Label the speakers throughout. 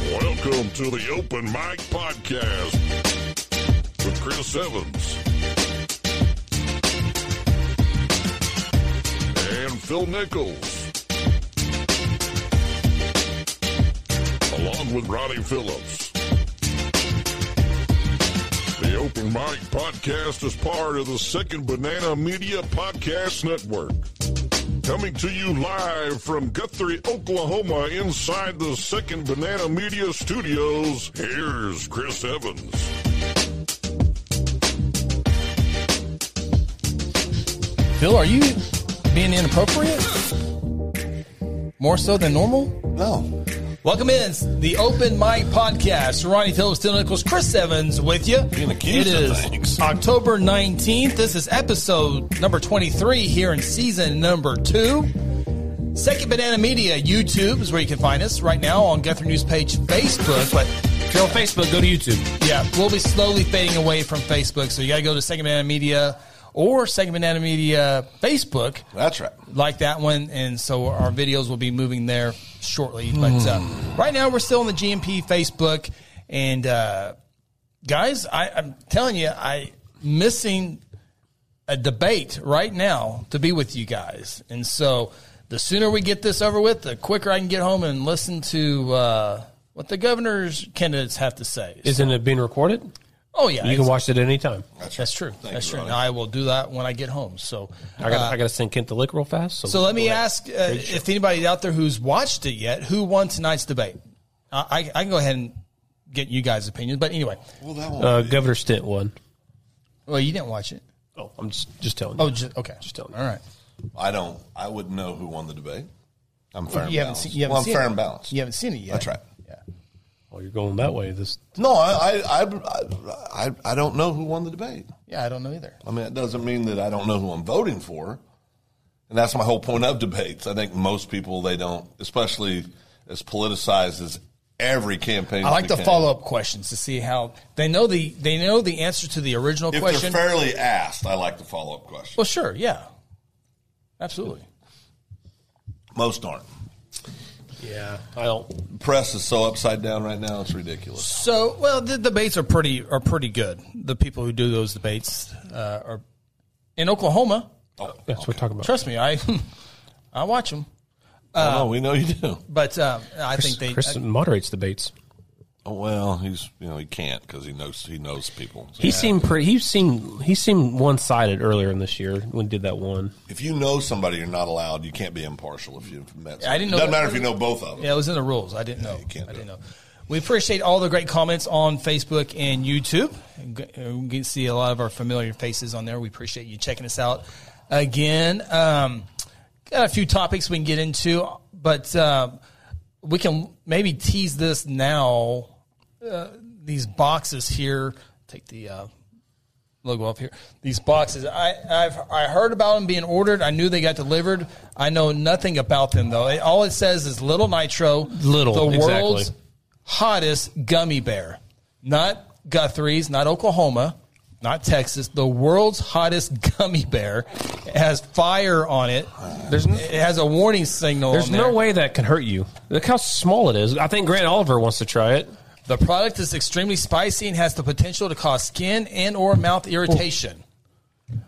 Speaker 1: Welcome to the Open Mic Podcast with Chris Evans and Phil Nichols, along with Ronnie Phillips. The Open Mic Podcast is part of the Second Banana Media Podcast Network. Coming to you live from Guthrie, Oklahoma, inside the Second Banana Media Studios, here's Chris Evans.
Speaker 2: Phil, are you being inappropriate? More so than normal?
Speaker 3: No.
Speaker 2: Welcome in. It's the Open Mic Podcast. Ronnie Phillips, Tim Nichols, Chris Evans with you. It
Speaker 3: accused of
Speaker 2: is
Speaker 3: things.
Speaker 2: October 19th. This is episode number 23 here in season number two. Second Banana Media YouTube is where you can find us right now on Guthrie News page Facebook. But
Speaker 4: If you're on Facebook, go to YouTube.
Speaker 2: Yeah, we'll be slowly fading away from Facebook. So you got to go to Second Banana Media or Second Banana Media Facebook,
Speaker 3: That's right.
Speaker 2: like that one. And so our videos will be moving there shortly. But uh,
Speaker 4: Hmm.
Speaker 2: right now, we're still on the GMP Facebook. And uh, guys, I, I'm telling you, I missing a debate right now to be with you guys. And so the sooner we get this over with, the quicker I can get home and listen to. Uh, what the governor's candidates have to say.
Speaker 4: Isn't it being recorded?
Speaker 2: Oh yeah,
Speaker 4: You
Speaker 2: it's-
Speaker 4: can watch it at any time.
Speaker 2: That's, true. that's
Speaker 3: you,
Speaker 2: true.
Speaker 3: Ronnie.
Speaker 2: And I will do that when I get home. So,
Speaker 4: I got I got to send Kent the lick real fast. So,
Speaker 2: Uh, so let me ask uh, if anybody out there who's watched it yet, who won tonight's debate? Uh, I, I, I can go ahead and get you guys' opinions. But anyway,
Speaker 3: Well, that one.
Speaker 4: uh, Governor Stint won.
Speaker 2: well, you didn't watch it.
Speaker 4: Oh, I'm just just telling.
Speaker 2: Oh,
Speaker 4: you.
Speaker 2: just, okay.
Speaker 4: Just tell me.
Speaker 2: All right.
Speaker 3: I don't. I wouldn't know who won the debate. I'm fair and
Speaker 2: You haven't
Speaker 3: balanced.
Speaker 2: seen. You haven't
Speaker 3: well, I'm
Speaker 2: seen
Speaker 3: fair
Speaker 2: it.
Speaker 3: and balanced.
Speaker 2: You haven't seen it yet.
Speaker 3: That's right.
Speaker 2: Yeah.
Speaker 4: Oh, you're going that way. This
Speaker 3: No, I, I, I, I, I don't know who won the debate.
Speaker 2: Yeah, I don't know either.
Speaker 3: I mean, it doesn't mean that I don't know who I'm voting for. And that's my whole point of debates. I think most people they don't, especially as politicized as every campaign.
Speaker 2: I like the
Speaker 3: became.
Speaker 2: follow up questions to see how they know the they know the answer to the original
Speaker 3: If
Speaker 2: question.
Speaker 3: they're fairly asked, I like the follow up question.
Speaker 2: well, sure. Yeah. Absolutely.
Speaker 3: Most aren't.
Speaker 4: yeah, I don't.
Speaker 3: Press is so upside down right now; it's ridiculous.
Speaker 2: So, well, the debates are pretty are pretty good. The people who do those debates uh, are in Oklahoma.
Speaker 4: That's what we're talking about.
Speaker 2: Trust me, I I watch them, Uh,
Speaker 3: Oh no, we know you do.
Speaker 2: but um, I think they.
Speaker 4: Chris moderates debates.
Speaker 3: Oh, well, he's you know he can't because he knows he knows people.
Speaker 4: He seemed pretty. He seemed he seemed one sided earlier in this year when he did that one.
Speaker 3: If you know somebody, you're not allowed. You can't be impartial if you've met. Somebody.
Speaker 2: I didn't know
Speaker 3: Doesn't
Speaker 2: that-
Speaker 3: matter if you know both of them.
Speaker 2: yeah, it was in the rules. I didn't know.
Speaker 3: you can't
Speaker 2: I
Speaker 3: do
Speaker 2: didn't
Speaker 3: it.
Speaker 2: know. We appreciate all the great comments on Facebook and YouTube. uh, We can see a lot of our familiar faces on there. We appreciate you checking us out again. Um, got a few topics we can get into, but uh, we can maybe tease this now. these boxes here. Take the uh, logo off here. These boxes. I I've I heard about them being ordered. I knew they got delivered. I know nothing about them though. It- all it says is Little Nitro,
Speaker 4: Little,
Speaker 2: the
Speaker 4: exactly.
Speaker 2: world's hottest gummy bear. Not Guthrie's, not Oklahoma, not Texas. The world's hottest gummy bear it has fire on it. There's it has a warning signal.
Speaker 4: There's
Speaker 2: on
Speaker 4: no
Speaker 2: there.
Speaker 4: way that can hurt you. Look how small it is. I think Grant Oliver wants to try it.
Speaker 2: The product is extremely spicy and has the potential to cause skin and or mouth irritation. It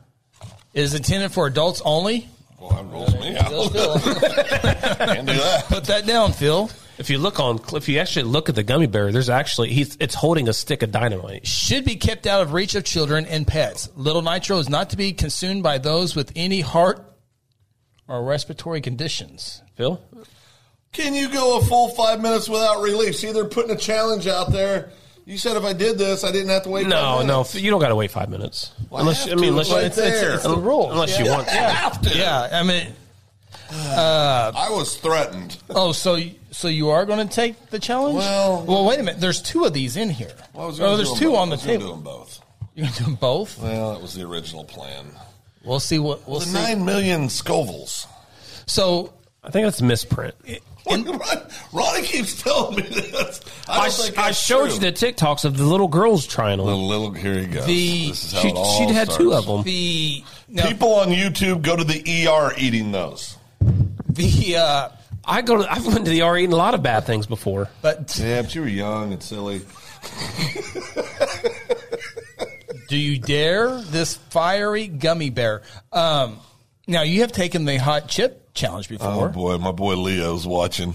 Speaker 2: is intended for adults only.
Speaker 3: Well, that rules me out.
Speaker 2: Put
Speaker 3: Can't do that.
Speaker 2: that down, Phil.
Speaker 4: If you look on, if you actually look at the gummy bear, there's actually he's it's holding a stick of dynamite.
Speaker 2: Should be kept out of reach of children and pets. Little nitro is not to be consumed by those with any heart or respiratory conditions.
Speaker 4: Phil,
Speaker 3: Can you go a full five minutes without relief? See, they're putting a challenge out there. You said if I did this, I didn't have to wait.
Speaker 4: No,
Speaker 3: five
Speaker 4: no,
Speaker 3: minutes.
Speaker 4: f- you don't got to wait five minutes.
Speaker 3: Well, I
Speaker 4: unless
Speaker 3: have
Speaker 4: I, mean,
Speaker 3: to.
Speaker 4: unless
Speaker 3: It's right
Speaker 4: it's, it's,
Speaker 3: there.
Speaker 4: it's the rule. Unless you want,
Speaker 3: I have to.
Speaker 2: Yeah, I mean,
Speaker 3: I was threatened.
Speaker 2: oh, so so you are going to take the challenge?
Speaker 3: Well-
Speaker 2: well, wait a minute. The's two of these in here.
Speaker 3: Well, I was gonna
Speaker 2: oh,
Speaker 3: do
Speaker 2: there's
Speaker 3: them
Speaker 2: two
Speaker 3: both.
Speaker 2: on
Speaker 3: I
Speaker 2: the
Speaker 3: was gonna do
Speaker 2: table.
Speaker 3: them both.
Speaker 2: You're going to do them both?
Speaker 3: Well, that was the original plan.
Speaker 2: We'll see what we'll
Speaker 3: The
Speaker 2: see.
Speaker 3: nine million Scovilles.
Speaker 2: So
Speaker 4: I think that's a misprint.
Speaker 3: Ronnie keeps telling me this. I, don't
Speaker 4: I,
Speaker 3: think
Speaker 4: I
Speaker 3: that's
Speaker 4: showed
Speaker 3: true.
Speaker 4: you the TikToks of the little girls trying
Speaker 3: The
Speaker 4: on.
Speaker 3: little here he goes.
Speaker 2: The-
Speaker 3: this is how
Speaker 4: She
Speaker 3: it all
Speaker 4: she had two of
Speaker 3: starts.
Speaker 4: them.
Speaker 2: the now,
Speaker 3: E People on YouTube go to the ER eating those.
Speaker 2: the uh,
Speaker 4: I go to, I've went to the RE and a lot of bad things before.
Speaker 2: But
Speaker 3: Yeah, but you were young and silly.
Speaker 2: do you dare this fiery gummy bear? Um, now you have taken the hot chip challenge
Speaker 3: Oh
Speaker 2: before.
Speaker 3: boy, my boy Leo's watching.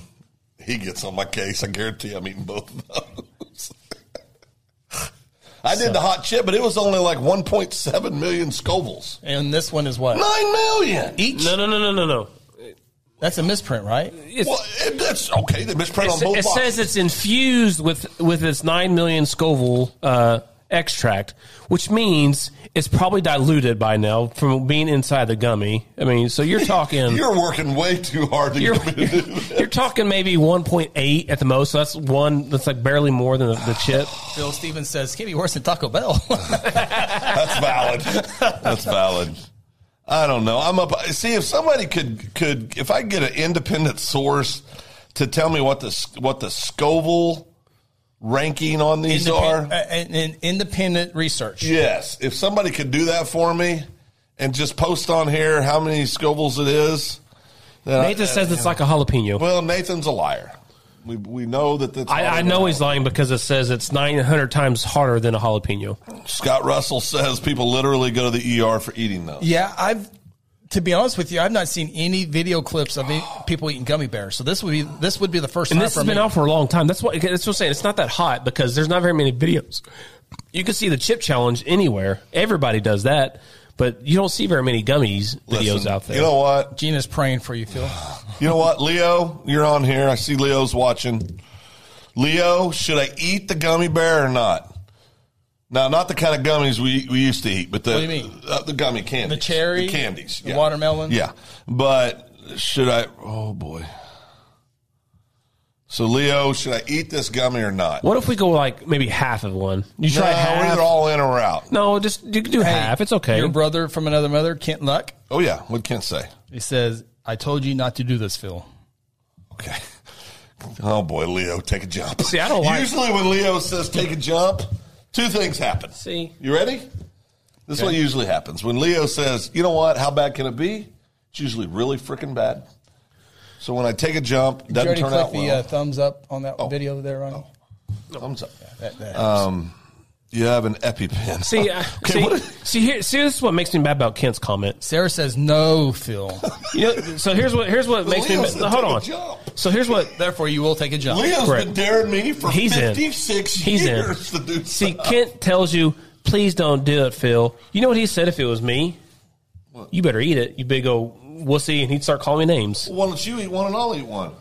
Speaker 3: He gets on my case. I guarantee I'm eating both of those. I did the hot chip, but it was only like 1.7 million Scovilles.
Speaker 2: and this one is what?
Speaker 3: Nine million.
Speaker 2: Each?
Speaker 4: No, no, no, no, no, no.
Speaker 2: That's a misprint, right?
Speaker 4: It's,
Speaker 3: Well, and that's okay. They misprint on
Speaker 4: it's-
Speaker 3: both.
Speaker 4: it
Speaker 3: boxes.
Speaker 4: says it's infused with with its nine million Scoville uh, extract, which means it's probably diluted by now from being inside the gummy. I mean, so you're talking
Speaker 3: You're working way too hard to
Speaker 4: you're,
Speaker 3: get me to do
Speaker 4: you're, you're talking maybe 1.8 at the most. So that's one that's like barely more than the, the chip.
Speaker 2: Phil Stevens says can't be worse than Taco Bell.
Speaker 3: That's valid. That's valid. I don't know. I'm up. See if somebody could could if I could get an independent source to tell me what the what the Scoville ranking on these are.
Speaker 2: Independ- uh, and, and independent research.
Speaker 3: Yes, if somebody could do that for me and just post on here how many Scovilles it is. Then I-
Speaker 4: Nathan says it's like a jalapeno.
Speaker 3: well, Nathan's a liar. We we know that that's all
Speaker 4: I, I
Speaker 3: it
Speaker 4: know
Speaker 3: is.
Speaker 4: he's lying because it says it's 900 times harder than a jalapeno.
Speaker 3: Scott Russell says people literally go to the ER for eating those.
Speaker 2: Yeah, I've to be honest with you, I've not seen any video clips of any people eating gummy bears. So this would be this would be the first
Speaker 4: And
Speaker 2: time
Speaker 4: this
Speaker 2: for
Speaker 4: has
Speaker 2: me.
Speaker 4: been out for a long time. That's what, that's what I'm saying. It's not that hot because there's not very many videos. You can see the chip challenge anywhere. Everybody does that, but you don't see very many gummies videos
Speaker 3: Listen,
Speaker 4: out there.
Speaker 3: You know what?
Speaker 2: Gina's praying for you, Phil.
Speaker 3: You know what, Leo? You're on here. I see Leo's watching. Leo, should I eat the gummy bear or not? Now, not the kind of gummies we, we used to eat, but the
Speaker 2: What do you mean?
Speaker 3: Uh, the gummy candies,
Speaker 2: The cherry?
Speaker 3: the candies,
Speaker 2: The watermelon?
Speaker 3: Yeah, but should I? Oh boy. So, Leo, should I eat this gummy or not?
Speaker 4: what if we go like maybe half of one? You
Speaker 3: No,
Speaker 4: try
Speaker 3: we're
Speaker 4: half.
Speaker 3: either all in or out.
Speaker 4: no, just you can do half. It's okay.
Speaker 2: Your brother from another mother, Kent Luck,
Speaker 3: Oh yeah, what can I say?
Speaker 2: he says, "I told you not to do this, Phil."
Speaker 3: Okay. Oh boy, Leo, take a jump.
Speaker 4: See, I don't like-
Speaker 3: Usually, when Leo says take a jump, two things happen.
Speaker 4: See.
Speaker 3: you ready? This is what usually happens when Leo says, "You know what? How bad can it be?" It's usually really freaking bad. So when I take a
Speaker 2: Did
Speaker 3: jump,
Speaker 2: you
Speaker 3: doesn't
Speaker 2: already
Speaker 3: turn
Speaker 2: click
Speaker 3: out
Speaker 2: the
Speaker 3: well. Oh.
Speaker 2: uh, thumbs up on that video there, Ronnie?
Speaker 3: Thumbs up.
Speaker 2: That- that-
Speaker 3: Um, You have an EpiPen.
Speaker 4: See, uh,
Speaker 3: Oh, Okay,
Speaker 4: see,
Speaker 3: what-
Speaker 4: see, here, see, this is what makes me mad about Kent's comment.
Speaker 2: Sarah says, "No, Phil.
Speaker 4: You know, so here's what here's what makes me.
Speaker 3: Leo's the
Speaker 4: ma- Hold
Speaker 3: total
Speaker 4: on.
Speaker 3: jump.
Speaker 4: So here's what.
Speaker 2: Therefore, you will take a jump."
Speaker 3: Leo's been
Speaker 4: correct.
Speaker 3: daring me for
Speaker 4: He's in.
Speaker 3: fifty-six
Speaker 4: He's in.
Speaker 3: years to do.
Speaker 4: See,
Speaker 3: something.
Speaker 4: Kent tells you, please don't do it, Phil. You know what he said if it was me? You better eat it, you big old wussy, and he'd start calling me names.
Speaker 3: why don't you eat one and I'll eat one?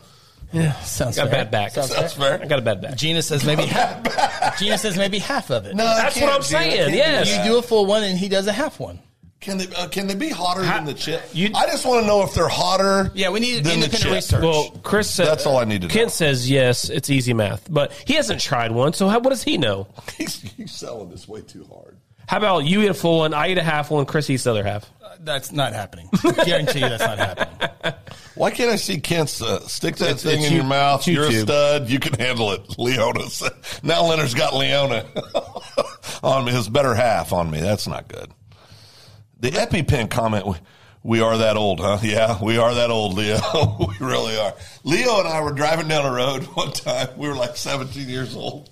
Speaker 2: Sounds
Speaker 4: I got
Speaker 2: fair.
Speaker 4: a bad back.
Speaker 2: Sounds
Speaker 3: That's
Speaker 2: fair.
Speaker 3: fair.
Speaker 4: I got a bad back.
Speaker 2: Gina says maybe half. Gina says maybe half of it.
Speaker 3: No, I
Speaker 4: That's what
Speaker 3: can't
Speaker 4: I'm
Speaker 3: do it. I
Speaker 4: saying,
Speaker 3: can't do
Speaker 4: yes.
Speaker 3: that.
Speaker 2: you do a full one, and he does a half one.
Speaker 3: Can they uh, can they be hotter than the chip?
Speaker 4: you-
Speaker 3: I just want to know if they're hotter.
Speaker 2: Yeah, we need
Speaker 3: than the
Speaker 2: independent
Speaker 3: chip.
Speaker 2: research.
Speaker 4: Well, Chris said
Speaker 3: That's all I need to know.
Speaker 4: Kent says yes, it's easy math, but he hasn't tried one. So how, what does he know?
Speaker 3: He's, he's selling this way too hard.
Speaker 4: How about you eat a full one, I eat a half one, Chris eats the other half.
Speaker 2: Uh, That's not happening. Guarantee you that's not happening.
Speaker 3: Why can't I see Kent's uh, stick that
Speaker 4: It's-
Speaker 3: thing
Speaker 4: it's
Speaker 3: in your
Speaker 4: you-
Speaker 3: mouth?
Speaker 4: it's
Speaker 3: You're a
Speaker 4: YouTube.
Speaker 3: stud. You can handle it, Leona. said. Now Leonard's got Leona on me. His better half on me. That's not good. The EpiPen comment. We, we are that old, huh? Yeah, we are that old, Leo. we really are. Leo and I were driving down a road one time. We were like 17 years old.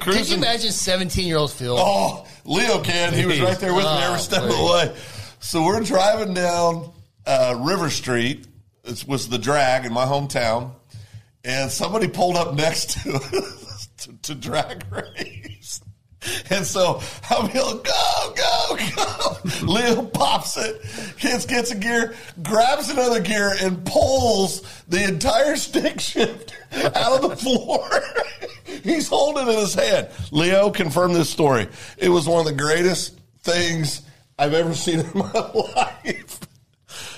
Speaker 2: Can you imagine 17 year old Phil?
Speaker 3: Oh, Leo can. He was right there with me
Speaker 2: Oh,
Speaker 3: every step of the
Speaker 2: please.
Speaker 3: way. So we're driving down uh, River Street. It was the drag in my hometown. And somebody pulled up next to us to, to drag race. And so I'm yelling, go, go, go. Leo pops it, gets, gets a gear, grabs another gear, and pulls the entire stick shift out of the floor. He's holding it in his hand. Leo confirmed this story. It was one of the greatest things I've ever seen in my life.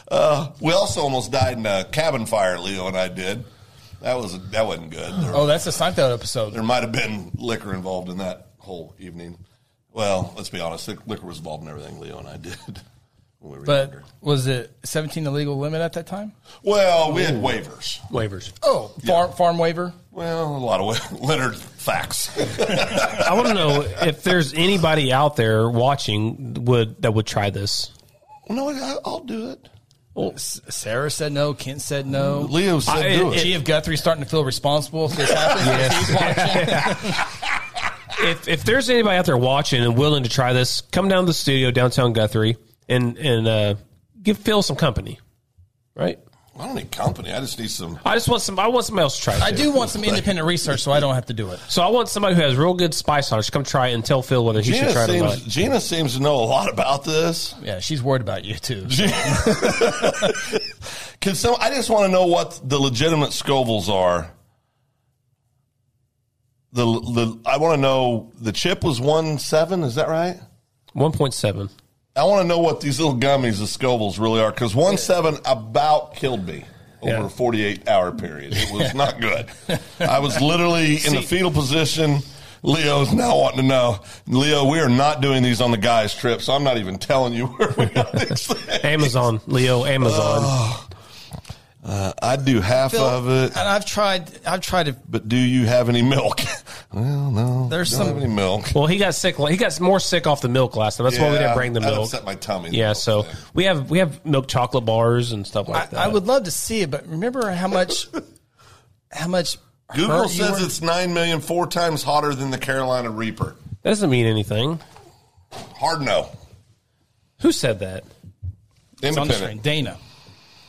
Speaker 3: Uh, we also almost died in a cabin fire, Leo and I did. That was that wasn't good. There
Speaker 2: Oh, that's a Seinfeld episode.
Speaker 3: there might have been liquor involved in that whole evening. Well, let's be honest, lic- liquor was involved in everything Leo and I did when we were
Speaker 2: But
Speaker 3: younger.
Speaker 2: was it 17 the legal limit at that time?
Speaker 3: Well, we had waivers.
Speaker 4: Waivers.
Speaker 2: Oh, farm, farm waiver.
Speaker 3: Well, a lot of wa- Leonard facts.
Speaker 4: I want to know if there's anybody out there watching would that would try this.
Speaker 3: no, I- I'll do it.
Speaker 2: S- Sarah said no. Kent said no.
Speaker 3: Leo said,
Speaker 4: I-
Speaker 3: "Do it."
Speaker 4: it-
Speaker 2: Genevieve Guthrie's starting to feel responsible if this happens. She's watching.
Speaker 4: if if there's anybody out there watching and willing to try this, come down to the studio downtown Guthrie and and uh, give Phil some company, right?
Speaker 3: I don't need company. I just need some.
Speaker 4: I just want some. I want somebody else to try.
Speaker 2: I
Speaker 4: too.
Speaker 2: do want some independent research so I don't have to do it.
Speaker 4: So I want somebody who has real good spice on it to come try it and tell Phil whether he
Speaker 3: Gina
Speaker 4: should try it or not.
Speaker 3: seems, Gina seems to know a lot about this.
Speaker 2: Yeah, she's worried about you too.
Speaker 3: Can some? I just want to know what the legitimate Scovilles are. The the I want to know the chip was one seven. Is that right?
Speaker 4: One point seven.
Speaker 3: I want to know what these little gummies, the Scovilles, really are because one seven about killed me over
Speaker 4: Yeah.
Speaker 3: a forty eight hour period. It was not good. I was literally in the fetal position. Leo's now wanting to know. Leo, we are not doing these on the guys' trip, so I'm not even telling you where we got these things.
Speaker 4: Amazon, Leo, Amazon.
Speaker 2: Oh.
Speaker 3: Uh, I do half of it,
Speaker 2: And I've tried. I've tried to.
Speaker 3: but do you have any milk? well, no.
Speaker 2: There's
Speaker 3: don't
Speaker 2: some-
Speaker 3: have any milk.
Speaker 4: well, he got sick. He got more sick off the milk last time. That's why we didn't bring the
Speaker 3: that
Speaker 4: milk.
Speaker 3: upset my tummy. the
Speaker 4: Yeah,
Speaker 3: milk
Speaker 4: so
Speaker 3: thing.
Speaker 4: we have we have milk chocolate bars and stuff
Speaker 2: I,
Speaker 4: like that.
Speaker 2: I would love to see it, but remember how much, how much.
Speaker 3: Google
Speaker 2: hurt you
Speaker 3: says
Speaker 2: were-
Speaker 3: it's nine million four times hotter than the Carolina Reaper.
Speaker 4: That doesn't mean anything.
Speaker 3: Hard no.
Speaker 4: Who said that?
Speaker 2: it's on the
Speaker 3: Independent.
Speaker 2: screen. Dana,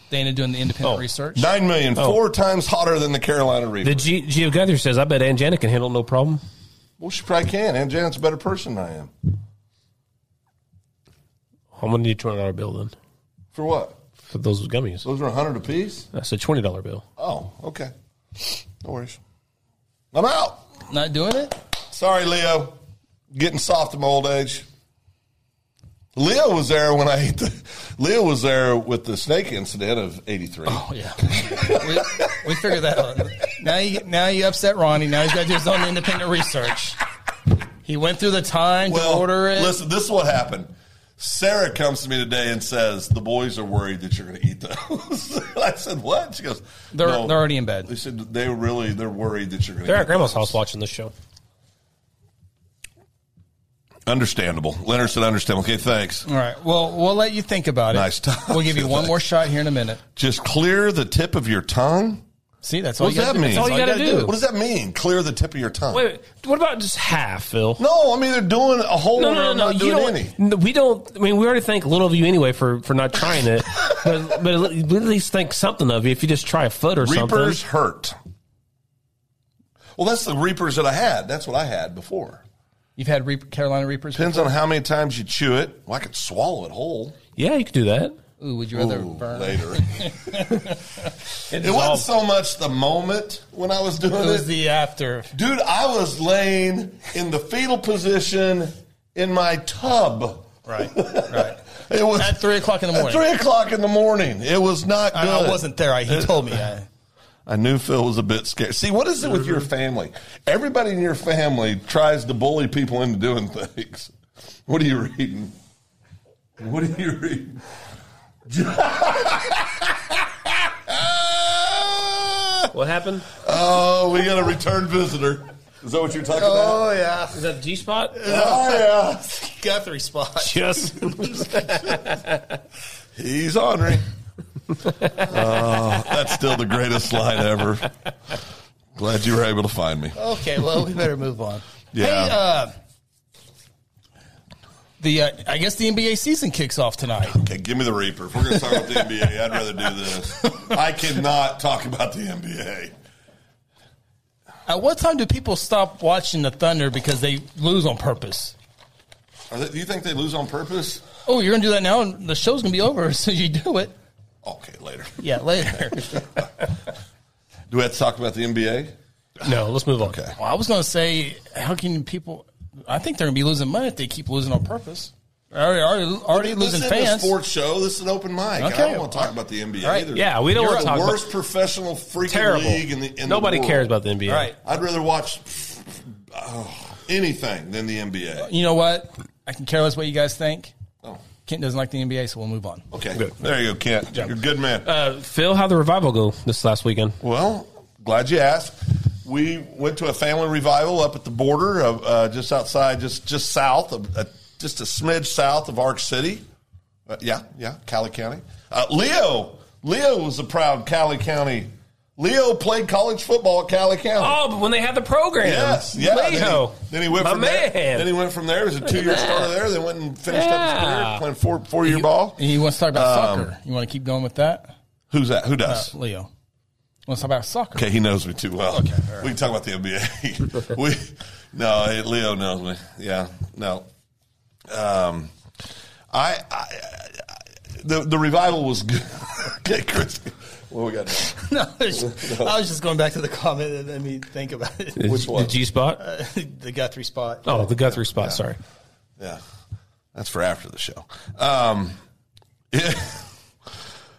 Speaker 2: Dana doing the independent
Speaker 4: Oh.
Speaker 2: research.
Speaker 3: Nine million, four times hotter than the Carolina Reaper.
Speaker 4: The G- Geo Guthrie says, "I bet Aunt Janet can handle no problem."
Speaker 3: well, she probably can. And Janet's a better person than I am.
Speaker 4: I'm gonna need a twenty dollar bill then
Speaker 3: For what?
Speaker 4: for those gummies.
Speaker 3: Those are a hundred apiece.
Speaker 4: That's a twenty dollar bill.
Speaker 3: Oh, okay. No worries. I'm out.
Speaker 2: Not doing it.
Speaker 3: Sorry, Leo. Getting soft in my old age. Leo was there when I ate the. Leo was there with the snake incident of '83.
Speaker 2: Oh yeah, we, we figured that out. Now you now you upset Ronnie. Now he's got to do his own independent research. He went through the time to order it.
Speaker 3: Listen, this is what happened. Sarah comes to me today and says, The boys are worried that you're going to eat those. I said, What? She goes,
Speaker 2: they're
Speaker 3: "No."
Speaker 2: they're already in bed.
Speaker 3: They said, They really, they're worried that you're going
Speaker 4: They're
Speaker 3: to
Speaker 4: at Grandma's house watching this show.
Speaker 3: Understandable. Leonard said, Understandable. Okay, thanks.
Speaker 2: All right. Well, we'll let you think about it.
Speaker 3: Nice talk.
Speaker 2: We'll give you one more shot here in a minute.
Speaker 3: Just clear the tip of your tongue.
Speaker 2: See, that's all
Speaker 3: What does
Speaker 2: you gotta
Speaker 3: that
Speaker 2: do.
Speaker 3: mean?
Speaker 2: That's all you
Speaker 4: gotta
Speaker 2: gotta
Speaker 4: do.
Speaker 3: What does that mean? Clear the tip of your tongue.
Speaker 4: Wait, what about just half, Phil?
Speaker 3: No, I mean, they're doing a whole
Speaker 4: No,
Speaker 3: one.
Speaker 4: no, no,
Speaker 3: I'm
Speaker 4: no.
Speaker 3: not
Speaker 4: You
Speaker 3: doing
Speaker 4: don't.
Speaker 3: any.
Speaker 4: no, We don't. I mean, we already think little of you anyway for for not trying it. but, but at least think something of you if you just try a foot or
Speaker 3: Reapers
Speaker 4: something.
Speaker 3: hurt. Well, that's the Reapers that I had. That's what I had before.
Speaker 2: You've had Reap Carolina Reapers.
Speaker 3: Depends on how many times you chew it. Well, I could swallow it whole.
Speaker 4: Yeah, you could do that.
Speaker 2: Ooh, would you rather
Speaker 3: Ooh,
Speaker 2: burn?
Speaker 3: later.
Speaker 4: It
Speaker 3: it wasn't
Speaker 4: dissolves.
Speaker 3: so much the moment when I was doing
Speaker 2: It was
Speaker 3: it.
Speaker 2: the after.
Speaker 3: Dude, I was laying in the fetal position in my tub.
Speaker 2: Right. Right.
Speaker 3: It was
Speaker 2: At three o'clock in the
Speaker 3: at
Speaker 2: morning.
Speaker 3: three o'clock in the morning. It was not good.
Speaker 2: I, I wasn't there. I, he told me. I,
Speaker 3: I knew Phil was a bit scared. See, what is it with your family? Everybody in your family tries to bully people into doing things. What are you reading? What are you reading?
Speaker 4: What happened?
Speaker 3: oh, we got a return visitor. Is that what you're talking about?
Speaker 2: yeah.
Speaker 4: Is that G spot?
Speaker 3: Oh,
Speaker 2: Guthrie spot.
Speaker 4: Yes.
Speaker 3: yeah. He's ornery. oh, that's still the greatest slide ever. Glad you were able to find me.
Speaker 2: Okay, well, we better move on.
Speaker 3: Yeah.
Speaker 2: Hey, uh, the uh, I guess the NBA season kicks off tonight.
Speaker 3: Okay, give me the Reaper. If we're going to talk about the NBA, I'd rather do this. I cannot talk about the NBA.
Speaker 2: At what time do people stop watching the Thunder because they lose on purpose?
Speaker 3: Are they, do you think they lose on purpose?
Speaker 2: Oh, you're gonna do that now, and the show's gonna be over as soon as you do it.
Speaker 3: Okay, later.
Speaker 2: Yeah, later.
Speaker 3: Do we have to talk about the NBA?
Speaker 4: no, let's move on.
Speaker 3: Okay.
Speaker 2: well, I was gonna say, how can people? I think they're gonna be losing money if they keep losing on purpose. Already, already, already losing
Speaker 3: this isn't a
Speaker 2: fans.
Speaker 3: sports show. This is an open mic. I
Speaker 2: Okay.
Speaker 3: don't want to talk about the NBA
Speaker 2: Right.
Speaker 3: either.
Speaker 4: Yeah, we don't
Speaker 3: You're
Speaker 4: want to
Speaker 3: the
Speaker 4: talk
Speaker 3: worst
Speaker 4: about
Speaker 3: professional freaking
Speaker 4: terrible.
Speaker 3: league in the in the
Speaker 4: Nobody
Speaker 3: world.
Speaker 4: cares about the NBA.
Speaker 2: All right.
Speaker 3: I'd rather watch oh, anything than the NBA.
Speaker 2: You know what? I can care less what you guys think.
Speaker 3: Oh,
Speaker 2: Kent doesn't like the NBA, so we'll move on.
Speaker 3: okay. There you go, Kent. You're a good man.
Speaker 4: Uh, Phil, how the revival go this last weekend?
Speaker 3: Well, glad you asked. We went to a family revival up at the border of uh, just outside, just just south of uh, just a smidge south of Arc City, uh, Uh, yeah, yeah, Cali County. Uh, Leo, Leo was a proud Cali County. Leo played college football at Cali County.
Speaker 4: Oh, but when they had the program.
Speaker 3: Yes, yeah. Then he-
Speaker 4: Leo.
Speaker 3: Then, he, went
Speaker 4: My
Speaker 3: from
Speaker 4: man.
Speaker 3: there. Then he went from there. He was a two-year starter there. Then went and finished up his
Speaker 4: Yeah.
Speaker 3: career playing four four-year ball.
Speaker 2: You want to talk about soccer? You want to keep going with that,
Speaker 3: Who's that? Who does?
Speaker 2: Leo? Want to talk about soccer?
Speaker 3: Okay, he knows me too well. Okay, we can talk about the NBA. we no, hey, Leo knows me. Yeah, no. Um, I, I, I the the revival was good. okay, Chris. What we got?
Speaker 2: No, I was just- I was just going back to the comment that made me think about it.
Speaker 3: Which one? Uh,
Speaker 4: The G spot?
Speaker 2: the Guthrie spot.
Speaker 4: oh, the Guthrie spot. Sorry.
Speaker 3: Yeah, that's for after the show. Um, yeah.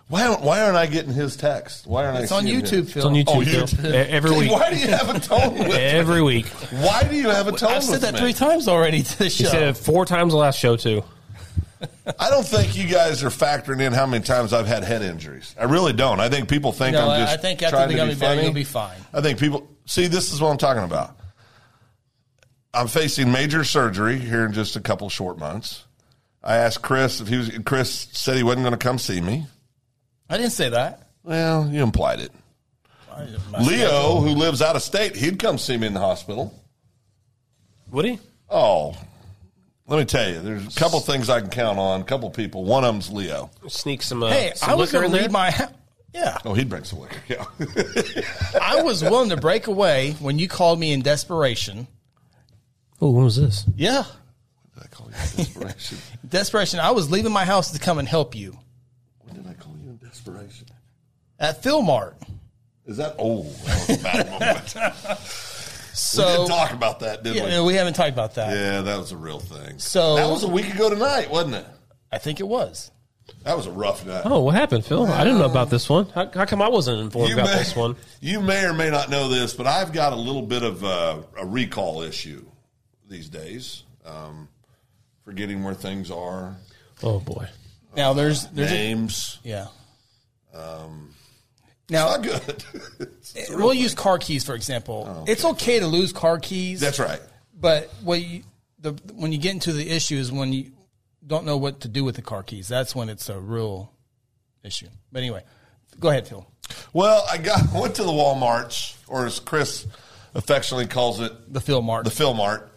Speaker 3: Why, why aren't I getting his text? Why aren't
Speaker 2: It's
Speaker 3: I?
Speaker 2: on
Speaker 3: seeing
Speaker 2: YouTube,
Speaker 3: his-
Speaker 2: Phil.
Speaker 4: It's on YouTube.
Speaker 3: Oh,
Speaker 4: Phil.
Speaker 3: YouTube.
Speaker 4: E- Every week.
Speaker 3: Why do you have a tone with me?
Speaker 4: Every week.
Speaker 3: Why do you have a tone
Speaker 2: I've said
Speaker 3: with
Speaker 2: that
Speaker 3: me?
Speaker 2: three times already to the
Speaker 4: He
Speaker 2: show.
Speaker 4: said it four times the last show, too.
Speaker 3: I don't think you guys are factoring in how many times I've had head injuries. I really don't. I think people think
Speaker 2: No,
Speaker 3: I'm
Speaker 2: I-
Speaker 3: just
Speaker 2: I think after
Speaker 3: trying
Speaker 2: the
Speaker 3: to
Speaker 2: gummy
Speaker 3: be
Speaker 2: bear,
Speaker 3: funny.
Speaker 2: you'll be fine.
Speaker 3: I think people see this is what I'm talking about. I'm facing major surgery here in just a couple short months. I asked Chris if he was. Chris said he wasn't going to come see me.
Speaker 2: I didn't say that.
Speaker 3: Well, you implied it.
Speaker 2: I-
Speaker 3: Leo, who lives out of state, he'd come see me in the hospital.
Speaker 4: Would he?
Speaker 3: Oh, let me tell you, there's a couple things I can count on. A couple people. One of them's Leo.
Speaker 4: Sneak some, uh,
Speaker 2: Hey,
Speaker 4: some
Speaker 2: I was
Speaker 4: liquor
Speaker 2: going
Speaker 4: in
Speaker 2: to
Speaker 4: there.
Speaker 2: leave my house. Yeah,
Speaker 3: Oh, he'd bring some liquor. Yeah.
Speaker 2: I was willing to break away when you called me in desperation.
Speaker 4: oh, when was this?
Speaker 2: Yeah,
Speaker 3: I call you desperation.
Speaker 2: desperation. I was leaving my house to come and help you
Speaker 3: When did I call you in desperation?
Speaker 2: at Philmart.
Speaker 3: Is that old? That was a bad moment. we
Speaker 2: So
Speaker 3: didn't talk about that, did
Speaker 2: yeah,
Speaker 3: we?
Speaker 2: we haven't talked about that.
Speaker 3: Yeah, that was a real thing.
Speaker 2: So-
Speaker 3: that was a week ago tonight, wasn't it?
Speaker 2: I think it was.
Speaker 3: That was a rough night.
Speaker 4: Oh, what happened, Phil? I didn't know about this one. How, how come I wasn't informed
Speaker 3: you
Speaker 4: about
Speaker 3: may,
Speaker 4: this one?
Speaker 3: you may or may not know this, but I've got a little bit of uh, a recall issue these days, um, forgetting where things are,
Speaker 4: Oh, boy.
Speaker 2: Now there's there's a,
Speaker 3: names.
Speaker 2: yeah. Um,
Speaker 3: Um,
Speaker 2: now
Speaker 3: Not good.
Speaker 2: we'll use car keys for example. It's okay to lose car keys.
Speaker 3: Oh, That's right.
Speaker 2: But what you, the when you get into the issue is when you don't know what to do with the car keys. That's when it's a real issue. But anyway, go ahead, Phil.
Speaker 3: Well, I got went to the Walmart's, or as Chris affectionately calls it,
Speaker 2: The Phil Mark.
Speaker 3: the Philmart.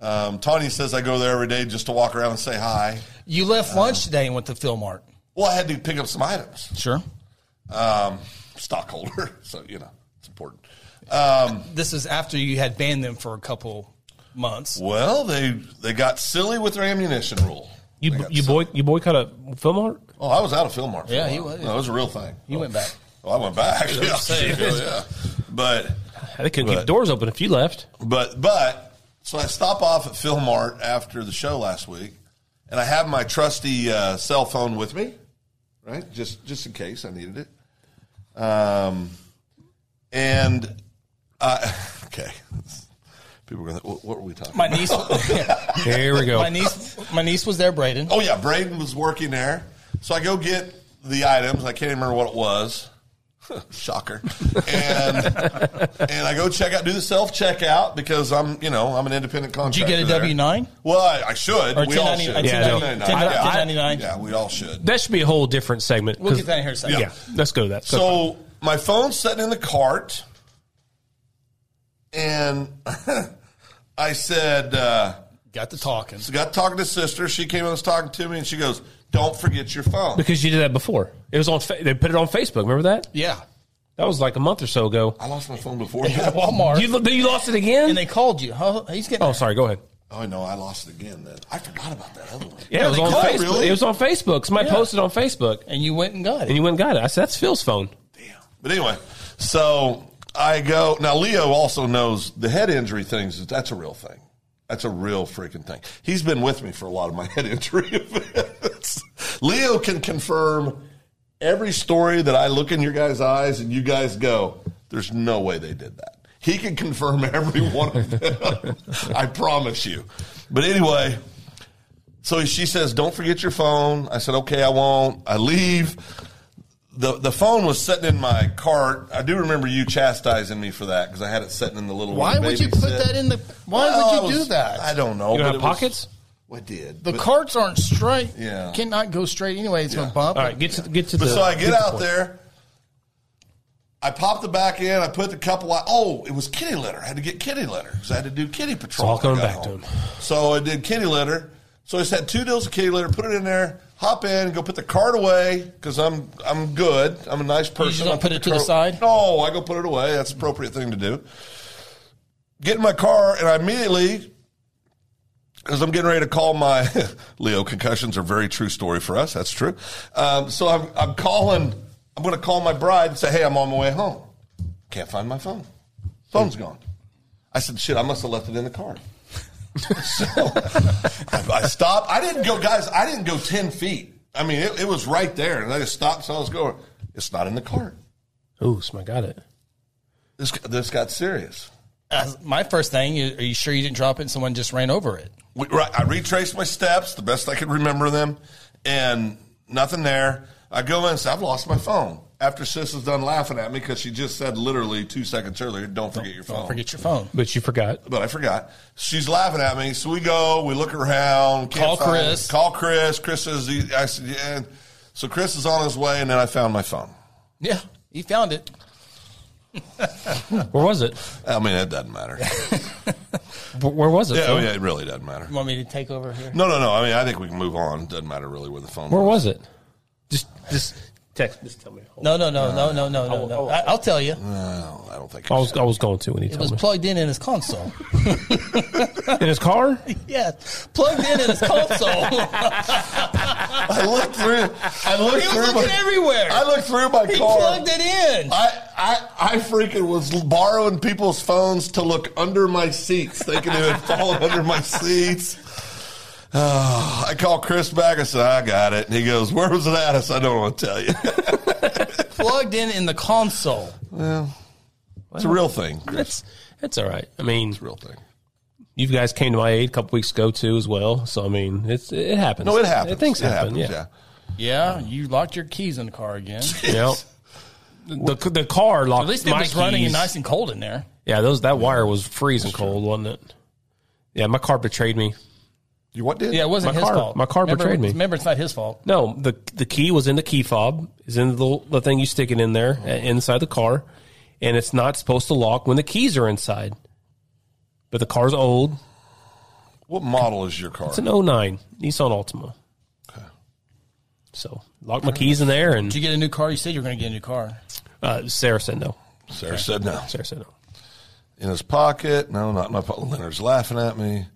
Speaker 3: Um, Tawny says I go there every day just to walk around and say hi.
Speaker 2: you left lunch today and went to Phil Mart.
Speaker 3: Well, I had to pick up some items.
Speaker 2: Sure.
Speaker 3: Um, stockholder, so you know it's important. Um,
Speaker 2: This is after you had banned them for a couple months.
Speaker 3: well, they they got silly with their ammunition rule.
Speaker 4: You,
Speaker 3: They got
Speaker 4: you,
Speaker 3: silly.
Speaker 4: boy, you boycott a Philmart?
Speaker 3: Oh, I was out of Philmart. For
Speaker 2: Yeah,
Speaker 3: a
Speaker 2: he
Speaker 3: while.
Speaker 2: was.
Speaker 3: No, it was a real thing.
Speaker 2: You went back.
Speaker 3: Oh, I went back. Yeah,
Speaker 4: saying.
Speaker 3: Hell yeah. But
Speaker 4: They couldn't keep
Speaker 3: But-
Speaker 4: the doors open if you left.
Speaker 3: But but so I stop off at Philmart after the show last week, and I have my trusty uh, cell phone with me, right? Just just in case I needed it. Um, and uh, okay, people are going. What, what were we talking?
Speaker 2: My
Speaker 3: about?
Speaker 2: niece,
Speaker 4: Here we go.
Speaker 2: my niece, my niece was there, Braden.
Speaker 3: Oh yeah, Braden was working there, so I go get the items. I can't even remember what it was. Shocker. And and I go check out, do the self checkout because I'm you know I'm an independent
Speaker 2: Did you
Speaker 3: contractor.
Speaker 2: get a
Speaker 3: there.
Speaker 2: W nine?
Speaker 3: Well, I, I should.
Speaker 2: Or
Speaker 3: we all
Speaker 2: 1090
Speaker 3: should.
Speaker 2: uh,
Speaker 4: Yeah, I know.
Speaker 2: 1099.
Speaker 3: Yeah.
Speaker 2: 1099.
Speaker 3: Yeah, we all should.
Speaker 4: That should be a whole different segment.
Speaker 2: We'll
Speaker 4: 'cause-
Speaker 2: get that in here in a second.
Speaker 4: Yeah. let's go to that. So,
Speaker 3: So my phone's sitting in the cart, and I said, uh,
Speaker 2: Got to talking.
Speaker 3: so got talking to sister. She came and was talking to me, and she goes, "Don't forget your phone."
Speaker 4: because you did that before, it was on. Fa- they put it on Facebook. Remember that?
Speaker 2: Yeah.
Speaker 4: That was like a month or so ago.
Speaker 3: I lost my phone before.
Speaker 2: At Walmart.
Speaker 4: You but you lost it again?
Speaker 2: and they called you. Oh, he's getting.
Speaker 4: oh, sorry. Go ahead.
Speaker 3: Oh no, I lost it again. Then I forgot about that other one.
Speaker 4: Yeah, it was
Speaker 2: they
Speaker 4: on
Speaker 2: called,
Speaker 4: Facebook.
Speaker 3: really?
Speaker 4: It was on Facebook. Somebody
Speaker 2: Yeah.
Speaker 4: posted on Facebook,
Speaker 2: And you went and got it.
Speaker 4: and you went and got it. I said, "That's Phil's phone."
Speaker 3: But anyway, so I go now. Leo also knows the head injury things. That's a real thing. That's a real freaking thing. He's been with me for a lot of my head injury events. Leo can confirm every story that I look in your guys' eyes and you guys go, "There's no way they did that." He can confirm every one of them. I promise you. But anyway, so she says, "Don't forget your phone." I said, "Okay, I won't." I leave. the The phone was sitting in my cart. I do remember you chastising me for that because I had it sitting in the little.
Speaker 2: Why would you put that in the? Why would you do that?
Speaker 3: I don't know.
Speaker 4: You don't
Speaker 3: but
Speaker 4: have
Speaker 3: it was-
Speaker 4: pockets?
Speaker 3: Well, I did.
Speaker 2: The
Speaker 3: But-
Speaker 2: carts aren't straight.
Speaker 3: Yeah.
Speaker 2: Cannot go straight anyway. It's going to bump.
Speaker 4: All right, get to get to
Speaker 3: But
Speaker 4: the.
Speaker 3: so I get
Speaker 4: to the
Speaker 3: out
Speaker 4: point.
Speaker 3: there. I popped the back in. I put the couple. out- Oh, it was kitty litter. I had to get kitty litter because I had to do kitty patrol.
Speaker 4: all
Speaker 3: when I
Speaker 4: coming
Speaker 3: got
Speaker 4: back to
Speaker 3: home.
Speaker 4: him.
Speaker 3: So I did kitty litter. So I just had two deals of kitty litter. Put it in there. Hop in. Go put the cart away because I'm I'm good. I'm a nice person.
Speaker 2: don't
Speaker 3: I
Speaker 2: put it to the
Speaker 3: cart-
Speaker 2: side?
Speaker 3: No, I go put it away. That's the appropriate thing to do. Get in my car and I immediately because I'm getting ready to call my Leo concussions are a very true story for us. That's true. Um, so I'm, I'm calling. I'm going to call my bride and say, "Hey, I'm on my way home. Can't find my phone. Phone's gone." I said, "Shit, I must have left it in the car." so I, I stopped. I didn't go, guys. I didn't go ten feet. I mean, it, it was right there, and I just stopped. So I was going. It's not in the cart.
Speaker 4: Ooh, so I got it.
Speaker 3: This this got serious.
Speaker 2: Uh, my first thing is, are you sure you didn't drop it and someone just ran over it?
Speaker 3: we, right, I retraced my steps the best I could remember them, and nothing there. I go in and say, I've lost my phone. After sis is done laughing at me because she just said literally two seconds earlier, don't forget your phone.
Speaker 2: Forget your phone.
Speaker 4: But you forgot.
Speaker 3: But I forgot. She's laughing at me. So we go, we look around. can't
Speaker 2: Call
Speaker 3: find it.
Speaker 2: Chris.
Speaker 3: Call Chris. Chris says, he- I said, yeah. So Chris is on his way, and then I found my phone.
Speaker 2: Yeah, he found it.
Speaker 4: Where was it?
Speaker 3: I mean, it doesn't matter.
Speaker 4: Where- Where was it?
Speaker 3: yeah, oh,
Speaker 4: Phil?
Speaker 3: yeah, it really doesn't matter.
Speaker 2: You want me to take over here?
Speaker 3: No, no, no. I mean, I think we can move on. It doesn't matter really where the phone
Speaker 4: Where was it? Just just text. Just tell me.
Speaker 2: No, no, no, no, no, no, no. no. I, oh. I'll tell you.
Speaker 3: No, I don't think
Speaker 4: I was I was going to when he
Speaker 2: It was
Speaker 4: told me
Speaker 2: plugged in in his console.
Speaker 4: in his car.
Speaker 2: yeah, plugged in in his console.
Speaker 3: I looked through. I looked
Speaker 2: He was
Speaker 3: through
Speaker 2: looking
Speaker 3: my,
Speaker 2: everywhere.
Speaker 3: I looked through my
Speaker 2: He
Speaker 3: car.
Speaker 2: plugged it in.
Speaker 3: I, I I freaking was borrowing people's phones to look under my seats, thinking it had fallen under my seats. Ah, I called Chris back. I said, "I got it," and he goes, "Where was it at?" I said, "I don't want to tell you.
Speaker 2: plugged in in the console.
Speaker 3: it's a real thing. Chris.
Speaker 4: That's that's all right. I mean,
Speaker 3: It's a real thing.
Speaker 4: you guys came to my aid a couple weeks ago too, as well. So I mean, it's it happens.
Speaker 3: No, it happens.
Speaker 4: Things
Speaker 3: It
Speaker 4: happen.
Speaker 3: happens,
Speaker 4: yeah.
Speaker 2: Yeah, you locked your keys in the car again.
Speaker 4: yeah. The, the car locked.
Speaker 2: At least it
Speaker 4: my
Speaker 2: was running and
Speaker 4: keys.
Speaker 2: nice and cold in there.
Speaker 4: Yeah, those that wire was freezing cold, wasn't it? Yeah, my car betrayed me.
Speaker 3: You what did?
Speaker 2: Yeah, it wasn't
Speaker 4: My
Speaker 2: his
Speaker 4: car-
Speaker 2: fault.
Speaker 4: my car
Speaker 2: remember,
Speaker 4: betrayed me.
Speaker 2: Remember, it's not his fault.
Speaker 4: No, the the key was in the key fob. Is in the little- the thing you stick it in there uh, inside the car, and it's not supposed to lock when the keys are inside. But the car's old.
Speaker 3: What model is your car?
Speaker 4: It's an 09 Nissan Altima.
Speaker 3: Okay.
Speaker 4: So lock my keys in there, and
Speaker 2: Did you get a new car? You said you were going to get a new car.
Speaker 4: uh, Sarah said no.
Speaker 3: Sarah said no.
Speaker 4: Sarah said no.
Speaker 3: In his pocket. No, not in my pocket. Leonard's laughing at me.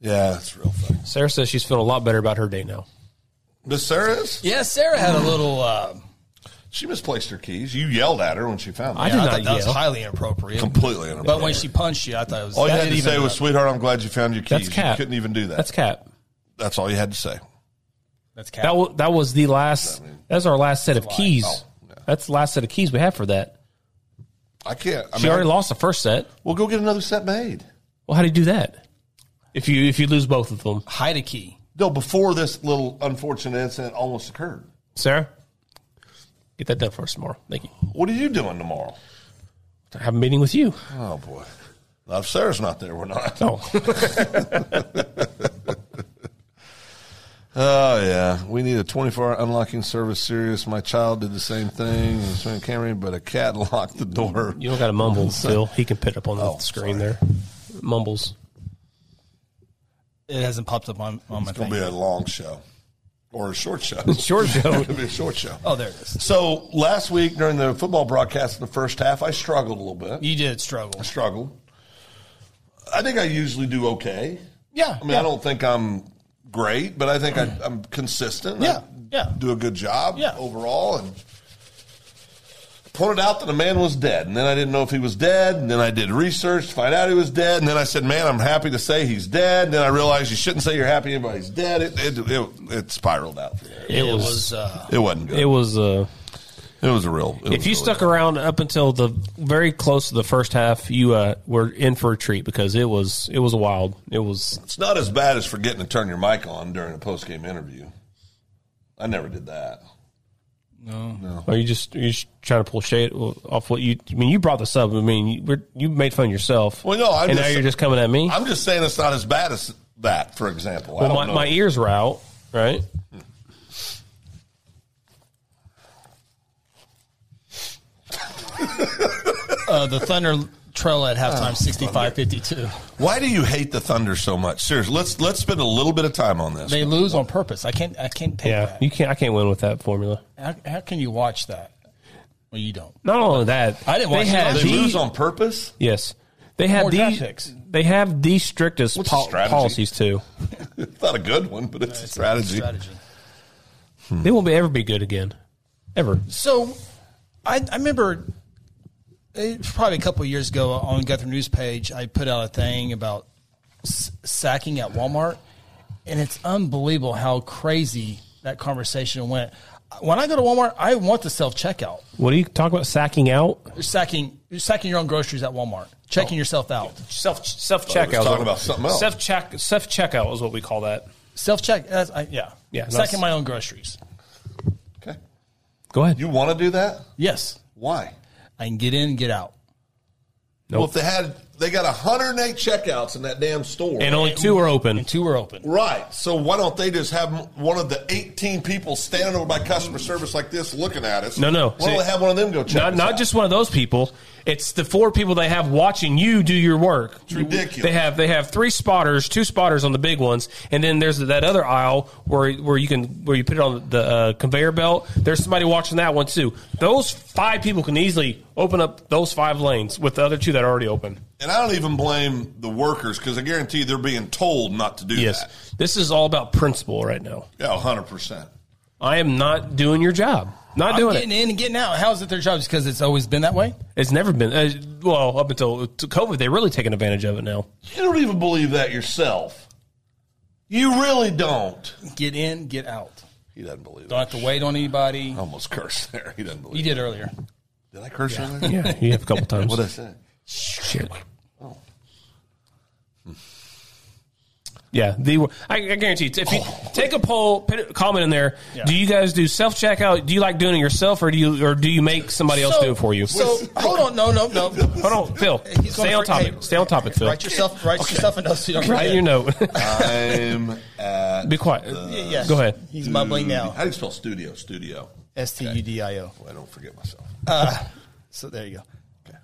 Speaker 3: Yeah, it's a real thing.
Speaker 4: Sarah says she's feeling a lot better about her day now.
Speaker 3: Miss Sarah is?
Speaker 2: Yeah, Sarah had a little. Uh,
Speaker 3: She misplaced her keys. You yelled at her when she found them.
Speaker 2: yeah, I
Speaker 4: I did
Speaker 2: thought that
Speaker 4: not
Speaker 2: was
Speaker 4: yell.
Speaker 2: highly inappropriate.
Speaker 3: completely inappropriate.
Speaker 2: But when she punched you, I thought it was.
Speaker 3: all you
Speaker 2: that
Speaker 3: had to
Speaker 2: didn't
Speaker 3: say
Speaker 2: even-
Speaker 3: was, "Sweetheart, I'm glad you found your keys."
Speaker 4: That's cap.
Speaker 3: You couldn't even do that.
Speaker 4: That's
Speaker 3: That's,
Speaker 4: cap.
Speaker 3: all you had to say.
Speaker 2: That's
Speaker 4: That
Speaker 2: cat.
Speaker 4: was that was the last. That's our last set of keys.
Speaker 3: Oh,
Speaker 4: That's the last set of keys we have for that.
Speaker 3: I can't. I
Speaker 4: She
Speaker 3: mean,
Speaker 4: already lost the first set.
Speaker 3: We'll go get another set made.
Speaker 4: Well, how do you do that? If you if you lose both of them,
Speaker 2: Hide a key.
Speaker 3: No, before this little unfortunate incident almost occurred.
Speaker 4: Sarah, get that done for us tomorrow. Thank you.
Speaker 3: What are you doing tomorrow?
Speaker 4: I have a meeting with you.
Speaker 3: Oh boy, now if Sarah's not there, we're not.
Speaker 4: No,
Speaker 3: Oh yeah, we need a 24-hour unlocking service. Serious. My child did the same thing. It's been Camry, but a cat locked the door.
Speaker 4: you don't got to mumble, Phil. He can put it up on the
Speaker 3: Oh,
Speaker 4: screen there. Mumbles.
Speaker 2: It hasn't popped up on, on my
Speaker 3: It'll
Speaker 2: thing.
Speaker 3: be a long show or a short show.
Speaker 4: Sure, Joe.
Speaker 3: It'll be a short show.
Speaker 2: Oh, there it is.
Speaker 3: So last week during the football broadcast in the first half, I struggled a little bit.
Speaker 2: You did struggle.
Speaker 3: I struggled. I think I usually do okay.
Speaker 2: Yeah,
Speaker 3: I mean,
Speaker 2: yeah.
Speaker 3: I don't think I'm great, but I think I, I'm consistent. I
Speaker 2: Yeah, yeah.
Speaker 3: Do a good job
Speaker 2: Yeah.
Speaker 3: overall. And pointed out that a man was dead. And then I didn't know if he was dead. And then I did research to find out he was dead. And then I said, man, I'm happy to say he's dead. And then I realized you shouldn't say you're happy anybody's dead. It, it, it, it spiraled out. from there.
Speaker 4: It
Speaker 2: It
Speaker 4: was.
Speaker 2: was. Uh,
Speaker 3: It wasn't good.
Speaker 4: It
Speaker 3: It,
Speaker 4: was. Uh,
Speaker 3: was a real. it was
Speaker 4: if you
Speaker 3: really
Speaker 4: stuck around up until the very close to the first half, you uh, were in for a treat because it was it was wild. It was
Speaker 3: It's not as bad as forgetting to turn your mic on during a post game interview. I never did that. Oh.
Speaker 4: Are you just you just trying to pull shade off what you? I mean, you brought this up. I mean, you, we're, you made fun of yourself.
Speaker 3: Well, no, I'm
Speaker 4: and
Speaker 3: just-
Speaker 4: now you're just coming at me.
Speaker 3: I'm just saying it's not as bad as that, for example. I
Speaker 4: Well,
Speaker 3: don't
Speaker 4: my,
Speaker 3: know.
Speaker 4: my e- ears were out, right?
Speaker 2: Uh, the Thunder trail at
Speaker 3: Ah.
Speaker 2: halftime, 65-52.
Speaker 3: Why do you hate the Thunder so much? Seriously, let's let's spend a little bit of time on this.
Speaker 2: They lose on purpose. I can't. I can't take
Speaker 4: Yeah, you can't. I can't win with that formula.
Speaker 2: that. How, how can you watch that? Well, you don't.
Speaker 4: Not only that,
Speaker 2: I didn't watch
Speaker 4: They had
Speaker 2: it.
Speaker 3: they
Speaker 4: the-
Speaker 3: lose on purpose.
Speaker 4: yes, they had
Speaker 2: More draft
Speaker 4: these.
Speaker 2: picks.
Speaker 4: They have the strictest
Speaker 3: What's
Speaker 4: pol-
Speaker 3: the strategy?
Speaker 4: policies too.
Speaker 3: It's not a good one, but it's a strategy.
Speaker 2: Strategy.
Speaker 3: Hmm.
Speaker 4: They won't be, ever be good again, ever.
Speaker 2: So, I, I remember it was probably a couple of years ago on Guthrie News page, I put out a thing about s- sacking at Walmart, and it's unbelievable how crazy that conversation went. When I go to Walmart, I want the self checkout.
Speaker 4: What do you talk about sacking out?
Speaker 2: You're sacking, you're sacking your own groceries at Walmart, checking
Speaker 3: Oh.
Speaker 2: yourself out.
Speaker 4: Self self
Speaker 3: was talking about something else.
Speaker 4: Self check self checkout is what we call that.
Speaker 2: Self check, yeah,
Speaker 4: Yeah, that's-
Speaker 2: sacking my own groceries.
Speaker 3: Okay,
Speaker 4: Go ahead.
Speaker 3: you want to do that?
Speaker 2: Yes,
Speaker 3: Why?
Speaker 2: I can get in, get out.
Speaker 4: Nope.
Speaker 3: Well, if they had, they got 108 checkouts in that damn store.
Speaker 4: and only two are open.
Speaker 2: And two are open.
Speaker 3: right. So why don't they just have m- one of the 18 people standing over by customer service like this looking at us?
Speaker 4: No, no.
Speaker 3: Why don't
Speaker 4: See,
Speaker 3: they have one of them go check?
Speaker 4: Not
Speaker 3: us
Speaker 4: not
Speaker 3: out?
Speaker 4: just one of those people. It's the four people they have watching you do your work.
Speaker 3: It's ridiculous.
Speaker 4: They have they have three spotters, two spotters on the big ones, and then there's that other aisle where where you can where you put it on the uh, conveyor belt. There's somebody watching that one too. Those five people can easily open up those five lanes with the other two that are already open.
Speaker 3: and I don't even blame the workers because I guarantee they're being told not to do
Speaker 4: Yes,
Speaker 3: that.
Speaker 4: this is all about principle right now.
Speaker 3: Yeah, 100. percent
Speaker 4: I am not doing your job. Not
Speaker 2: I'm
Speaker 4: doing it.
Speaker 2: getting in and getting out. How is it their job? Because it's always been that way.
Speaker 4: It's never been uh, well up until to COVID. They're really taking advantage of it now.
Speaker 3: You don't even believe that yourself. You really don't.
Speaker 2: Get in, get out.
Speaker 3: He doesn't believe
Speaker 2: Don't have
Speaker 3: it.
Speaker 2: to wait on anybody.
Speaker 3: I almost cursed there. He doesn't
Speaker 2: You
Speaker 3: believe. it.
Speaker 2: did earlier.
Speaker 3: Did I curse yeah.
Speaker 4: Yeah, you have a couple times.
Speaker 3: What did I say?
Speaker 4: Shit. Hmm. Yeah, the I, I guarantee you, if you take a poll, put a comment in there.
Speaker 2: Yeah.
Speaker 4: Do you guys do self checkout? Do you like doing it yourself, or do you or do you make somebody else
Speaker 2: So-
Speaker 4: do it for you?
Speaker 2: So hold on, no, no, no.
Speaker 4: Hold on, Phil.
Speaker 2: He's going
Speaker 4: Stay on
Speaker 2: for-
Speaker 4: topic.
Speaker 2: hey,
Speaker 4: Stay on topic, Phil.
Speaker 2: Write yourself, write yourself a note so you don't
Speaker 4: Write
Speaker 2: forget.
Speaker 4: your note.
Speaker 3: I'm at.
Speaker 4: Be quiet.
Speaker 2: Y- yes.
Speaker 4: Go ahead. Mm-hmm.
Speaker 2: He's mumbling now.
Speaker 3: How do you spell studio? Studio.
Speaker 2: S T U D I O.
Speaker 3: I don't forget myself.
Speaker 2: So there you go.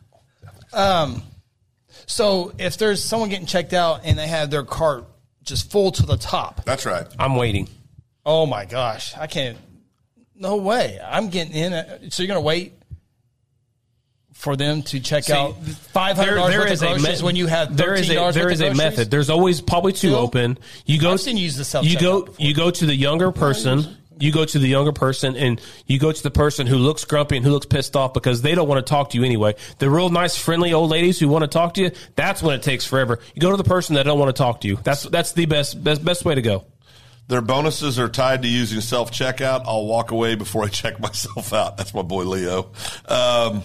Speaker 2: Um, so if there's someone getting checked out and they have their cart just full to the top,
Speaker 3: That's right.
Speaker 4: I'm waiting.
Speaker 2: oh my gosh, I can't. No way. I'm getting in. uh, So you're gonna wait for them to check out five hundred dollars worth of groceries
Speaker 4: me-
Speaker 2: when you have
Speaker 4: there is
Speaker 2: thirteen
Speaker 4: a
Speaker 2: dollars.
Speaker 4: there is a method. There's always probably two
Speaker 2: Phil,
Speaker 4: open. You go.
Speaker 2: I've seen you use the self-checkout
Speaker 4: You go.
Speaker 2: before.
Speaker 4: You go to the younger person. You go to the younger person, and you go to the person who looks grumpy and who looks pissed off because they don't want to talk to you anyway. The real nice, friendly old ladies who want to talk to you. That's when it takes forever. You go to the person that don't want to talk to you. That's that's the best best best way to go.
Speaker 3: Their bonuses are tied to using self checkout. I'll walk away before I check myself out. That's my boy Leo. Um,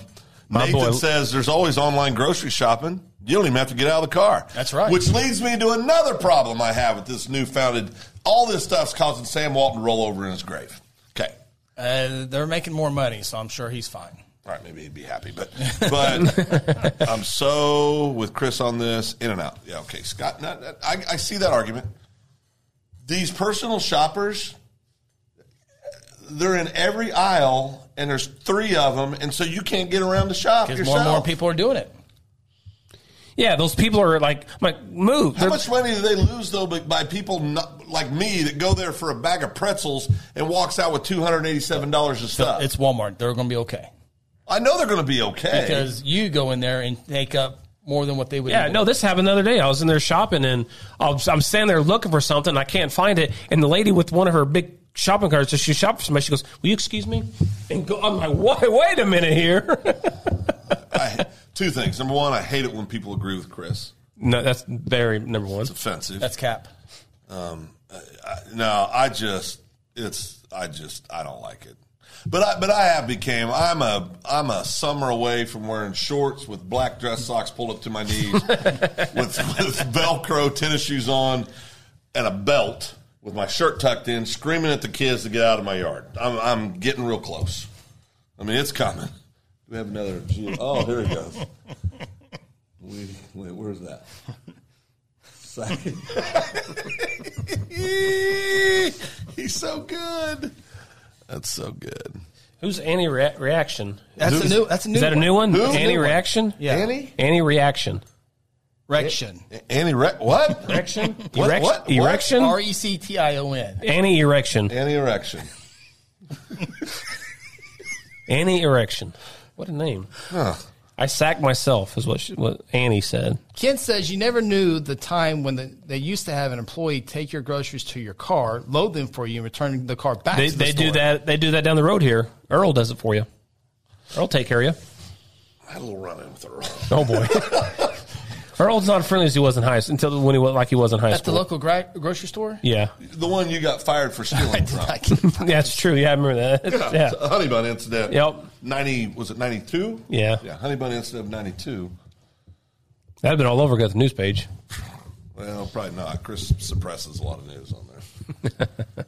Speaker 4: My
Speaker 3: Nathan
Speaker 4: boy.
Speaker 3: says there's always online grocery shopping. You don't even have to get out of the car.
Speaker 2: That's right.
Speaker 3: Which leads me to another problem I have with this new founded. All this stuff's causing Sam Walton to roll over in his grave. Okay.
Speaker 2: Uh, they're making more money, so I'm sure he's fine.
Speaker 3: All right, maybe he'd be happy, but but I'm so with Chris on this. In and out. Yeah, okay, Scott. Not, not- I, I see that argument. These personal shoppers, they're in every aisle, and there's three of them, and so you can't get around to shop
Speaker 2: Because
Speaker 3: yourself.
Speaker 2: more and more people are doing it.
Speaker 4: Yeah, those people are like, I'm like move.
Speaker 3: How much money do they lose though by- by people not, like me that go there for a bag of pretzels and walks out with two hundred eighty-seven dollars of stuff?
Speaker 2: It's Walmart. They're going to be okay
Speaker 3: I know they're going to be okay
Speaker 2: because you go in there and take up more than what they would.
Speaker 4: Yeah,
Speaker 2: even-
Speaker 4: no, this happened the other day. I was in there shopping and I was, I'm standing there looking for something. I can't find it. And the lady with one of her big shopping carts, as she shopped for somebody, she goes, Will you excuse me? And go, I'm like, wait, wait a minute here.
Speaker 3: I, two things. Number one, I hate it when people agree with Chris.
Speaker 4: no, that's very number one.
Speaker 3: Offensive.
Speaker 2: that's cap.
Speaker 3: no, I just it's I just I don't like it. But I but I have became I'm a I'm a summer away from wearing shorts with black dress socks pulled up to my knees with, with Velcro tennis shoes on and a belt with my shirt tucked in, screaming at the kids to get out of my yard. I'm I'm getting real close. I mean it's coming. We have another. Oh, here it goes. We, wait, where's that?
Speaker 5: Sorry.
Speaker 3: He's so good. That's so good.
Speaker 4: Who's anti reaction?
Speaker 2: That's
Speaker 3: Who's-
Speaker 2: a new. That's a new.
Speaker 4: Is that a new one?
Speaker 3: Who?
Speaker 4: Anti reaction?
Speaker 2: Yeah.
Speaker 3: Annie?
Speaker 4: Anti reaction.
Speaker 2: Rection.
Speaker 3: Annie Re- what?
Speaker 4: Erection?
Speaker 3: What-
Speaker 4: Erect-
Speaker 3: what- what?
Speaker 4: Erection?
Speaker 2: R e c t i o n.
Speaker 4: Anti erection.
Speaker 3: Annie erection.
Speaker 4: Annie erection. What a name. I sacked myself, is what, she, what Annie said.
Speaker 2: Ken says you never knew the time when the, they used to have an employee take your groceries to your car, load them for you, and return the car back.
Speaker 4: They,
Speaker 2: to the
Speaker 4: they
Speaker 2: store.
Speaker 4: do that. They do that down the road here. Earl does it for you. Earl take care of you.
Speaker 3: I had a little run in with her.
Speaker 4: Oh boy. Earl's not as friendly as he was in high school until when he was like he was in high
Speaker 2: at the
Speaker 4: school.
Speaker 2: local gri- grocery store.
Speaker 4: yeah,
Speaker 3: The one you got fired for stealing from.
Speaker 4: yeah, that's true. Yeah, I remember that.
Speaker 3: Yeah.
Speaker 4: Yeah,
Speaker 3: The honey bun incident.
Speaker 4: Yep.
Speaker 3: 90, was it 92?
Speaker 4: Yeah.
Speaker 3: Yeah, honey bun incident of 92.
Speaker 4: that'd been all over again the news page.
Speaker 3: Well, probably not. Chris suppresses a lot of news on there.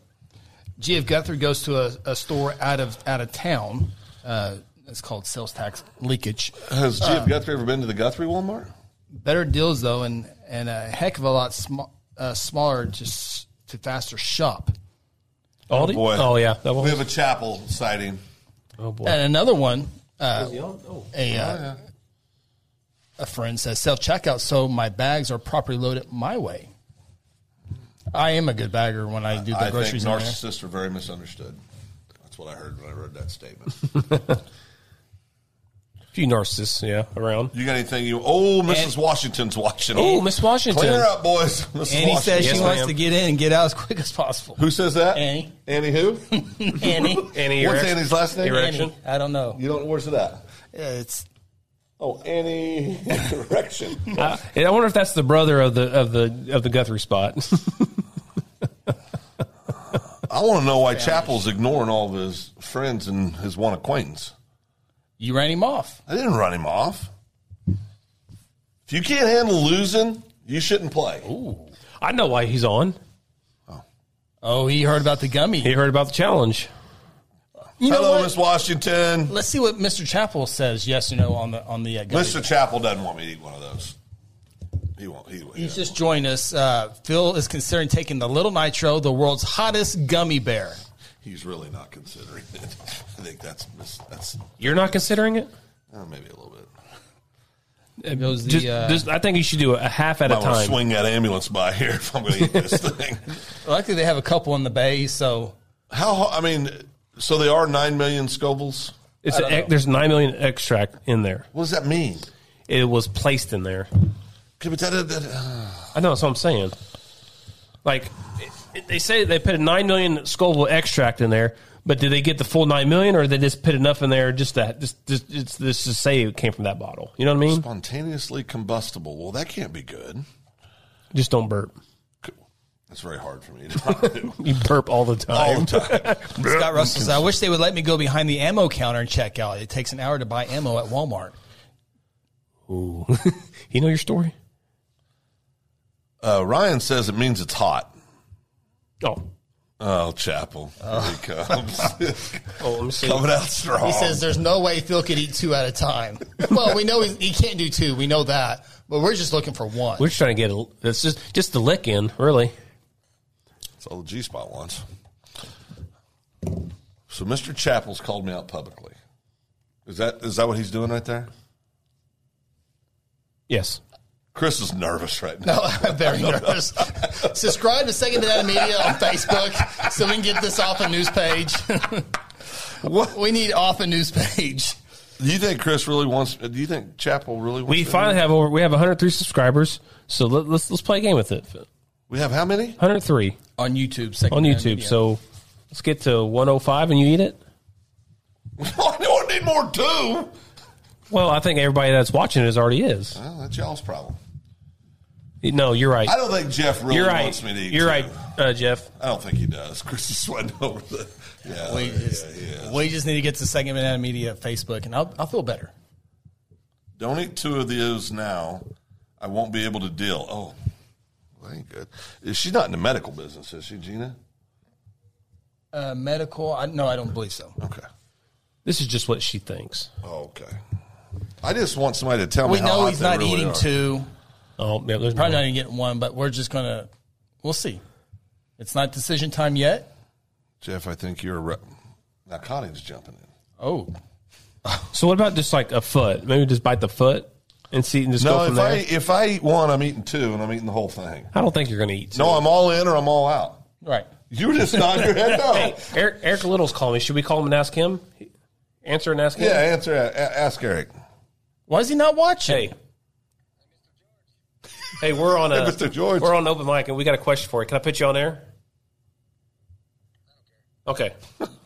Speaker 2: Gee, if Guthrie goes to a, a store out of out of town, uh, it's called sales tax leakage.
Speaker 3: Has G.F. Guthrie ever been to the Guthrie Walmart?
Speaker 2: Better deals though, and and a heck of a lot sm- uh, smaller, just to faster shop.
Speaker 4: Aldi?
Speaker 3: boy.
Speaker 4: Oh yeah, that
Speaker 3: We
Speaker 4: one.
Speaker 3: have a chapel sighting.
Speaker 4: Oh boy.
Speaker 2: And another one, uh, a uh, a friend says self checkout, so my bags are properly loaded my way. I am a good bagger when I do the
Speaker 3: I think
Speaker 2: groceries. in there.
Speaker 3: narcissists are very misunderstood. That's what I heard when I read that statement.
Speaker 4: A few narcissists. Yeah, around.
Speaker 3: you got anything you? Oh, Mrs. Washington's watching.
Speaker 4: Oh, Miss Washington.
Speaker 3: Clear up, boys. Mrs.
Speaker 2: Annie says
Speaker 4: Yes,
Speaker 2: she wants
Speaker 4: ma'am.
Speaker 2: to get in and get out as quick as possible.
Speaker 3: Who says that?
Speaker 2: Annie.
Speaker 3: Annie who?
Speaker 2: Annie,
Speaker 4: Annie
Speaker 3: What's
Speaker 4: erection.
Speaker 3: Annie's last name?
Speaker 4: Erection.
Speaker 2: Annie, I don't know.
Speaker 3: You don't. Where's it at?
Speaker 2: It's
Speaker 3: Oh, Annie erection.
Speaker 4: Uh, and I wonder if that's the brother of the of the of the Guthrie spot.
Speaker 3: I want to know why Chapel's ignoring all of his friends and his one acquaintance.
Speaker 2: you ran him off.
Speaker 3: I didn't run him off. If you can't handle losing, you shouldn't play.
Speaker 4: I know why he's on.
Speaker 2: Oh, he heard about the gummy.
Speaker 4: He heard about the challenge.
Speaker 2: You know
Speaker 3: Hello,
Speaker 2: what?
Speaker 3: Miss Washington.
Speaker 2: Let's see what Mr. Chapel says. Yes or no on the on the uh, gummy.
Speaker 3: Mr. Chapel doesn't want me to eat one of those. He won't. He, he
Speaker 2: He's just joined us. Uh, Phil is considering taking the Little Nitro, the world's hottest gummy bear.
Speaker 3: He's really not considering it. I think that's mis- that's
Speaker 4: You're not considering it.
Speaker 3: uh, maybe a little bit.
Speaker 2: It was the,
Speaker 4: Just,
Speaker 2: uh,
Speaker 4: just- I think you should do a half at a
Speaker 3: I want to
Speaker 4: time.
Speaker 3: swing that ambulance by here if I'm going to eat this thing.
Speaker 2: luckily, they have a couple in the bay, so
Speaker 3: How? I mean, so they are nine million Scovilles.
Speaker 4: It's a, there's nine million extract in there.
Speaker 3: What does that mean?
Speaker 4: It was placed in there.
Speaker 3: Okay, but that, that, uh,
Speaker 4: I know that's what I'm saying. Like it, it- they say they put a nine million Scoville extract in there, but did they get the full nine million, or they just put enough in there just that just just just, just to say it came from that bottle? You know what I mean?
Speaker 3: spontaneously combustible. Well, that can't be good.
Speaker 4: Just don't burp.
Speaker 3: That's very hard for me to do
Speaker 4: You burp all the time.
Speaker 3: all the time.
Speaker 2: Scott Russell said, I wish they would let me go behind the ammo counter and check out. It takes an hour to buy ammo at Walmart.
Speaker 4: you know your story.
Speaker 3: Uh, Ryan says it means it's hot.
Speaker 4: Oh,
Speaker 3: Oh, Chapel, here he comes,
Speaker 4: oh, let me see.
Speaker 3: coming out strong.
Speaker 2: He says there's no way Phil could eat two at a time. well, we know he's, he can't do two. We know that. But we're just looking for one.
Speaker 4: We're just trying to get a, it's just just the lick in, really.
Speaker 3: That's all the G spot wants. So Mr. Chappell's called me out publicly. Is that is that what he's doing right there?
Speaker 4: Yes.
Speaker 3: Chris is nervous right now.
Speaker 2: I'm very nervous. Subscribe to Second Banana Media on Facebook so we can get this off a news page.
Speaker 3: What?
Speaker 2: we need off a news page.
Speaker 3: Do you think Chris really wants? Do you think Chappell really? wants
Speaker 4: We
Speaker 3: to-
Speaker 4: finally have over. We have 103 subscribers, so let, let's let's play a game with it.
Speaker 3: we have how many?
Speaker 4: 103
Speaker 2: On YouTube, Second
Speaker 4: on YouTube. So let's get to 105, and you eat it.
Speaker 3: I don't need more too. Well,
Speaker 4: Well, I think everybody that's watching it already is.
Speaker 3: that's y'all's problem.
Speaker 4: No, you're right.
Speaker 3: I don't think Jeff really
Speaker 4: You're right.
Speaker 3: wants me to eat.
Speaker 4: You're
Speaker 3: two.
Speaker 4: right, uh, Jeff.
Speaker 3: I don't think he does. Chris is sweating over the. Yeah,
Speaker 2: We
Speaker 3: yeah,
Speaker 2: just,
Speaker 3: yeah.
Speaker 2: we just need to get to Second Banana Media Facebook, and I'll, I'll feel better.
Speaker 3: Don't eat two of those now. I won't be able to deal. Oh, that ain't good. She's not in the medical business, is she, Gina?
Speaker 2: Uh, medical? I, no, I don't believe so.
Speaker 3: Okay.
Speaker 4: This is just what she thinks.
Speaker 3: Oh, okay. I just want somebody to tell me.
Speaker 2: We
Speaker 3: how
Speaker 2: know
Speaker 3: hot
Speaker 2: he's
Speaker 3: they
Speaker 2: not
Speaker 3: really
Speaker 2: eating
Speaker 3: are.
Speaker 2: two.
Speaker 4: Oh, yeah, there's
Speaker 2: Probably
Speaker 4: no-
Speaker 2: not even getting one, but we're just gonna. We'll see. It's not decision time yet.
Speaker 3: Jeff, I think you're right. Now Connie's jumping in.
Speaker 2: Oh,
Speaker 4: So what about just like a foot? Maybe just bite the foot and see and just
Speaker 3: No,
Speaker 4: go from
Speaker 3: if
Speaker 4: there.
Speaker 3: I
Speaker 4: I,
Speaker 3: if I eat one, I'm eating two, and I'm eating the whole thing.
Speaker 4: don't think you're going to eat.
Speaker 3: No, I'm all in or I'm all out.
Speaker 2: right.
Speaker 3: You just nod your head no.
Speaker 4: Eric, Eric Little's calling me. Should we call him and ask him? Answer and ask him.
Speaker 3: Yeah, answer. a- a- Ask Eric.
Speaker 2: Why is he not watching?
Speaker 4: Hey. Hey, we're on a
Speaker 3: Hey, Mr. George.
Speaker 4: We're on open mic, and we got a question for you. Can I put you on air? Okay.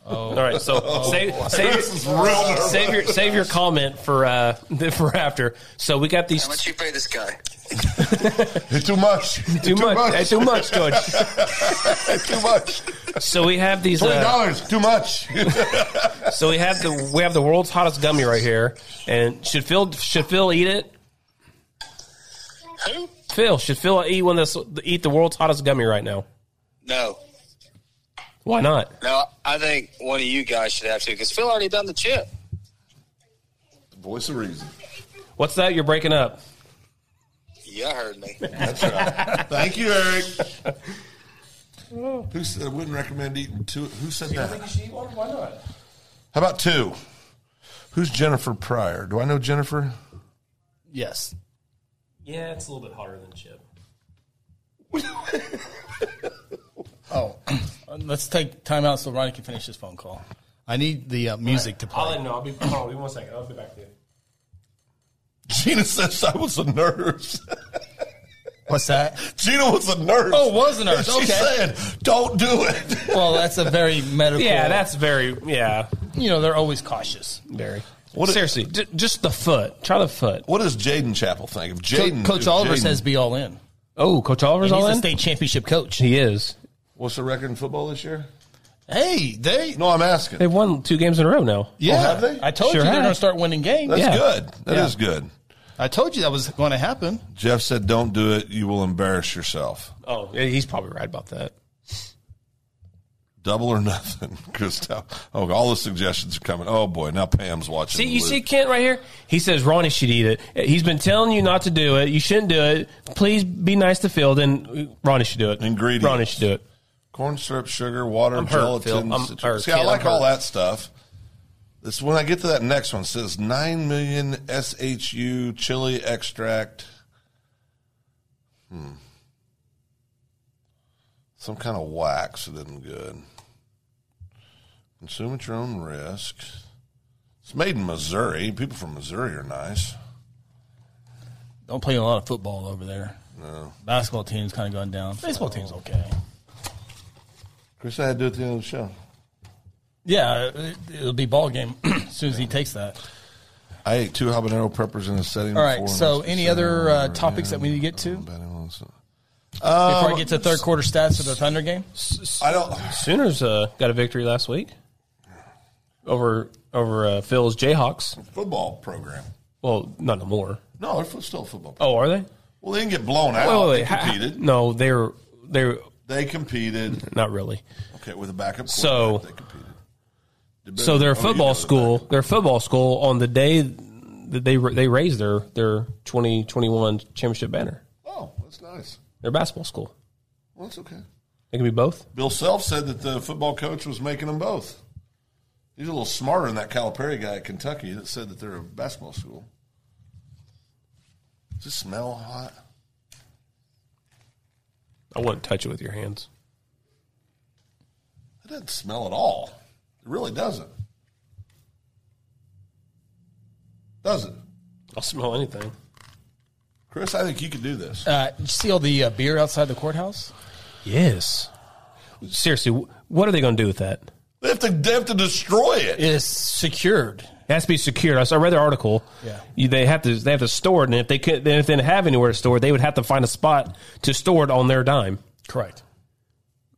Speaker 4: All right. So
Speaker 3: Oh,
Speaker 4: save save,
Speaker 3: This is real nervous.
Speaker 4: save your save your comment for uh for after. So we got these
Speaker 5: How much you pay this guy?
Speaker 3: It's too much.
Speaker 4: too, much, eh, too much, George.
Speaker 3: too much.
Speaker 4: So we have these.
Speaker 3: Twenty
Speaker 4: Uh,
Speaker 3: dollars. Too much.
Speaker 4: So we have the we have the world's hottest gummy right here, and should Phil should Phil eat it?
Speaker 5: Who?
Speaker 4: Phil should Phil eat one that's eat the world's hottest gummy right now?
Speaker 5: No,
Speaker 4: Why not?
Speaker 5: no. I think one of you guys should have to because Phil already done the chip.
Speaker 3: Voice of reason.
Speaker 4: What's that? You're breaking up.
Speaker 5: You heard me.
Speaker 3: That's right. Thank you, Eric. Who said I wouldn't recommend eating two? Who said that?
Speaker 2: Why not?
Speaker 3: How about two? Who's Jennifer Pryor? Do I know Jennifer?
Speaker 2: Yes.
Speaker 4: Yeah, it's a little bit hotter than chip.
Speaker 2: Oh, let's take time out so Ronnie can finish his phone call. I need the uh, music to play.
Speaker 4: you know. I'll be hold on. Give me one second. I'll be back to you.
Speaker 3: Gina says I was a nurse.
Speaker 2: What's that?
Speaker 3: Gina was a nurse.
Speaker 2: Oh, was a nurse.
Speaker 3: She's
Speaker 2: Okay.
Speaker 3: saying, don't do it.
Speaker 2: Well, that's a very medical.
Speaker 4: Yeah, that's very yeah
Speaker 2: you know they're always cautious.
Speaker 4: very.
Speaker 3: What-
Speaker 4: Seriously, j- just the foot. Try the foot.
Speaker 3: What does Jaden Chapel think? If Jaden,
Speaker 2: Coach
Speaker 3: if
Speaker 2: Oliver
Speaker 3: Jaden-
Speaker 2: says be all in.
Speaker 4: Oh, Coach Oliver's
Speaker 2: And he's
Speaker 4: all
Speaker 2: a
Speaker 4: in.
Speaker 2: state championship coach.
Speaker 4: He is.
Speaker 3: "What's the record in football this year?"
Speaker 2: Hey, they.
Speaker 3: No, I'm asking.
Speaker 4: They've won two games in a row now.
Speaker 2: Yeah,
Speaker 3: have they?
Speaker 2: I told
Speaker 4: Sure
Speaker 2: you they're
Speaker 4: have.
Speaker 2: going to start winning games.
Speaker 3: That's
Speaker 4: yeah.
Speaker 3: good. That is
Speaker 2: Yeah.
Speaker 3: good.
Speaker 2: I told you that was going to happen.
Speaker 3: Jeff said, "Don't do it. You will embarrass yourself."
Speaker 4: Oh, yeah, he's probably right about that.
Speaker 3: Double or nothing, Christoph. Oh, all the suggestions are coming. Oh boy, now Pam's watching.
Speaker 4: See,
Speaker 3: the
Speaker 4: you
Speaker 3: loop.
Speaker 4: see Kent right here? He says Ronnie should eat it. He's been telling you not to do it. You shouldn't do it. Please be nice to Phil. Then Ronnie should do it.
Speaker 3: Ingredients.
Speaker 4: Ronnie should do it.
Speaker 3: corn syrup, sugar, water,
Speaker 4: I'm hurt,
Speaker 3: gelatin.
Speaker 4: Phil. I'm
Speaker 3: citrus-
Speaker 4: hurt,
Speaker 3: see, I
Speaker 4: kid.
Speaker 3: like
Speaker 4: I'm
Speaker 3: all
Speaker 4: hurt.
Speaker 3: that stuff. This when I get to that next one it says nine million SHU chili extract. Hmm. Some kind of wax that isn't good. Consume at your own risk. It's made in Missouri. People from Missouri are nice.
Speaker 2: Don't play a lot of football over there. No. Basketball team's kind of going down. Baseball team's okay.
Speaker 3: Chris, I had to do it at the end of the show.
Speaker 2: Yeah, it, it'll be ball game as soon as he takes that.
Speaker 3: I ate two habanero peppers in a setting.
Speaker 2: All right,
Speaker 3: before, and
Speaker 2: so
Speaker 3: that's
Speaker 2: any
Speaker 3: the
Speaker 2: other,
Speaker 3: same.
Speaker 2: uh, topics that we need to get to? Before I
Speaker 3: Um,
Speaker 2: get to third quarter stats for the Thunder game,
Speaker 3: I don't.
Speaker 4: Sooners uh, got a victory last week over over uh, Phil's Jayhawks.
Speaker 3: football program.
Speaker 4: Well, not no more.
Speaker 3: No, they're still a football. Program.
Speaker 4: Oh, are they?
Speaker 3: Well, they didn't get blown out.
Speaker 4: Oh,
Speaker 3: They competed.
Speaker 4: No, they're they're
Speaker 3: They competed.
Speaker 4: not really.
Speaker 3: Okay, with a backup.
Speaker 4: So-
Speaker 3: quarterback, they competed. Did
Speaker 4: So
Speaker 3: better-
Speaker 4: their
Speaker 3: oh, you
Speaker 4: football
Speaker 3: know the
Speaker 4: school,
Speaker 3: backup.
Speaker 4: their football school on the day that they they raised their their 2021 championship banner.
Speaker 3: Oh, that's nice.
Speaker 4: Their basketball school.
Speaker 3: Well, that's okay.
Speaker 4: It can be both.
Speaker 3: Bill Self said that the football coach was making them both. He's a little smarter than that Calipari guy at Kentucky that said that they're a basketball school. Does this smell hot?
Speaker 4: I wouldn't touch it with your hands.
Speaker 3: It doesn't smell at all. It really doesn't. Does it?
Speaker 4: I'll smell anything.
Speaker 3: Chris, I think you could do this.
Speaker 2: uh, did you see all the uh, beer outside the courthouse?
Speaker 4: Yes. Seriously, wh- what are they going to do with that?
Speaker 3: They have to, they have to destroy
Speaker 2: It
Speaker 3: it.
Speaker 2: is secured.
Speaker 4: It has to be secured. I saw- I read their article.
Speaker 2: Yeah.
Speaker 4: You- they have to they have to store it, and if they could, then if they didn't have anywhere to store it, they would have to find a spot to store it on their dime.
Speaker 2: Correct.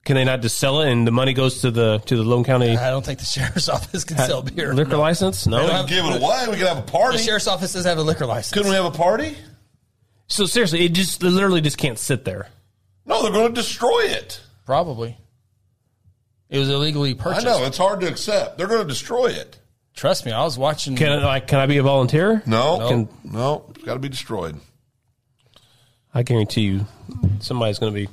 Speaker 4: Can they not just sell it and the money goes to the to the Lone County
Speaker 2: I don't think the sheriff's office can sell beer.
Speaker 4: liquor license?
Speaker 3: We
Speaker 4: No.
Speaker 3: could give it away. We could have a
Speaker 2: The
Speaker 3: party.
Speaker 2: sheriff's office doesn't have a liquor license.
Speaker 3: Couldn't we have a party?
Speaker 4: So seriously, it just it literally just can't sit there.
Speaker 3: No, they're going to destroy it.
Speaker 2: Probably. It was illegally purchased.
Speaker 3: I know it's hard to accept. They're going to destroy it.
Speaker 2: Trust me, I was watching.
Speaker 4: Can I, like can I be a volunteer?
Speaker 3: No,
Speaker 4: Can-
Speaker 3: no, it's got to be destroyed.
Speaker 4: I guarantee you, somebody's going to be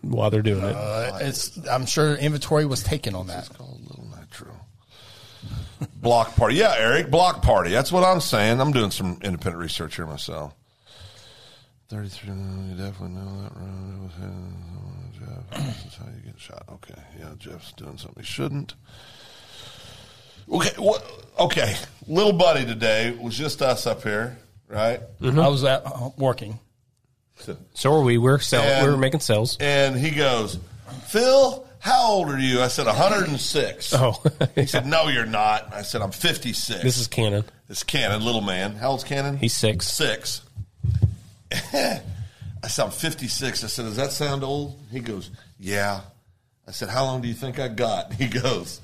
Speaker 4: while they're doing it.
Speaker 2: Uh, It's, I'm sure inventory was taken on that.
Speaker 3: called Little Nitro. block party. Yeah, Eric, block party. That's what I'm saying. I'm doing some independent research here myself. 33, you definitely know that round. It was him, Jeff. This is how you get shot. Okay. Yeah, Jeff's doing something he shouldn't. Okay. What, okay. Little buddy today was just us up here, right?
Speaker 2: I was at, uh, working.
Speaker 4: So are we? We're sell-
Speaker 3: And-
Speaker 4: We're making sales.
Speaker 3: And he goes, Phil, how old are you? I said, 106.
Speaker 4: Oh,
Speaker 3: He said, No, you're not. And I said, I'm 56.
Speaker 4: this is canon.
Speaker 3: It's Cannon, little man. How old's Cannon?
Speaker 4: He's six.
Speaker 3: six. I said, I'm 56. I said, Does that sound old? He goes, Yeah. I said, How long do you think I got? He goes,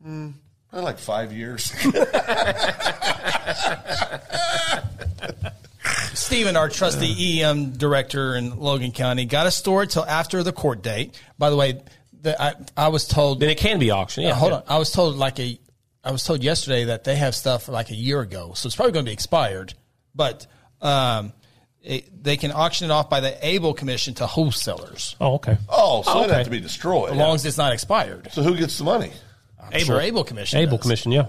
Speaker 3: Hmm, probably like five years.
Speaker 2: Stephen, our trusty EM director in Logan County, got us stored till after the court date. By the way, the, I, I was told.
Speaker 4: Then it can be auction. Yeah,
Speaker 2: Yeah, hold on. I was told like a, I was told yesterday that they have stuff like a year ago, so it's probably going to be expired. But um, it, they can auction it off by the Able Commission to wholesalers,
Speaker 4: Oh, okay.
Speaker 3: oh, so
Speaker 4: Oh,
Speaker 3: it'd have
Speaker 4: okay.
Speaker 3: to be destroyed.
Speaker 2: as long as it's not expired.
Speaker 3: So who gets the money?
Speaker 2: I'm sure Able Commission.
Speaker 4: Able
Speaker 2: does.
Speaker 4: commission. Yeah.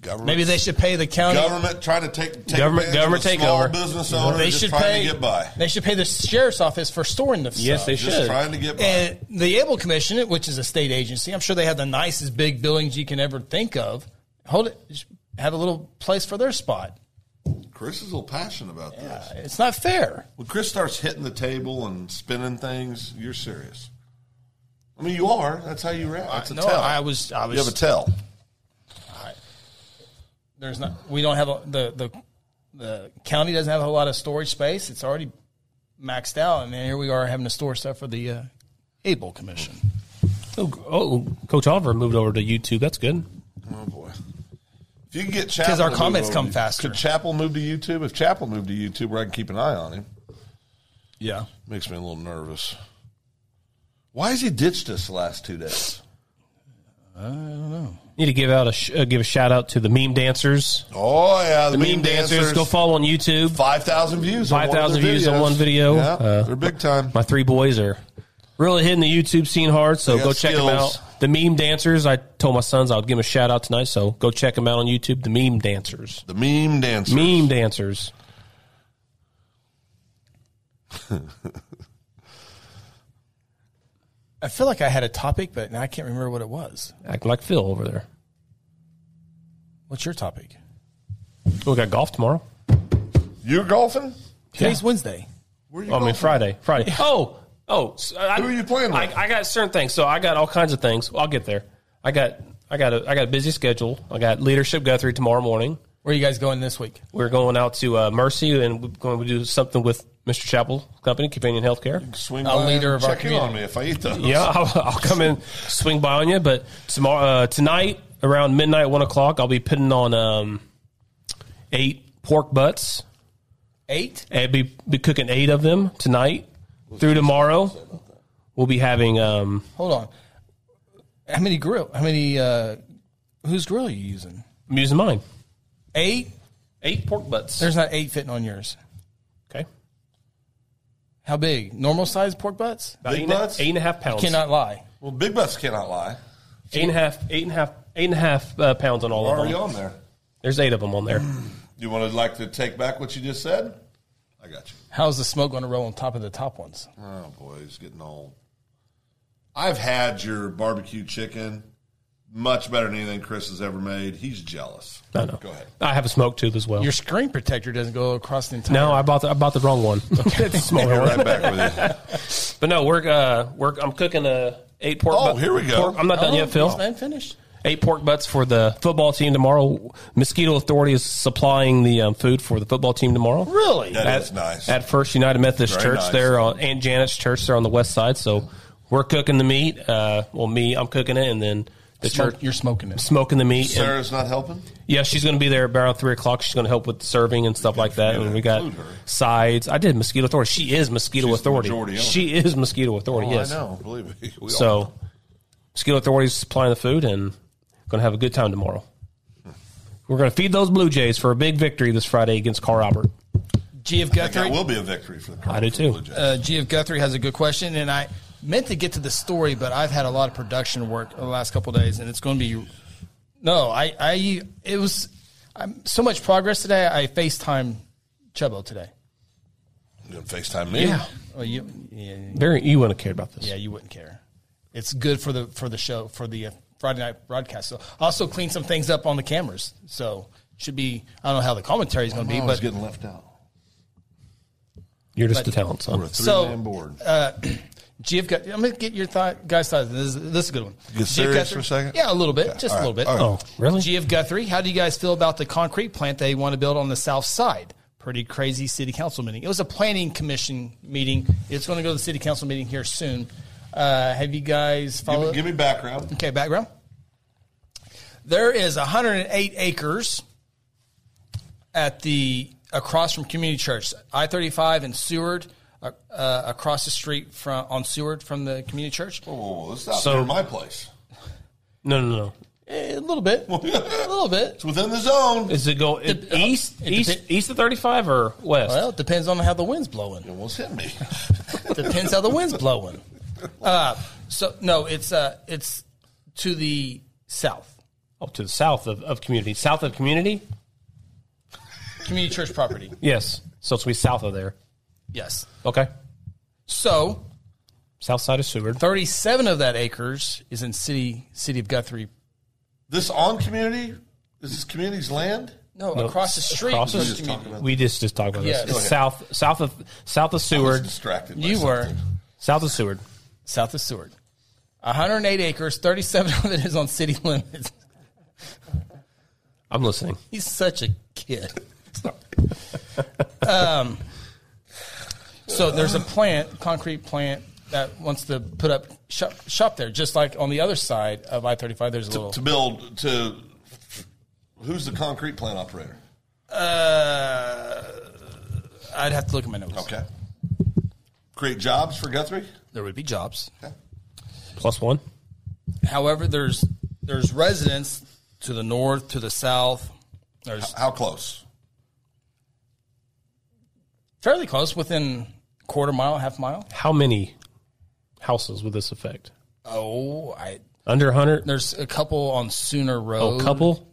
Speaker 3: Government.
Speaker 2: Maybe they should pay the county.
Speaker 3: Government trying to take, take
Speaker 4: Government- government
Speaker 3: advantage of a small
Speaker 4: takeover.
Speaker 3: business owner
Speaker 2: they
Speaker 3: just
Speaker 2: should
Speaker 3: trying
Speaker 2: pay.
Speaker 3: to get by.
Speaker 2: They should pay the sheriff's office for storing the
Speaker 4: Yes,
Speaker 2: stuff.
Speaker 4: they
Speaker 3: Just
Speaker 4: should.
Speaker 3: trying to get by.
Speaker 2: And the Able Commission, which is a state agency, I'm sure they have the nicest big buildings you can ever think of. Hold it, just have a little place for their spot.
Speaker 3: Chris is a little passionate about this.
Speaker 2: It's not fair.
Speaker 3: When Chris starts hitting the table and spinning things, you're serious. I mean, you are. That's how you react. That's a
Speaker 2: no,
Speaker 3: tell.
Speaker 2: I was, I
Speaker 3: you have a
Speaker 2: was.
Speaker 3: tell.
Speaker 2: there's not. We don't have a, the the the county doesn't have a whole lot of storage space. It's already maxed out, and then here we are having to store stuff for the uh, Able Commission.
Speaker 4: Oh, oh, Coach Oliver moved over to YouTube. That's good.
Speaker 3: Oh boy. If you can get Chapel,
Speaker 2: our
Speaker 3: to
Speaker 2: comments
Speaker 3: move
Speaker 2: come
Speaker 3: over-
Speaker 2: faster.
Speaker 3: Could Chapel move to YouTube? If Chapel moved to YouTube, where I can keep an eye on him,
Speaker 2: Yeah,
Speaker 3: makes me a little nervous. Why has he ditched us the last two days?
Speaker 4: Need to give out a sh- uh, give a shout out to the meme dancers.
Speaker 3: Oh yeah, the,
Speaker 4: The meme, dancers. Go follow on YouTube.
Speaker 3: Five thousand views. on one of
Speaker 4: 5,000
Speaker 3: their
Speaker 4: views on
Speaker 3: videos.
Speaker 4: one video.
Speaker 3: Yeah,
Speaker 4: Uh,
Speaker 3: they're big time.
Speaker 4: My three boys are really hitting the YouTube scene hard, so
Speaker 3: got
Speaker 4: go check them
Speaker 3: skills.
Speaker 4: out. The meme dancers. I told my sons I'll give them a shout out tonight, so go check them out on YouTube. The meme dancers.
Speaker 3: the meme dancers.
Speaker 4: Meme dancers.
Speaker 2: I feel like I had a topic, but now I can't remember what it was.
Speaker 4: Acting like Phil over there.
Speaker 2: What's your topic?
Speaker 4: We got golf tomorrow.
Speaker 3: You're golfing.
Speaker 2: Today's Wednesday.
Speaker 3: Where are you
Speaker 4: I mean
Speaker 3: golfing?
Speaker 4: Friday. Friday. Oh, oh. so I,
Speaker 3: Who are you playing with?
Speaker 4: I, I got certain things. So I got all kinds of things. I'll get there. I got I got a I got a busy schedule. I got leadership Guthrie tomorrow morning.
Speaker 2: Where are you guys going this week?
Speaker 4: We're going out to uh, Mercy and we're going to do something with Mr. Chapel Company, Companion Healthcare.
Speaker 3: Swing
Speaker 2: A
Speaker 3: by
Speaker 2: leader
Speaker 3: and
Speaker 2: of our
Speaker 3: check in on me if I eat those.
Speaker 4: Yeah, I'll, I'll come and swing by on you. But tomorrow, uh, tonight around midnight, one o'clock, I'll be putting on um, eight pork butts.
Speaker 2: Eight.
Speaker 4: I'll be, be cooking eight of them tonight through tomorrow. We'll be having um,
Speaker 2: Hold on. How many grill? How many? Uh, whose grill are you using?
Speaker 4: I'm using mine.
Speaker 2: Eight.
Speaker 4: Eight pork butts.
Speaker 2: There's not eight fitting on yours.
Speaker 4: okay,
Speaker 2: How big? Normal size pork butts?
Speaker 4: About
Speaker 3: Big
Speaker 4: eight, and a-
Speaker 3: butts?
Speaker 4: eight and a half pounds.
Speaker 2: Cannot lie.
Speaker 3: Well, big butts cannot lie.
Speaker 4: eight and a half, eight and a half, eight and a half uh, pounds on all
Speaker 3: Why
Speaker 4: of
Speaker 3: are
Speaker 4: them.
Speaker 3: you on there?
Speaker 4: There's eight of them on there.
Speaker 3: You want to like to take back what you just said? I got you.
Speaker 2: How's the smoke going to roll on top of the top ones?
Speaker 3: Oh boy, he's getting old. I've had your barbecue chicken, much better than anything Chris has ever made. He's jealous.
Speaker 4: I know.
Speaker 3: Go ahead.
Speaker 4: I have a smoke tube as well.
Speaker 2: Your screen protector doesn't go across the entire.
Speaker 4: no, I bought the, I bought the wrong one. Smaller one.
Speaker 3: Right back with you.
Speaker 4: But no, we're uh, we're I'm cooking a eight pork.
Speaker 3: Oh,
Speaker 4: butt-
Speaker 3: here we go. Oh.
Speaker 4: pork- I'm not done yet, Phil.
Speaker 2: Man, finished.
Speaker 4: Eight pork butts for the football team tomorrow. Mosquito Authority is supplying the um, food for the football team tomorrow.
Speaker 2: Really?
Speaker 3: That
Speaker 4: At,
Speaker 3: is nice.
Speaker 4: At First United Methodist
Speaker 3: Very
Speaker 4: Church,
Speaker 3: nice.
Speaker 4: there on Aunt Janet's Church, there on the west side. So we're cooking the meat. Uh, well, me, I'm cooking it, and then the
Speaker 2: Smoke-
Speaker 4: church
Speaker 2: you're smoking it.
Speaker 4: smoking the meat. And,
Speaker 3: Sarah's not helping.
Speaker 4: yeah, she's going to be there about three o'clock. She's going to help with the serving and stuff like that.
Speaker 3: forget
Speaker 4: And
Speaker 3: to
Speaker 4: we got
Speaker 3: include her.
Speaker 4: sides. I did Mosquito Authority. She is Mosquito
Speaker 3: She's the
Speaker 4: Authority.
Speaker 3: majority owner.
Speaker 4: She is Mosquito Authority.
Speaker 3: Oh,
Speaker 4: yes.
Speaker 3: I know. Believe me. We all-
Speaker 4: So, skill authorities supplying the food and going to have a good time
Speaker 2: Hmm.
Speaker 4: tomorrow. We're going to feed those Blue Jays for a big victory this Friday against Carl Albert.
Speaker 2: G of
Speaker 3: That
Speaker 2: Guthrie.
Speaker 3: will be a victory for the Cardinals.
Speaker 4: I do too.
Speaker 3: Blue Jays.
Speaker 2: Uh, G of Guthrie has a good question, and I meant to get to the story, but I've had a lot of production work the last couple of days, and it's going to be no. I I it was I'm, so much progress today. I Facetime Chubbo today.
Speaker 4: Uh,
Speaker 3: You gonna FaceTime me.
Speaker 2: Oh, you yeah, yeah,
Speaker 4: Very, you wouldn't have cared about this.
Speaker 2: yeah, you wouldn't care. It's good for the for the show for the uh, Friday night broadcast. So also clean some things up on the cameras. So should be I don't know how the commentary is going to be,
Speaker 3: I
Speaker 2: but
Speaker 3: was Oh, getting left out.
Speaker 4: You're just a talent, son.
Speaker 3: We're a three
Speaker 2: So- uh,
Speaker 3: man board.
Speaker 2: G of Guthrie. I'm going to get your thought, guys' thoughts. This is, this is a good one.
Speaker 3: get
Speaker 2: G of
Speaker 3: serious for a
Speaker 2: Guthrie-
Speaker 3: second?
Speaker 2: Yeah, a little bit, just a little bit.
Speaker 4: Oh, really?
Speaker 2: G of Guthrie, how do you guys feel about the concrete plant they want to build on the south side? Pretty crazy city council meeting. It was a planning commission meeting. It's going to go to the city council meeting here soon. Uh, have you guys
Speaker 3: give, me,
Speaker 4: Uh,
Speaker 2: followed?
Speaker 3: give me background.
Speaker 2: Okay, background. There is 108 acres at the across from Community Church, I-35 and Seward, uh, uh, across the street from on Seward from the Community Church.
Speaker 3: Oh, this is out
Speaker 4: So-
Speaker 3: near my place.
Speaker 4: No, no, no.
Speaker 2: Eh, A little bit, a little bit.
Speaker 3: It's within the zone.
Speaker 4: Is it go
Speaker 2: Dep-
Speaker 4: east,
Speaker 2: uh, it
Speaker 4: east,
Speaker 2: depen-
Speaker 4: east of 35 or west?
Speaker 2: Well, it depends on how the wind's blowing.
Speaker 3: It almost hit me.
Speaker 2: depends how the wind's blowing. Uh, so no, it's uh, it's to the south,
Speaker 4: oh, to the south of, of community. South of community?
Speaker 2: community church property.
Speaker 4: Yes. So it's going to be south of there.
Speaker 2: Yes.
Speaker 4: Okay.
Speaker 2: So
Speaker 4: South side of Seward.
Speaker 2: thirty-seven of that acres is in city city of Guthrie.
Speaker 3: this on community? Is this community's land?
Speaker 2: No,
Speaker 4: No,
Speaker 2: across the street.
Speaker 4: across the-
Speaker 2: from
Speaker 4: We just
Speaker 2: community.
Speaker 3: talked about
Speaker 4: We just just talked about
Speaker 2: Yeah.
Speaker 4: this. It's
Speaker 2: Okay.
Speaker 4: south south of south of
Speaker 3: I was
Speaker 4: Seward.
Speaker 3: distracted. by
Speaker 2: you were
Speaker 3: something.
Speaker 4: South of Seward.
Speaker 2: south of Seward. One hundred and eight acres. Thirty-seven of it is on city limits.
Speaker 4: I'm listening.
Speaker 2: He's such a kid. um, so there's a plant, concrete plant that wants to put up shop, shop there, just like on the other side of I-35. There's a little.
Speaker 3: to build to. Who's the concrete plant operator?
Speaker 2: uh, I'd have to look at my notes.
Speaker 3: Okay. Create jobs for Guthrie.
Speaker 2: There would be jobs.
Speaker 3: Okay.
Speaker 4: Plus one.
Speaker 2: However, there's there's residents to the north, to the south. There's
Speaker 3: How close?
Speaker 2: fairly close, within quarter mile, half mile.
Speaker 4: How many houses would this affect?
Speaker 2: Oh, I
Speaker 4: Under 100?
Speaker 2: there's a couple on Sooner
Speaker 4: Oh,
Speaker 2: Road.
Speaker 4: a couple?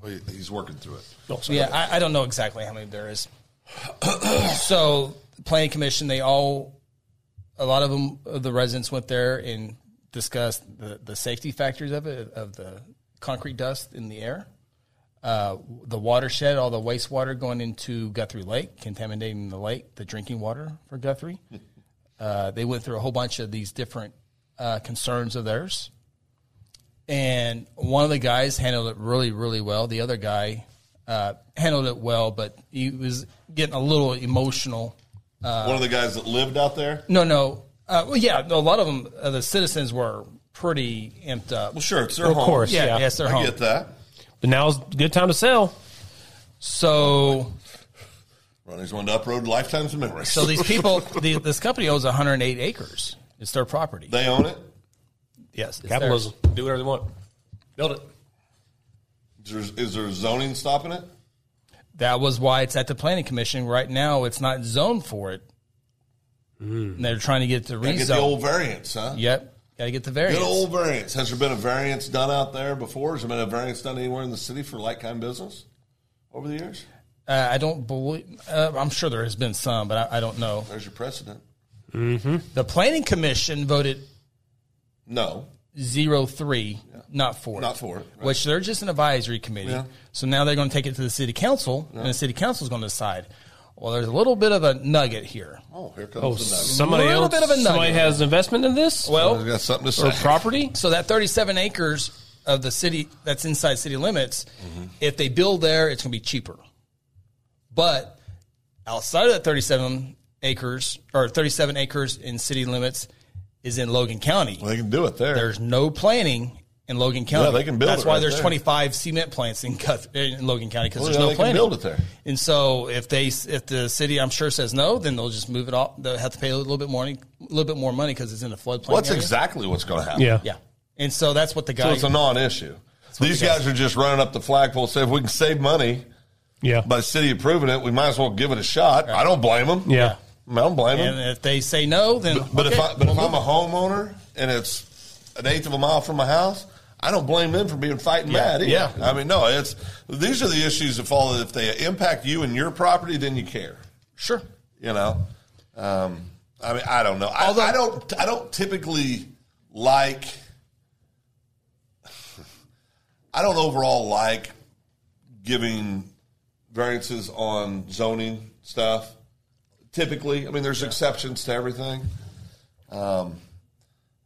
Speaker 3: Well, he- He's working through it.
Speaker 4: Oh, sorry.
Speaker 2: Yeah, I, I don't know exactly how many there is. so, the planning commission, they all, a lot of them, of the residents went there and discussed the, the safety factors of it, of the concrete dust in the air, uh, the watershed, all the wastewater going into Guthrie Lake, contaminating the lake, the drinking water for Guthrie. Uh, they went through a whole bunch of these different uh, concerns of theirs. And one of the guys handled it really, really well. The other guy uh, handled it well, but he was getting a little emotional. Uh,
Speaker 3: One of the guys that lived out there.
Speaker 2: No, no. Uh, well, yeah, a lot of them, uh, the citizens were pretty amped up.
Speaker 3: Well, sure, it's their
Speaker 4: Of
Speaker 3: home.
Speaker 4: course.
Speaker 2: Yeah,
Speaker 4: Yeah.
Speaker 2: yes, they're
Speaker 3: I
Speaker 2: home.
Speaker 3: get that.
Speaker 4: But now's a good time to sell.
Speaker 2: So,
Speaker 3: Ronnie's one to uproad lifetimes of memories.
Speaker 2: so these people, the, this company owns 108 acres. It's their property.
Speaker 3: they own it.
Speaker 2: yes, it's
Speaker 4: Capitalism.
Speaker 2: theirs.
Speaker 4: Do whatever they want. Build it.
Speaker 3: Is there, is there zoning stopping it?
Speaker 2: That was why it's at the planning commission right now. It's not zoned for it. And they're trying to get it to
Speaker 3: I Mm. get the
Speaker 2: rezone.
Speaker 3: old variance, huh?
Speaker 2: Yep, got to get the variance.
Speaker 3: Good old variance. Has there been a variance done out there before? Has there been a variance done anywhere in the city for like kind business over the years?
Speaker 2: Uh, I don't believe. Uh, I'm sure there has been some, but I, I don't know.
Speaker 3: There's your precedent.
Speaker 2: The planning commission voted
Speaker 3: No,
Speaker 2: zero three, not for
Speaker 3: Not for it, right.
Speaker 2: which they're just an advisory committee.
Speaker 3: Yeah.
Speaker 2: So now they're going to take it to the city council, and the city council is going to decide. Well, there's a little bit of a nugget here.
Speaker 3: Oh, here comes
Speaker 4: Oh,
Speaker 3: the nugget.
Speaker 4: somebody
Speaker 2: Little
Speaker 4: else.
Speaker 2: bit of a nugget.
Speaker 4: somebody has an investment in this?
Speaker 3: I've
Speaker 2: Well,
Speaker 3: got something to
Speaker 4: or
Speaker 3: say.
Speaker 4: property?
Speaker 2: so that 37 acres of the city that's inside city limits,
Speaker 3: Mm-hmm.
Speaker 2: if they build there, it's going to be cheaper. But outside of that 37 acres or 37 acres in city limits is in Logan County.
Speaker 3: They can do it there.
Speaker 2: There's no planning in Logan County.
Speaker 3: Yeah, they can build
Speaker 2: That's
Speaker 3: it
Speaker 2: why
Speaker 3: right
Speaker 2: there's
Speaker 3: there.
Speaker 2: 25 cement plants in, Guth- in Logan County because
Speaker 3: Well,
Speaker 2: there's
Speaker 3: yeah,
Speaker 2: no
Speaker 3: they can
Speaker 2: planning.
Speaker 3: build it there.
Speaker 2: And so if they if the city I'm sure says no, then they'll just move it off. They'll have to pay a little bit more a little bit more money because it's in the floodplain.
Speaker 3: Well, that's
Speaker 2: area.
Speaker 3: exactly what's going to happen.
Speaker 4: Yeah.
Speaker 2: Yeah, and so that's what the guy.
Speaker 3: So it's a non issue. These guys are just running up the flagpole saying, if we can save money,
Speaker 4: Yeah.
Speaker 3: By the city approving it, we might as well give it a shot. I don't blame them.
Speaker 4: Yeah.
Speaker 3: I don't blame them.
Speaker 2: And if they say no, then
Speaker 3: But if
Speaker 2: okay,
Speaker 3: I, but if
Speaker 2: we'll
Speaker 3: I'm a homeowner and it's an eighth of a mile from my house, I don't blame them for being fighting mad. Either.
Speaker 2: yeah.
Speaker 3: I mean, no, it's these are the issues that follow. If they impact you and your property, then you care.
Speaker 2: Sure.
Speaker 3: You know. Um, I mean, I don't know. I,
Speaker 2: Although-
Speaker 3: I don't. I don't typically like. I don't overall like giving variances on zoning stuff. Typically, I mean, there's exceptions to everything, um,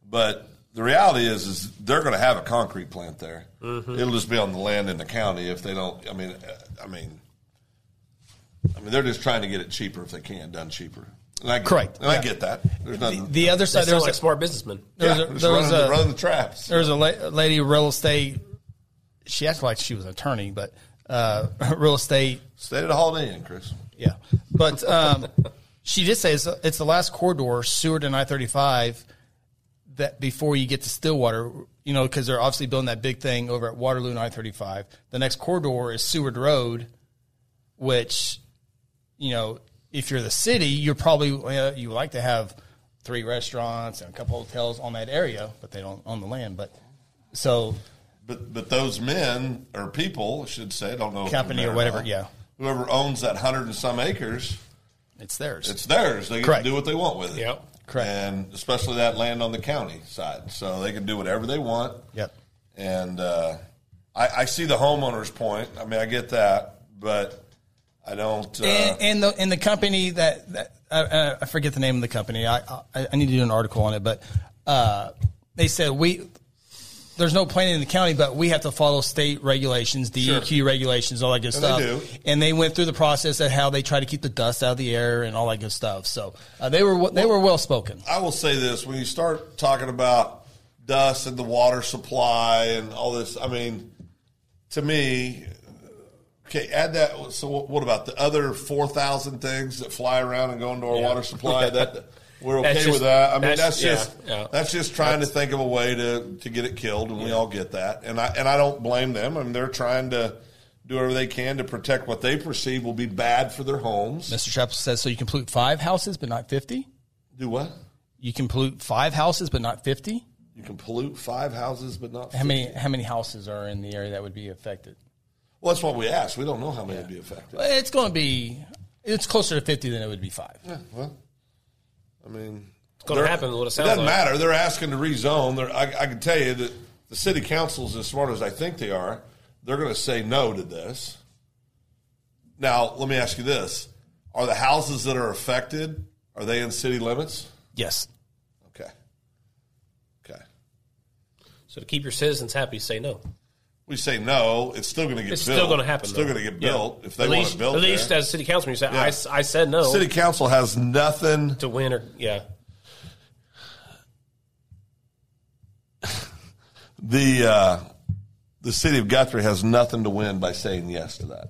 Speaker 3: but the reality is, is they're going to have a concrete plant there.
Speaker 2: Mm-hmm.
Speaker 3: It'll just be on the land in the county if they don't. I mean, uh, I mean, I mean, they're just trying to get it cheaper if they can, done cheaper. And I get,
Speaker 2: Correct.
Speaker 3: And I get that. There's nothing.
Speaker 2: The uh, other
Speaker 4: They
Speaker 2: side,
Speaker 4: sound
Speaker 2: there's
Speaker 4: like
Speaker 2: a,
Speaker 4: smart businessmen.
Speaker 2: there's
Speaker 3: yeah,
Speaker 2: a,
Speaker 3: just
Speaker 2: there was
Speaker 3: running, the,
Speaker 2: a,
Speaker 3: running the traps.
Speaker 2: there was a la- a lady real estate. She acted like she was an attorney, but uh, real estate
Speaker 3: Stay at a Holiday Inn, Chris.
Speaker 2: Yeah, but um, she did say it's, it's the last corridor, Seward and I thirty five, that before you get to Stillwater, you know, because they're obviously building that big thing over at Waterloo and I thirty five. The next corridor is Seward Road, which, you know, if you're the city, you're probably uh, you like to have three restaurants and a couple hotels on that area, but they don't own the land. But so
Speaker 3: But but those men or people I should say I don't know if they're
Speaker 2: Company or
Speaker 3: men
Speaker 2: whatever,
Speaker 3: not.
Speaker 2: yeah.
Speaker 3: whoever owns that hundred and some acres,
Speaker 2: it's theirs.
Speaker 3: it's theirs. They
Speaker 2: Correct.
Speaker 3: can do what they want with it.
Speaker 4: Yep.
Speaker 2: Correct.
Speaker 3: And especially that land on the county side, so they can do whatever they want.
Speaker 2: yep.
Speaker 3: And uh, I, I see the homeowner's point. I mean, I get that, but I don't. Uh,
Speaker 2: and, and the and the company that, that I, I forget the name of the company. I, I I need to do an article on it, but uh, they said we there's no planning in the county, but we have to follow state regulations, DEQ regulations, all that good
Speaker 3: And they
Speaker 2: stuff.
Speaker 3: do.
Speaker 2: And they went through the process of how they try to keep the dust out of the air and all that good stuff. So uh, they were they were well spoken.
Speaker 3: I will say this: when you start talking about dust and the water supply and all this, I mean, to me, okay, add that. So, what what about the other four thousand things that fly around and go into our water supply? That we're okay
Speaker 4: That's just-
Speaker 3: with that. I mean,
Speaker 4: that's-
Speaker 3: that's,
Speaker 4: yeah,
Speaker 3: just
Speaker 4: yeah.
Speaker 3: that's just trying to think of a way to to get it killed, and we all get that. And I and I don't blame them. I mean, they're trying to. Do whatever they can to protect what they perceive will be bad for their homes.
Speaker 2: Mr. Chappell says so. You can pollute five houses, but not fifty.
Speaker 3: Do what?
Speaker 2: You can pollute five houses, but not fifty.
Speaker 3: You can pollute five houses, but not
Speaker 2: How many how many houses are in the area that would be affected?
Speaker 3: Well, that's what we asked. We don't know how many would be affected.
Speaker 2: It's going to be it's closer to fifty than it would be five.
Speaker 3: Well, I mean, it's
Speaker 4: gonna happen, what it sounds
Speaker 3: doesn't
Speaker 4: like.
Speaker 3: matter. They're asking to rezone. They're, I, I can tell you that the city council's as smart as I think they are. They're going to say no to this. Now, let me ask you this: Are the houses that are affected are they in city limits?
Speaker 2: Yes.
Speaker 3: Okay. Okay.
Speaker 4: So to keep your citizens happy, say no.
Speaker 3: We say no. It's still going to get
Speaker 4: It's
Speaker 3: built.
Speaker 4: still going to happen.
Speaker 3: It's still
Speaker 4: though.
Speaker 3: going to get
Speaker 4: Yeah.
Speaker 3: built if they
Speaker 4: at
Speaker 3: want
Speaker 4: least,
Speaker 3: it built.
Speaker 4: At least
Speaker 3: there.
Speaker 4: as city councilman, you said
Speaker 3: Yeah.
Speaker 4: I s I I, said no
Speaker 3: city council has nothing
Speaker 4: to win or yeah.
Speaker 3: the uh, the city of Guthrie has nothing to win by saying yes to that.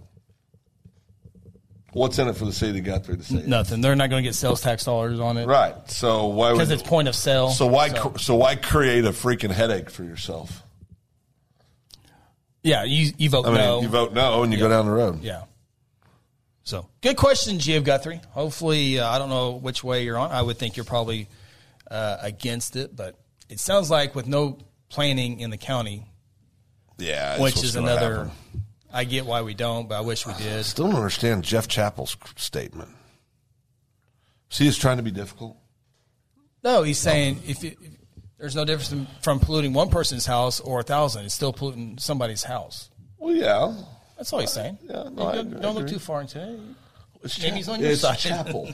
Speaker 3: What's in it for the city of Guthrie to say yes?
Speaker 2: Nothing. They're not going to get sales tax dollars on it
Speaker 3: Right. So why would
Speaker 2: because it's point of sale.
Speaker 3: so why so. why create a freaking headache for yourself?
Speaker 2: yeah, you you vote
Speaker 3: I mean,
Speaker 2: no.
Speaker 3: you vote no and you go down the road.
Speaker 2: yeah. So good question, Gio Guthrie. Hopefully, uh, I don't know which way you're on. I would think you're probably uh, against it, but it sounds like with no planning in the county,
Speaker 3: Yeah, that's
Speaker 2: which
Speaker 3: what's
Speaker 2: is
Speaker 3: gonna
Speaker 2: another.
Speaker 3: happen.
Speaker 2: I get why we don't, but I wish we did.
Speaker 3: Still don't understand Jeff Chappell's statement. See, he's trying to be difficult.
Speaker 2: No, he's saying if, it, if there's no difference in- from polluting one person's house or a thousand, it's still polluting somebody's house.
Speaker 3: Well, yeah,
Speaker 2: That's all he's saying.
Speaker 3: yeah, no, I
Speaker 2: don't,
Speaker 3: agree,
Speaker 2: don't
Speaker 3: I
Speaker 2: look
Speaker 3: agree.
Speaker 2: too far into it.
Speaker 3: it's
Speaker 2: Jamie's
Speaker 3: Chap-
Speaker 2: on your
Speaker 3: it's
Speaker 2: side.
Speaker 3: Chappell.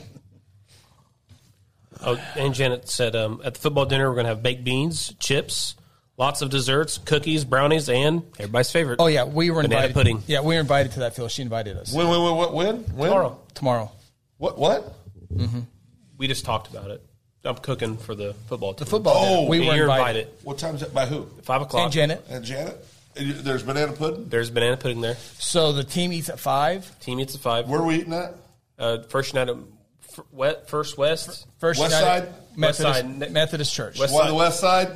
Speaker 4: Oh, and Janet said um, at the football dinner we're gonna have baked beans, chips, lots of desserts, cookies, brownies, and everybody's favorite.
Speaker 2: Oh yeah, we were
Speaker 4: Banana
Speaker 2: invited.
Speaker 4: pudding.
Speaker 2: Yeah, we were invited to that field. She invited us
Speaker 3: When, when, when, when, when?
Speaker 4: Tomorrow
Speaker 2: tomorrow.
Speaker 3: What? What?
Speaker 4: we just talked about it. I'm cooking for the football team.
Speaker 2: The football.
Speaker 3: Oh,
Speaker 2: dinner. we were
Speaker 4: You're
Speaker 2: invited.
Speaker 4: invited.
Speaker 3: What time is that? By who?
Speaker 4: Five o'clock.
Speaker 2: And Janet.
Speaker 3: And Janet? And you- There's banana pudding.
Speaker 4: There's banana pudding there.
Speaker 2: So the team eats at five.
Speaker 4: Team eats at five.
Speaker 3: Where are we eating at?
Speaker 4: Uh, first United, f- wet, first West.
Speaker 2: First
Speaker 3: West
Speaker 2: United
Speaker 3: side?
Speaker 2: Methodist,
Speaker 4: West side.
Speaker 2: Methodist Church.
Speaker 4: West-
Speaker 3: One on the west side?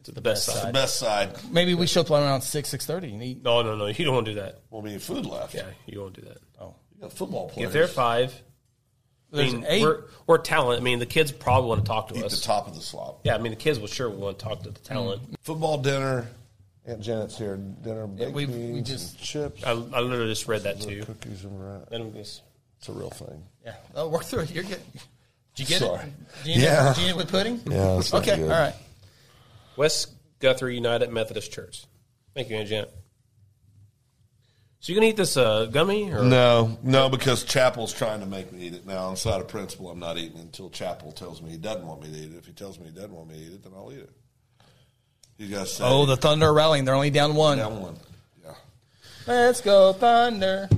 Speaker 4: It's the best side.
Speaker 3: The best side
Speaker 2: Maybe we show up around six six thirty and eat.
Speaker 4: No, no, no. You don't want to do that.
Speaker 3: will be food left.
Speaker 4: Yeah, you don't want to do that.
Speaker 3: You got football players.
Speaker 4: If they're five, I
Speaker 2: There's
Speaker 4: mean,
Speaker 2: eight.
Speaker 4: we're, we're talent. I mean, the kids probably want to talk to
Speaker 3: eat the
Speaker 4: us.
Speaker 3: top of the slop.
Speaker 4: yeah, I mean, the kids will sure want to talk to the talent.
Speaker 3: Football dinner. Aunt Janet's here. Dinner, baked
Speaker 2: we- we
Speaker 3: beans, and
Speaker 2: just-
Speaker 3: chips,
Speaker 4: I, I literally just read that too.
Speaker 3: cookies, and wrap.
Speaker 4: Then we just-
Speaker 3: It's a real thing.
Speaker 2: Yeah, oh, work through it. You're good. Did you get
Speaker 3: Sorry.
Speaker 2: it? Did you
Speaker 3: Yeah.
Speaker 2: Did you get it with pudding?
Speaker 3: Yeah, it's not
Speaker 2: Okay.
Speaker 3: good.
Speaker 2: All right.
Speaker 4: West Guthrie United Methodist Church. Thank you, Aunt Janet. So you gonna eat this uh, gummy? Or?
Speaker 3: No, no, because Chapel's trying to make me eat it now. Inside of principle, I'm not eating it until Chapel tells me he doesn't want me to eat it. If he tells me he doesn't want me to eat it, then I'll eat it. You guys say
Speaker 2: Oh, the Thunder are rallying. They're only down one.
Speaker 3: that one. Yeah.
Speaker 2: Let's go Thunder.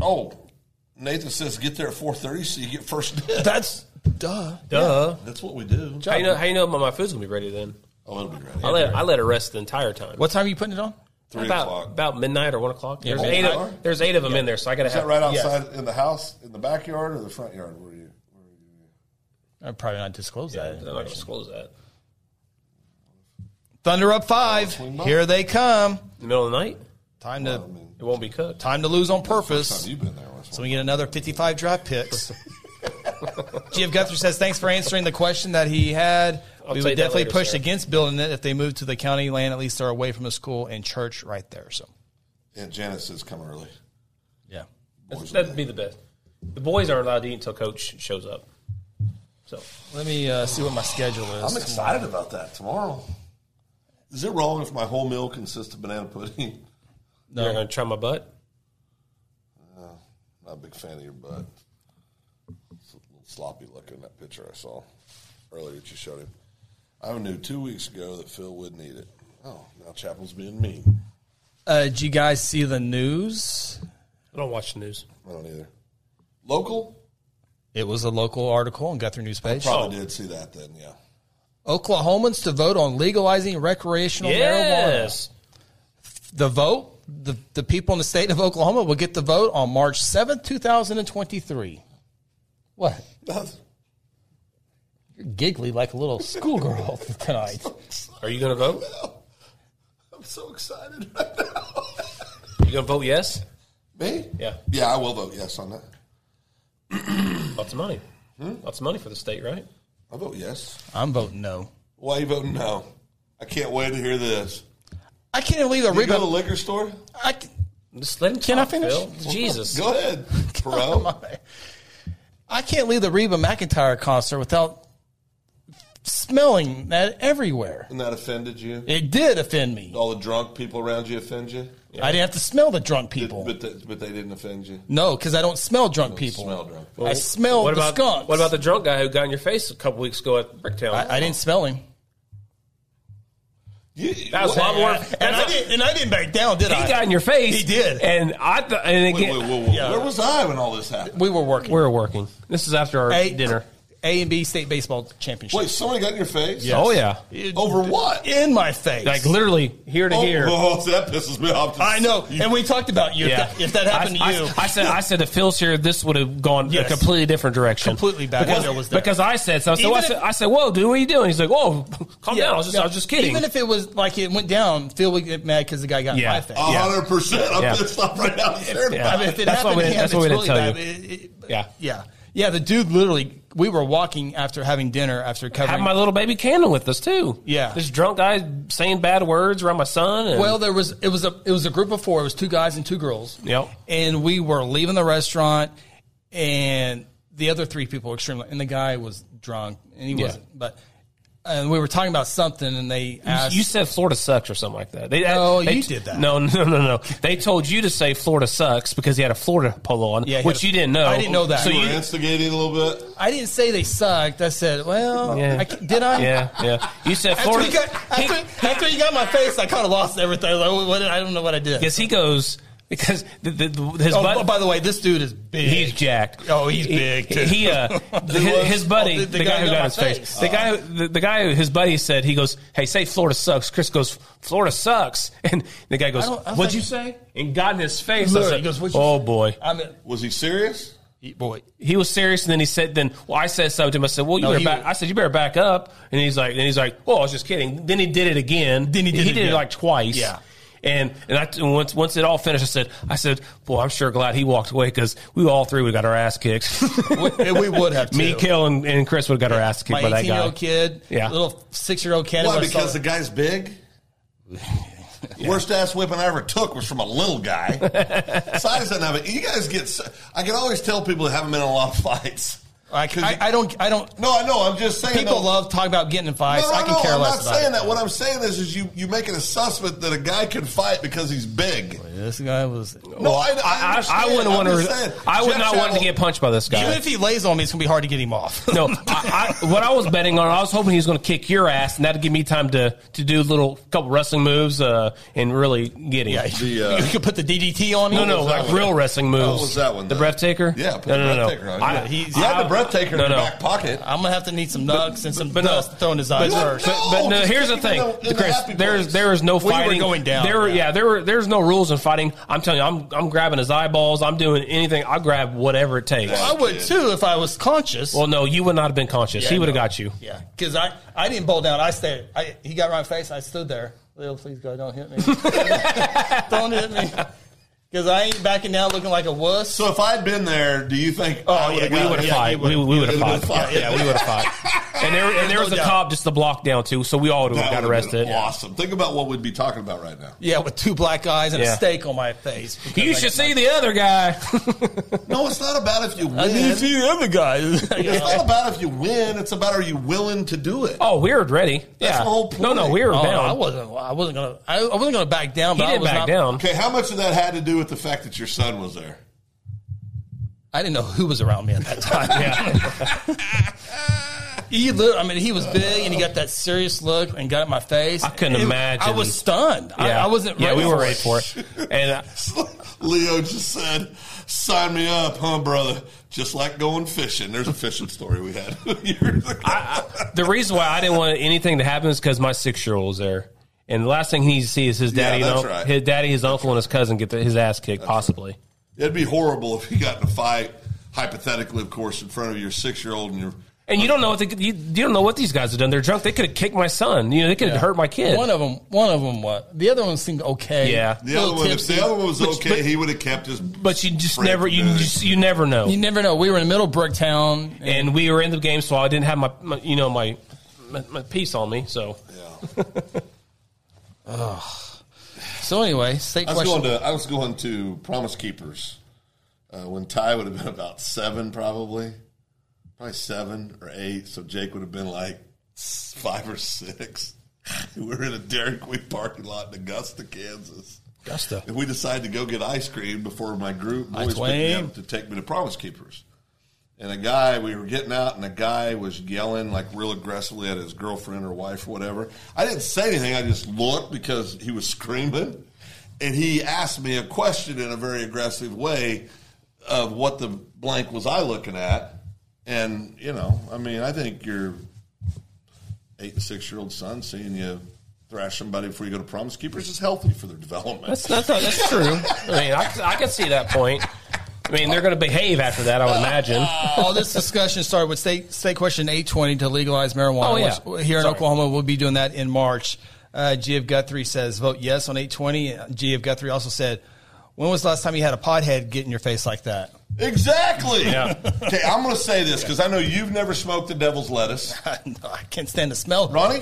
Speaker 3: Oh, Nathan says get there at 4:30 so you get first dibs.
Speaker 2: That's duh.
Speaker 4: Duh.
Speaker 3: That's what we do.
Speaker 4: How you know? How you know my, my food's gonna be ready then?
Speaker 3: Oh, it'll be
Speaker 4: I
Speaker 3: ready.
Speaker 4: let I let it rest the entire time.
Speaker 2: What time are you putting it on?
Speaker 3: Three
Speaker 4: about
Speaker 3: o'clock.
Speaker 4: about midnight or one o'clock? there's
Speaker 2: one
Speaker 4: eight.
Speaker 3: o'clock.
Speaker 4: Of, there's eight of them in there, so I gotta
Speaker 3: Is
Speaker 4: have
Speaker 3: that right
Speaker 4: yes.
Speaker 3: outside in the house, in the backyard, or the front yard? Where are you? Where are you?
Speaker 2: I'll probably not disclose
Speaker 4: Yeah,
Speaker 2: that.
Speaker 4: I'm not gonna disclose that.
Speaker 2: Thunder up five.
Speaker 3: Oh,
Speaker 2: Here they come.
Speaker 4: In the middle of the night,
Speaker 2: Time
Speaker 3: I
Speaker 2: to
Speaker 3: mean,
Speaker 4: it won't be cooked.
Speaker 2: time to lose on
Speaker 3: have
Speaker 2: purpose.
Speaker 3: you been there? Wes?
Speaker 2: So we get another 55 draft picks. Jeff Guthrie says, thanks for answering the question that he had.
Speaker 4: I'll
Speaker 2: we would
Speaker 4: take that
Speaker 2: definitely
Speaker 4: later,
Speaker 2: push
Speaker 4: sir.
Speaker 2: against building it if they move to the county land. At least they're away from a school and church right there. So,
Speaker 3: And Janice says come early.
Speaker 2: yeah.
Speaker 4: That's- That'd be the best. The boys aren't allowed to eat until coach shows up. So
Speaker 2: Let me uh, see what my schedule is.
Speaker 3: I'm excited about that tomorrow. Is it wrong if my whole meal consists of banana pudding?
Speaker 4: you're gonna try my butt.
Speaker 3: Not a big fan of your butt. It's a little sloppy looking that picture I saw earlier that you showed him. I knew two weeks ago that Phil wouldn't eat it. Oh, now Chapel's being mean.
Speaker 2: Uh, did you guys see the news?
Speaker 4: I don't watch the news.
Speaker 3: I don't either. Local?
Speaker 2: It was a local article on Guthrie News page.
Speaker 4: Oh.
Speaker 3: Probably did see that then, yeah.
Speaker 2: Oklahomans to vote on legalizing recreational marijuana.
Speaker 4: Yes.
Speaker 2: The vote, the, the people in the state of Oklahoma will get the vote on March seventh, two 2023. What?
Speaker 3: Nothing.
Speaker 2: giggly like a little schoolgirl tonight.
Speaker 4: Are you gonna vote?
Speaker 3: I'm so excited right now.
Speaker 4: You gonna vote yes?
Speaker 3: Me?
Speaker 4: Yeah.
Speaker 3: Yeah, I will vote yes on that.
Speaker 4: Lots of money.
Speaker 2: Hmm?
Speaker 4: Lots of money for the state, right?
Speaker 3: I vote yes.
Speaker 2: I'm voting no.
Speaker 3: Why are you voting no? I can't wait to hear this.
Speaker 2: I can't even believe the
Speaker 3: You go to the
Speaker 2: rebound.
Speaker 3: liquor store?
Speaker 2: I can-
Speaker 4: Just let him
Speaker 2: Can I
Speaker 4: talk,
Speaker 2: finish?
Speaker 4: Phil. Jesus.
Speaker 3: Go ahead, bro.
Speaker 2: I can't leave the Reba McIntyre concert without smelling that everywhere.
Speaker 3: and that offended you?
Speaker 2: It did offend me.
Speaker 3: All the drunk people around you offend you?
Speaker 2: I didn't have to smell the drunk people.
Speaker 3: But, th- but they didn't offend you?
Speaker 2: no, because I don't smell drunk people.
Speaker 3: Smell drunk.
Speaker 2: I smelled
Speaker 4: What
Speaker 2: the
Speaker 4: about
Speaker 2: skunks.
Speaker 4: what about the drunk guy who got in your face a couple weeks ago at Bricktown?
Speaker 2: I, I didn't smell him.
Speaker 3: You,
Speaker 4: that was a lot more. that's
Speaker 2: And I
Speaker 4: a-
Speaker 2: didn't. And I didn't back down, did I?
Speaker 4: He got in your face.
Speaker 2: He did.
Speaker 4: And I th- and
Speaker 3: wait,
Speaker 4: again,
Speaker 3: wait, whoa, whoa. Where was I when all this happened?
Speaker 2: we were working.
Speaker 4: we were working. This is after our
Speaker 2: A-
Speaker 4: dinner.
Speaker 2: A and B state baseball championship.
Speaker 3: Wait, somebody got in your face?
Speaker 4: Oh yeah.
Speaker 3: Over what?
Speaker 2: in my face.
Speaker 4: Like literally here to
Speaker 3: oh,
Speaker 4: here.
Speaker 3: oh, that pisses me off.
Speaker 2: I know, and we talked about you.
Speaker 4: Yeah.
Speaker 2: If, that, if that happened
Speaker 4: I,
Speaker 2: to you,
Speaker 4: I, I said I said if Phil's here, this would have gone
Speaker 2: Yes.
Speaker 4: a completely different direction.
Speaker 2: Completely bad.
Speaker 4: Because,
Speaker 2: Wendell was there.
Speaker 4: because I said so. So
Speaker 2: Even
Speaker 4: I
Speaker 2: if-
Speaker 4: said, I said, "Whoa, dude, what are you doing?" He's like, "Whoa, calm down. I was just, I
Speaker 2: no,
Speaker 4: was just kidding."
Speaker 2: Even if it was like it went down, Phil would get mad because the guy got in
Speaker 4: Yeah.
Speaker 2: my face.
Speaker 3: A hundred percent. I'm
Speaker 4: Yeah.
Speaker 3: pissed off right now.
Speaker 4: Yeah.
Speaker 2: I mean, if it
Speaker 4: That's
Speaker 2: happened
Speaker 4: why we
Speaker 2: to
Speaker 4: didn't-
Speaker 2: him,
Speaker 4: that's
Speaker 2: it's
Speaker 4: why we didn't
Speaker 2: really
Speaker 4: tell
Speaker 2: bad.
Speaker 4: you.
Speaker 2: It- it-
Speaker 4: yeah,
Speaker 2: yeah, yeah. The dude literally, we were walking after having dinner after
Speaker 4: have
Speaker 2: covering.
Speaker 4: my little baby Cannon with us too.
Speaker 2: Yeah.
Speaker 4: this drunk guy saying bad words around my son. And,
Speaker 2: well, there was it was a it was a group of four. It was two guys and two girls.
Speaker 4: Yep.
Speaker 2: And we were leaving the restaurant, and the other three people were extremely. And the guy was drunk, and he
Speaker 4: Yeah.
Speaker 2: wasn't. But and we were talking about something, and they asked.
Speaker 4: you said Florida sucks or something like that. They,
Speaker 2: No,
Speaker 4: they-
Speaker 2: Oh, you did that.
Speaker 4: No, no, no, no. They told you to say Florida sucks because he had a Florida polo on,
Speaker 2: Yeah, he
Speaker 4: which
Speaker 2: had a-
Speaker 4: you didn't know.
Speaker 2: I didn't know that.
Speaker 4: So
Speaker 2: You
Speaker 3: We're
Speaker 4: you,
Speaker 3: instigating a little bit.
Speaker 2: I didn't say they sucked. I said, well,
Speaker 4: Yeah.
Speaker 2: I ca- did I?
Speaker 4: yeah, yeah. You said
Speaker 2: After
Speaker 4: Florida.
Speaker 2: you, got, after, after you got my face, I kind of lost everything. Like, what did- I don't know what I did.
Speaker 4: Because he goes because the, the, the, his
Speaker 2: oh,
Speaker 4: bud-
Speaker 2: by the way, this dude is big.
Speaker 4: he's jacked.
Speaker 2: Oh, he's
Speaker 4: He-
Speaker 2: big,
Speaker 4: He,
Speaker 2: too.
Speaker 4: uh, the- his, his buddy,
Speaker 2: Oh,
Speaker 4: the, guy, who got his
Speaker 2: my
Speaker 4: face,
Speaker 2: face. Oh.
Speaker 4: the guy, who- the, the guy, who his buddy said he goes, "Hey, say Florida sucks." Chris goes, "Florida sucks," and the guy goes,
Speaker 2: I don't- I was like-
Speaker 4: "What'd you say?" And got in his face. I
Speaker 2: Literally,
Speaker 4: said,
Speaker 2: he goes, "What'd you
Speaker 4: "Oh
Speaker 2: say?"
Speaker 4: boy."
Speaker 2: I mean,
Speaker 3: Was he serious?
Speaker 2: He- boy,
Speaker 4: He was serious, and then he said, "Then well, I said something to him. I said, well, you
Speaker 2: No,
Speaker 4: better
Speaker 2: he-
Speaker 4: back. I said, you better back up.' And he's like, then he's like, well, I was just kidding. Then he did it again. Then
Speaker 2: he did it
Speaker 4: did
Speaker 2: again.
Speaker 4: it like twice.
Speaker 2: Yeah.
Speaker 4: And and, I, and once once it all finished, I said, I said, boy, I'm sure glad he walked away because we all three would have got our ass kicked.
Speaker 2: we, we would have too.
Speaker 4: Me, Kill, and, and Chris would have got our ass kicked
Speaker 2: my
Speaker 4: by that guy.
Speaker 2: eighteen-year-old kid,
Speaker 4: Yeah.
Speaker 2: little six-year-old kid.
Speaker 3: Why?
Speaker 2: when I saw
Speaker 3: Because the
Speaker 2: that-
Speaker 3: guy's big. Worst ass whipping I ever took was from a little guy. Size doesn't have it. You guys get. so- I can always tell people that haven't been in a lot of fights.
Speaker 2: I,
Speaker 3: 'Cause
Speaker 2: I,
Speaker 3: you-
Speaker 2: I don't, I don't.
Speaker 3: no, I know. I'm just saying.
Speaker 2: People
Speaker 3: though-
Speaker 2: love talking about getting in fights.
Speaker 3: No, no,
Speaker 2: I can
Speaker 3: no,
Speaker 2: care
Speaker 3: I'm
Speaker 2: less
Speaker 3: not
Speaker 2: about
Speaker 3: saying
Speaker 2: it.
Speaker 3: that. What I'm saying is, is you you make an assessment that a guy can fight because he's big.
Speaker 2: This guy was.
Speaker 3: No, Oh, I, I,
Speaker 4: I, I
Speaker 3: understand.
Speaker 4: wouldn't
Speaker 3: I'm
Speaker 4: want
Speaker 3: just saying.
Speaker 4: to. I would
Speaker 3: Jeff
Speaker 4: not want to
Speaker 3: Chattel-
Speaker 4: get punched by this guy.
Speaker 2: Even if he lays on me, it's gonna be hard to get him off.
Speaker 4: No, I, I, what I was betting on, I was hoping he was going to kick your ass, and that'd give me time to to do little couple wrestling moves uh, and really get him.
Speaker 2: yeah,
Speaker 3: The, uh,
Speaker 2: you could put the DDT on him.
Speaker 4: no, no,
Speaker 3: was that
Speaker 4: like
Speaker 3: one?
Speaker 4: real wrestling moves.
Speaker 3: What was that one,
Speaker 4: The
Speaker 3: though?
Speaker 4: breath taker.
Speaker 3: Yeah, put
Speaker 4: no,
Speaker 3: the
Speaker 4: no, no,
Speaker 3: breath taker
Speaker 4: no.
Speaker 3: on.
Speaker 4: I-
Speaker 3: Yeah,
Speaker 2: he's-
Speaker 3: You had the breath taker
Speaker 4: No,
Speaker 3: in your
Speaker 4: no.
Speaker 3: back pocket.
Speaker 2: I'm gonna have to need some nugs and some
Speaker 4: but no.
Speaker 2: dust to throw in his eyes
Speaker 4: But,
Speaker 2: first.
Speaker 4: but, but
Speaker 3: No,
Speaker 4: no,
Speaker 3: Oh, just
Speaker 4: here's the
Speaker 3: kick him
Speaker 4: thing,
Speaker 3: in the- in the
Speaker 4: Chris.
Speaker 3: happy
Speaker 4: There's
Speaker 3: place.
Speaker 4: there is no
Speaker 2: We were
Speaker 4: fighting
Speaker 2: going down,
Speaker 4: There, were-
Speaker 2: yeah.
Speaker 4: yeah, there were there's no rules in fighting. I'm telling you, I'm I'm grabbing his eyeballs. I'm doing anything. I grab whatever it takes.
Speaker 2: I would too if I was conscious.
Speaker 4: Well, no, you would not have been conscious. he would have got you.
Speaker 2: Yeah, because I, I didn't bowl down. I stayed. I, he got right in my face. I stood there. Lil, please God, don't hit me. don't hit me. Because I ain't backing down looking like a wuss.
Speaker 3: So if I'd been there, do you think?
Speaker 2: Oh,
Speaker 3: I
Speaker 2: yeah,
Speaker 3: would've
Speaker 4: We
Speaker 3: got-
Speaker 4: would have
Speaker 2: yeah,
Speaker 4: fought.
Speaker 2: you
Speaker 4: We,
Speaker 2: would've-
Speaker 4: we would
Speaker 3: you
Speaker 4: have
Speaker 3: would've
Speaker 4: fought.
Speaker 3: fought.
Speaker 4: Yeah, yeah, we would have fought. And there, and there was
Speaker 2: No
Speaker 4: a
Speaker 2: doubt.
Speaker 4: cop just to block down too, so we all would have
Speaker 3: That
Speaker 4: got
Speaker 3: would've been
Speaker 4: arrested.
Speaker 3: Awesome. Think about what we'd be talking about right now.
Speaker 2: yeah, with two black eyes and a
Speaker 4: Yeah.
Speaker 2: steak on my face. because
Speaker 4: You
Speaker 2: I
Speaker 4: should
Speaker 2: got
Speaker 4: see the other guy.
Speaker 3: No, it's not about if you win.
Speaker 2: my- I need to see the other guys.
Speaker 3: It's not about if you win. It's about are you willing to do it?
Speaker 4: Oh, we were ready. yeah.
Speaker 3: the whole
Speaker 4: No, no,
Speaker 3: point.
Speaker 4: we were
Speaker 2: Oh, I
Speaker 4: down.
Speaker 2: wasn't. I wasn't gonna. I, I wasn't gonna back down.
Speaker 4: he
Speaker 2: But I
Speaker 4: didn't
Speaker 2: was
Speaker 4: back
Speaker 2: not-
Speaker 4: down.
Speaker 3: Okay, how much of that had to do with the fact that your son was there?
Speaker 2: I didn't know who was around me at that time. he lit, I mean, he was big and he got that serious look and got in my face.
Speaker 4: I couldn't
Speaker 2: It-
Speaker 4: imagine.
Speaker 2: I was stunned. I, I wasn't.
Speaker 4: Yeah, we were
Speaker 2: for
Speaker 4: ready
Speaker 2: it.
Speaker 4: for it. And uh,
Speaker 3: Leo just said, "Sign me up, huh, brother?" Just like going fishing. There's a fishing story we had years ago.
Speaker 4: the reason why I didn't want anything to happen is because my six year old was there. And the last thing he needs to see is his
Speaker 3: Yeah,
Speaker 4: daddy, and
Speaker 3: that's
Speaker 4: un-
Speaker 3: right.
Speaker 4: his daddy, his uncle, and his cousin get the, his ass kicked, possibly.
Speaker 3: It'd be horrible if he got in a fight, hypothetically, of course, in front of your six-year-old and your.
Speaker 4: And you don't know what they, could- you, you don't know what these guys have done. They're drunk. They could have kicked my son. You know, they could have hurt my kid.
Speaker 2: One of them, one of them, what? The other one seemed okay.
Speaker 4: Yeah.
Speaker 3: The other,
Speaker 2: Little
Speaker 3: one, if
Speaker 2: tipsy.
Speaker 3: the other one was
Speaker 4: But-
Speaker 3: okay,
Speaker 4: but-
Speaker 3: he would have kept his.
Speaker 4: but you just
Speaker 3: Frank
Speaker 4: never you
Speaker 3: Boone.
Speaker 4: just you never know.
Speaker 2: You never know. We were in the middle of Bricktown, and,
Speaker 4: and we were in the game, so I didn't have my, my you know my, my my piece on me. So
Speaker 3: Yeah.
Speaker 2: so anyway, state
Speaker 3: I was
Speaker 2: question.
Speaker 3: going to I was going to Promise Keepers uh, when Ty would have been about seven, probably, probably seven or eight. So Jake would have been like s- five or six. we were in a Dairy Queen parking lot in Augusta, Kansas.
Speaker 2: Augusta.
Speaker 3: And we decided to go get ice cream before my group boys picked me
Speaker 2: Twain.
Speaker 3: up to take me to Promise Keepers. And a guy, we were getting out, and a guy was yelling like real aggressively at his girlfriend or wife, or whatever. I didn't say anything. I just looked because he was screaming, and he asked me a question in a very aggressive way of what the blank was I looking at. And you know, I mean, I think your eight and six year old son seeing you thrash somebody before you go to Promise Keepers is healthy for their development.
Speaker 4: that's that's not, that's true. I mean, I, I can see that point. I mean, they're going to behave after that, I would imagine.
Speaker 2: All this discussion started with state state question eight twenty to legalize marijuana.
Speaker 4: Oh, yeah.
Speaker 2: which here in
Speaker 4: Sorry.
Speaker 2: Oklahoma, we'll be doing that in March. Uh, G.F. Guthrie says vote yes on eight twenty. G.F. Guthrie also said, "When was the last time you had a pothead get in your face like that?"
Speaker 3: Exactly.
Speaker 4: Yeah.
Speaker 3: Okay, I'm going to say this because I know you've never smoked the devil's lettuce.
Speaker 2: No, I can't stand the smell.
Speaker 3: Ronnie?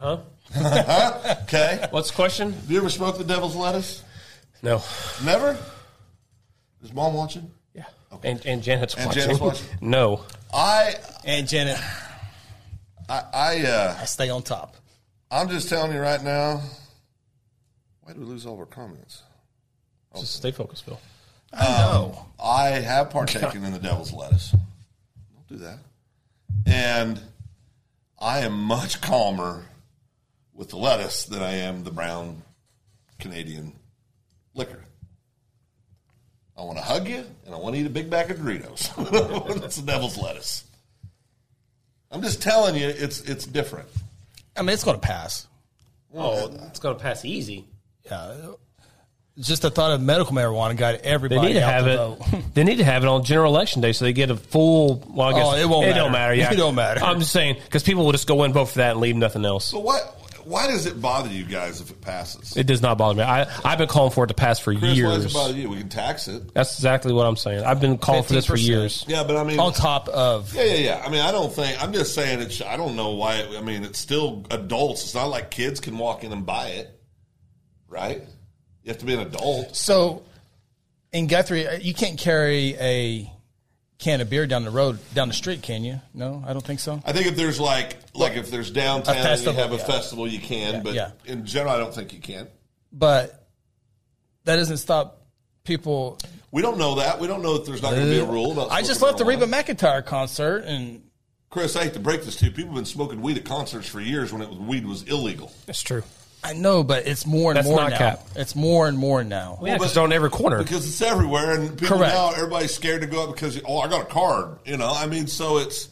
Speaker 4: Huh?
Speaker 3: Okay.
Speaker 4: What's the question?
Speaker 3: Have you ever smoked the devil's lettuce?
Speaker 4: No.
Speaker 3: Never? Is mom watching?
Speaker 4: Yeah. And and Janet's
Speaker 3: And
Speaker 4: watching.
Speaker 3: Janet's watching.
Speaker 4: No.
Speaker 3: I,
Speaker 2: And Janet,
Speaker 3: I, I, uh,
Speaker 2: I stay on top.
Speaker 3: I'm just telling you right now. Why do we lose all of our comments?
Speaker 4: Just stay focused, Bill.
Speaker 2: No,
Speaker 3: I have partaken in the devil's lettuce. Don't do that. And I am much calmer with the lettuce than I am the brown Canadian liquor. I want to hug you and I want to eat a big bag of Doritos. That's the devil's lettuce. I'm just telling you, it's it's different.
Speaker 2: I mean it's going to pass.
Speaker 4: Oh, it's going to pass easy.
Speaker 2: Yeah. Just the thought of medical marijuana got
Speaker 4: They
Speaker 2: everybody
Speaker 4: need to
Speaker 2: out
Speaker 4: have
Speaker 2: to
Speaker 4: it.
Speaker 2: vote.
Speaker 4: They need to have it on general election day so they get a full. Well, I guess
Speaker 2: Oh, it won't matter.
Speaker 4: don't matter. Yeah,
Speaker 2: It don't matter.
Speaker 4: I'm just saying because people will just go in vote for that and leave nothing else.
Speaker 3: So why why does it bother you guys if it passes?
Speaker 4: It does not bother me. I I've been calling for it to pass for
Speaker 3: Chris, Why does it
Speaker 4: years.
Speaker 3: bother you? We can tax it.
Speaker 4: That's exactly what I'm saying. I've been calling for this for
Speaker 2: 15%.
Speaker 4: years.
Speaker 3: Yeah, but I mean,
Speaker 2: on top of
Speaker 3: yeah, yeah, yeah. I mean, I don't think I'm just saying it. sh- I don't know why. It, I mean, it's still adults. It's not like kids can walk in and buy it, right? You have to be an adult.
Speaker 2: so in Guthrie, uh, you can't carry a can of beer down the road down the street, can you? No, I don't think so.
Speaker 3: I think if there's like like if there's downtown,
Speaker 2: A
Speaker 3: and
Speaker 2: festival,
Speaker 3: you have a
Speaker 2: yeah.
Speaker 3: festival, you can. but
Speaker 2: yeah.
Speaker 3: in general, I don't think you can.
Speaker 2: But that doesn't stop people.
Speaker 3: We don't know that. We don't know that there's not going to be a rule about.
Speaker 2: Uh, I just
Speaker 3: smoking
Speaker 2: left the
Speaker 3: marijuana.
Speaker 2: Reba McIntyre concert, and
Speaker 3: Chris, I hate to break this to you. People have been smoking weed at concerts for years when it was, weed was illegal.
Speaker 4: That's true.
Speaker 2: I know, but it's more and
Speaker 4: That's
Speaker 2: more
Speaker 4: not
Speaker 2: now.
Speaker 4: cap.
Speaker 2: It's more and more now.
Speaker 4: Yeah, because they're on every corner.
Speaker 3: because it's everywhere, and people
Speaker 2: Correct.
Speaker 3: now everybody's scared to go out because oh, I got a card, you know. I mean, so it's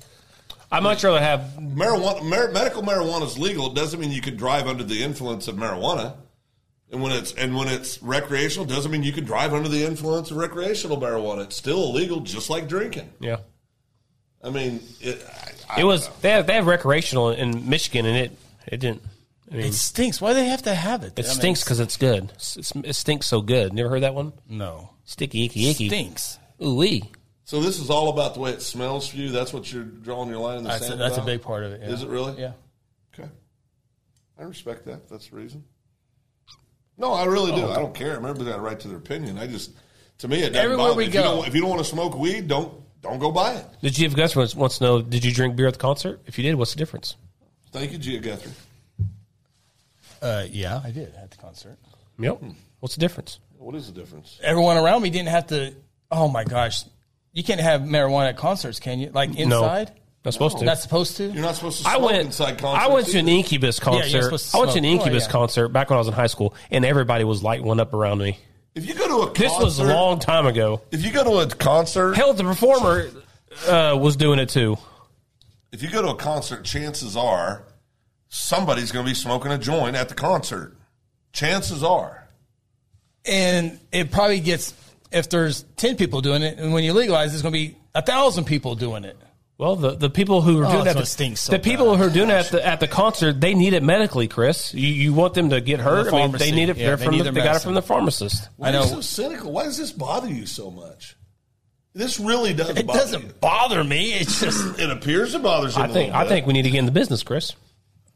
Speaker 4: I'd much rather have
Speaker 3: marijuana. Mar- medical marijuana is legal. It doesn't mean you can drive under the influence of marijuana, and when it's and when it's recreational, it doesn't mean you can drive under the influence of recreational marijuana. It's still illegal, just like drinking.
Speaker 4: yeah.
Speaker 3: I mean, it, I, I
Speaker 4: It
Speaker 3: don't
Speaker 4: was
Speaker 3: know.
Speaker 4: they have, they have recreational in Michigan and it it didn't. I mean,
Speaker 2: It stinks. Why do they have to have it?
Speaker 4: it stinks because it's good. It's- it's- it stinks so good. Never heard that one?
Speaker 2: No,
Speaker 4: Sticky icky icky.
Speaker 2: stinks.
Speaker 4: Ooh wee.
Speaker 3: So this is all about the way it smells for you. That's what you're drawing your line in the
Speaker 2: That's a,
Speaker 3: sand.
Speaker 2: that's a
Speaker 3: about?
Speaker 2: big part of it. yeah.
Speaker 3: Is it really?
Speaker 2: Yeah.
Speaker 3: Okay. I respect that. if That's the reason. No, I really do. I don't care. Everybody's got a right to their opinion. I just, to me, it doesn't
Speaker 2: Everywhere
Speaker 3: bother
Speaker 2: we
Speaker 3: me. If
Speaker 2: go.
Speaker 3: you, don't, if you don't want to smoke weed, don't don't go buy it.
Speaker 4: The GF Gus wants, wants to know: Did you drink beer at the concert? If you did, what's the difference?
Speaker 3: Thank you, Gia Guthrie.
Speaker 2: Uh, yeah, I did at the concert.
Speaker 4: Yep. What's the difference?
Speaker 3: What is the difference?
Speaker 2: Everyone around me didn't have to. Oh my gosh, you can't have marijuana at concerts, can you? Like inside,
Speaker 4: Not supposed to.
Speaker 2: not supposed to.
Speaker 3: You're not supposed to smoke
Speaker 4: I went.
Speaker 3: inside concerts.
Speaker 4: I went to an
Speaker 3: either.
Speaker 4: Incubus concert.
Speaker 2: you're supposed to
Speaker 4: I went to an
Speaker 2: smoke. Oh,
Speaker 4: Incubus
Speaker 2: yeah.
Speaker 4: concert back when I was in high school, and everybody was lighting one up around me.
Speaker 3: If you go to a concert,
Speaker 4: This was a long time ago.
Speaker 3: If you go to a concert,
Speaker 4: Hell, the performer uh, was doing it too.
Speaker 3: if you go to a concert, chances are somebody's going to be smoking a joint at the concert. Chances are.
Speaker 2: and it probably gets if there's ten people doing it, and when you legalize, it's going to be a thousand people doing it.
Speaker 4: Well, the, the people who are doing
Speaker 2: that's
Speaker 4: that,
Speaker 2: what stinks so
Speaker 4: the people
Speaker 2: bad.
Speaker 4: who are doing that at the, at the concert, they need it medically, Chris. You, you want them to get hurt. I mean, they
Speaker 2: pharmacy.
Speaker 4: need it.
Speaker 2: Yeah,
Speaker 4: they're
Speaker 2: they
Speaker 4: from
Speaker 2: need
Speaker 4: the,
Speaker 2: their
Speaker 4: they got it
Speaker 2: medicine.
Speaker 4: from the pharmacist.
Speaker 3: Why
Speaker 2: I
Speaker 3: are you
Speaker 2: know.
Speaker 3: so cynical? Why does this bother you so much? This really does.
Speaker 2: It
Speaker 3: bother
Speaker 2: doesn't
Speaker 3: you.
Speaker 2: bother me. It's just
Speaker 3: It appears it bothers him.
Speaker 4: I think I think we need to get in the business, Chris.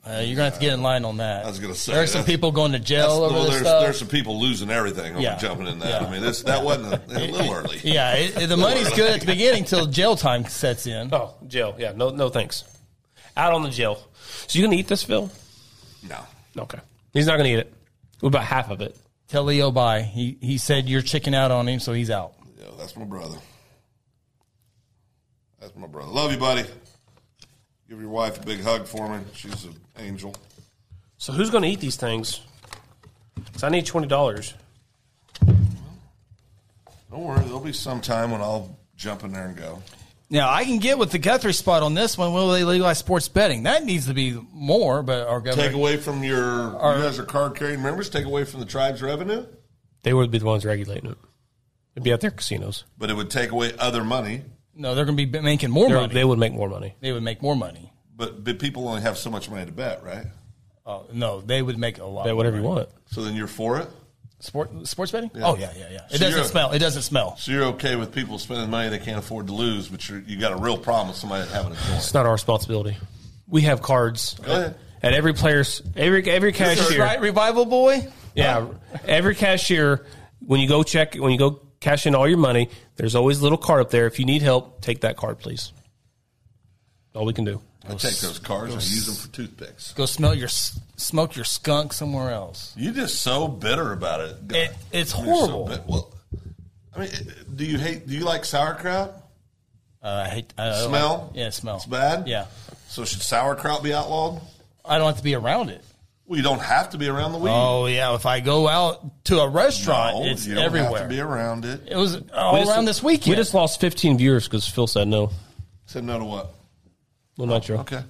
Speaker 2: uh, you're going to have to get in line on that.
Speaker 3: I was gonna say,
Speaker 2: there's some
Speaker 3: that's-
Speaker 2: people going to
Speaker 3: That's,
Speaker 2: jail over
Speaker 3: well,
Speaker 2: this
Speaker 3: there's,
Speaker 2: stuff.
Speaker 3: there's some people losing everything over
Speaker 2: Yeah.
Speaker 3: jumping in that.
Speaker 2: Yeah.
Speaker 3: I mean, this, that wasn't a, a little early.
Speaker 2: yeah, it, it- the money's good at the beginning till jail time sets in.
Speaker 4: Oh, jail. Yeah, no, no, thanks. Out on the jail. So you gonna eat this, Phil?
Speaker 3: No.
Speaker 4: Okay. He's not gonna eat it. What about half of it?
Speaker 2: Tell Leo bye. He he said you're chicken out on him, so he's out.
Speaker 3: Yeah, that's my brother. That's my brother. Love you, buddy. Give your wife a big hug for me. She's an angel.
Speaker 4: So who's gonna eat these things? 'Cause I need twenty dollars.
Speaker 3: Don't worry, there'll be some time when I'll jump in there and go.
Speaker 2: Now I can get with the Guthrie spot on this one. Will they legalize sports betting? That needs to be more, but our
Speaker 3: Take
Speaker 2: government.
Speaker 3: away from your you guys are card carrying members. Take away from the tribe's revenue,
Speaker 4: They would be the ones regulating it. It'd be at their casinos.
Speaker 3: but it would take away other money.
Speaker 2: No, they're going to be making more
Speaker 4: They're-
Speaker 2: money.
Speaker 4: They would make more money.
Speaker 2: they would make more money.
Speaker 3: But, but people only have so much money to bet, right?
Speaker 2: Oh no, they would make a lot.
Speaker 4: They
Speaker 2: more
Speaker 4: whatever
Speaker 2: money.
Speaker 4: you want.
Speaker 3: So then you're for it.
Speaker 2: Sport sports betting? Oh yeah, yeah, yeah. It
Speaker 3: So
Speaker 2: doesn't
Speaker 3: you're-
Speaker 2: smell. It doesn't smell.
Speaker 3: So you're okay with people spending money they can't afford to lose, but you're, you got a real problem with somebody having a joint.
Speaker 4: It's not our responsibility. We have cards
Speaker 3: ahead.
Speaker 4: at, at every player's every every
Speaker 2: That's
Speaker 4: cashier.
Speaker 2: right, revival boy.
Speaker 4: Yeah, every cashier when you go check when you go cash in all your money, there's always a little card up there. If you need help, take that card, please. All we can do.
Speaker 3: I take those cards and I use them for toothpicks.
Speaker 2: Go smell your s- smoke your skunk somewhere else.
Speaker 3: You're just so bitter about it. God.
Speaker 2: It- it's
Speaker 3: I mean, you're so
Speaker 2: horrible.
Speaker 3: bit- well, I mean, it- do you hate? Do you like sauerkraut?
Speaker 2: Uh, I hate I don't
Speaker 3: Smell?
Speaker 2: like- yeah, smell.
Speaker 3: It's bad.
Speaker 2: Yeah,
Speaker 3: So should sauerkraut be outlawed?
Speaker 2: I don't have to be around it.
Speaker 3: Well, you don't have to be around the weed.
Speaker 2: Oh yeah, if I go out to a restaurant,
Speaker 3: No,
Speaker 2: it's
Speaker 3: you don't
Speaker 2: everywhere.
Speaker 3: Have to be around it.
Speaker 2: it was all
Speaker 4: We just-
Speaker 2: around this weekend.
Speaker 4: We just lost 15 viewers because Phil said no.
Speaker 3: Said no to what?
Speaker 4: Well, not sure.
Speaker 3: Okay.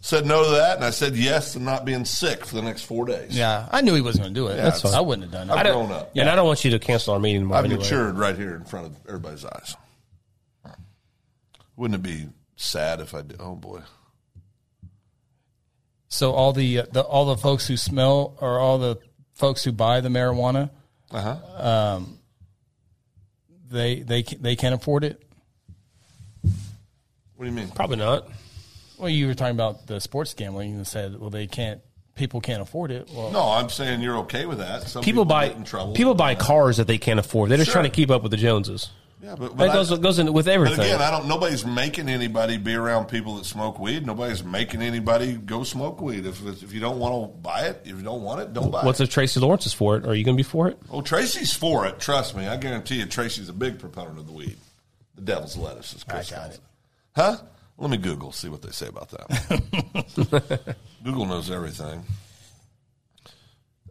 Speaker 3: Said no to that, and I said yes to not being sick for the next four days.
Speaker 2: Yeah, I knew he wasn't going to do it.
Speaker 3: that's
Speaker 2: I wouldn't have done
Speaker 3: I've
Speaker 2: it.
Speaker 4: don't-
Speaker 3: grown up.
Speaker 4: And I don't want you to cancel our meeting tomorrow.
Speaker 3: I've
Speaker 4: anyway.
Speaker 3: matured right here in front of everybody's eyes. Wouldn't it be sad if I did? Oh boy,
Speaker 2: So all the, uh, the all the folks who smell or all the folks who buy the marijuana,
Speaker 4: Uh-huh.
Speaker 2: um, they they ca- they can't afford it.
Speaker 3: what do you mean?
Speaker 4: Probably not.
Speaker 2: Well, you were talking about the sports gambling and said, well, they can't. People can't afford it. Well,
Speaker 3: No, I'm saying you're okay with that. Some
Speaker 4: People, buy
Speaker 3: get in trouble.
Speaker 4: people buy cars that they can't afford. They're just
Speaker 3: Sure.
Speaker 4: trying to keep up with the Joneses.
Speaker 3: yeah, but, but
Speaker 4: That
Speaker 3: I-
Speaker 4: goes goes in with
Speaker 3: but
Speaker 4: everything.
Speaker 3: again, I don't. Nobody's making anybody be around people that smoke weed. Nobody's making anybody go smoke weed. If it's- if you don't want to buy it, if you don't want it, don't buy
Speaker 4: What's
Speaker 3: it.
Speaker 4: if Tracy Lawrence is for it? Are you going to be for it?
Speaker 3: Oh, Tracy's for it. Trust me, I guarantee you. Tracy's a big proponent of the weed. The devil's lettuce is Chris calls it. Huh? Let me Google see what they say about that. Google knows everything.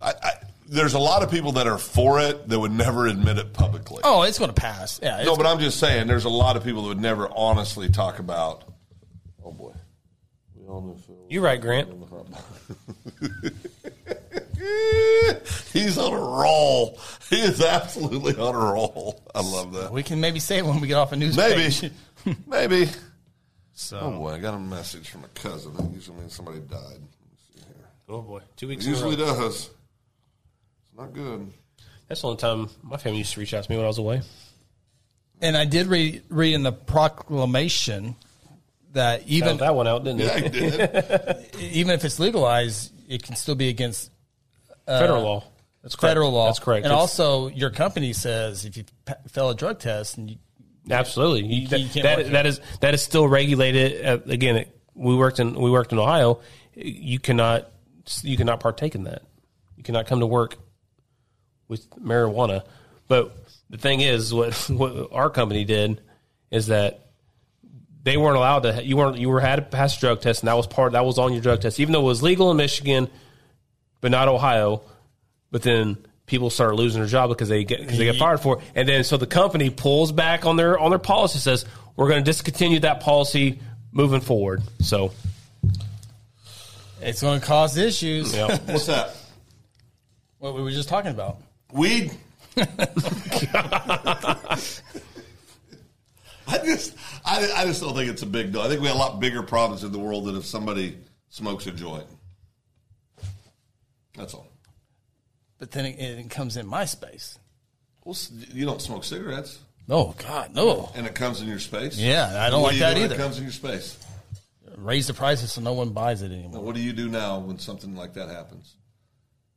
Speaker 3: I, I, there's a lot of people that are for it that would never admit it publicly.
Speaker 2: oh, it's going to pass. Yeah, it's
Speaker 3: no, but I'm just saying there's a lot of people that would never honestly talk about. Oh boy, we all know Phil.
Speaker 4: You're right, Grant.
Speaker 3: He's on a roll. He is absolutely on a roll. I love that.
Speaker 2: we can maybe say it when we get off a news page.
Speaker 3: Maybe. Maybe.
Speaker 2: So
Speaker 3: Oh boy, I got a message from a cousin. That usually means somebody died. Let me see here.
Speaker 4: Oh boy, two
Speaker 3: It
Speaker 4: weeks. in a
Speaker 3: usually
Speaker 4: row.
Speaker 3: does. It's not good.
Speaker 4: That's the only time my family used to reach out to me when I was away.
Speaker 2: and I did read read in the proclamation that even
Speaker 4: Found that one out, didn't
Speaker 3: Yeah,
Speaker 4: it?
Speaker 3: I did.
Speaker 2: even if it's legalized, it can still be against
Speaker 4: Federal law. That's correct.
Speaker 2: Uh, federal law.
Speaker 4: That's correct.
Speaker 2: And
Speaker 4: It's-
Speaker 2: also, your company says if you pa- fail a drug test, and you,
Speaker 4: Absolutely. You,
Speaker 2: You can't
Speaker 4: that,
Speaker 2: work
Speaker 4: that is that is still regulated. Uh, again, it, we worked in we worked in Ohio. You cannot you cannot partake in that. You cannot come to work with marijuana. But the thing is, what what our company did is that they weren't allowed to. You weren't you were had to pass a drug test, and that was part that was on your drug test, even though it was legal in Michigan, but not Ohio. But then people start losing their job because they get cause they get fired for it. And then so the company pulls back on their on their policy, says we're going to discontinue that policy moving forward. So
Speaker 2: it's going to cause issues.
Speaker 4: yeah,
Speaker 3: What's that?
Speaker 2: What we were just talking about.
Speaker 3: Weed. I just, I, I just don't think it's a big deal. I think we have a lot bigger problems in the world than if somebody smokes a joint. That's all.
Speaker 2: But then it, it comes in my space.
Speaker 3: Well, s- you don't smoke cigarettes,
Speaker 2: Oh God, no.
Speaker 3: and it comes in your space.
Speaker 2: Yeah, I don't like
Speaker 3: What do you
Speaker 2: that
Speaker 3: do when It
Speaker 2: either.
Speaker 3: comes in your space.
Speaker 2: Raise the prices so no one buys it
Speaker 3: Now,
Speaker 2: anymore.
Speaker 3: what do you do now when something like that happens?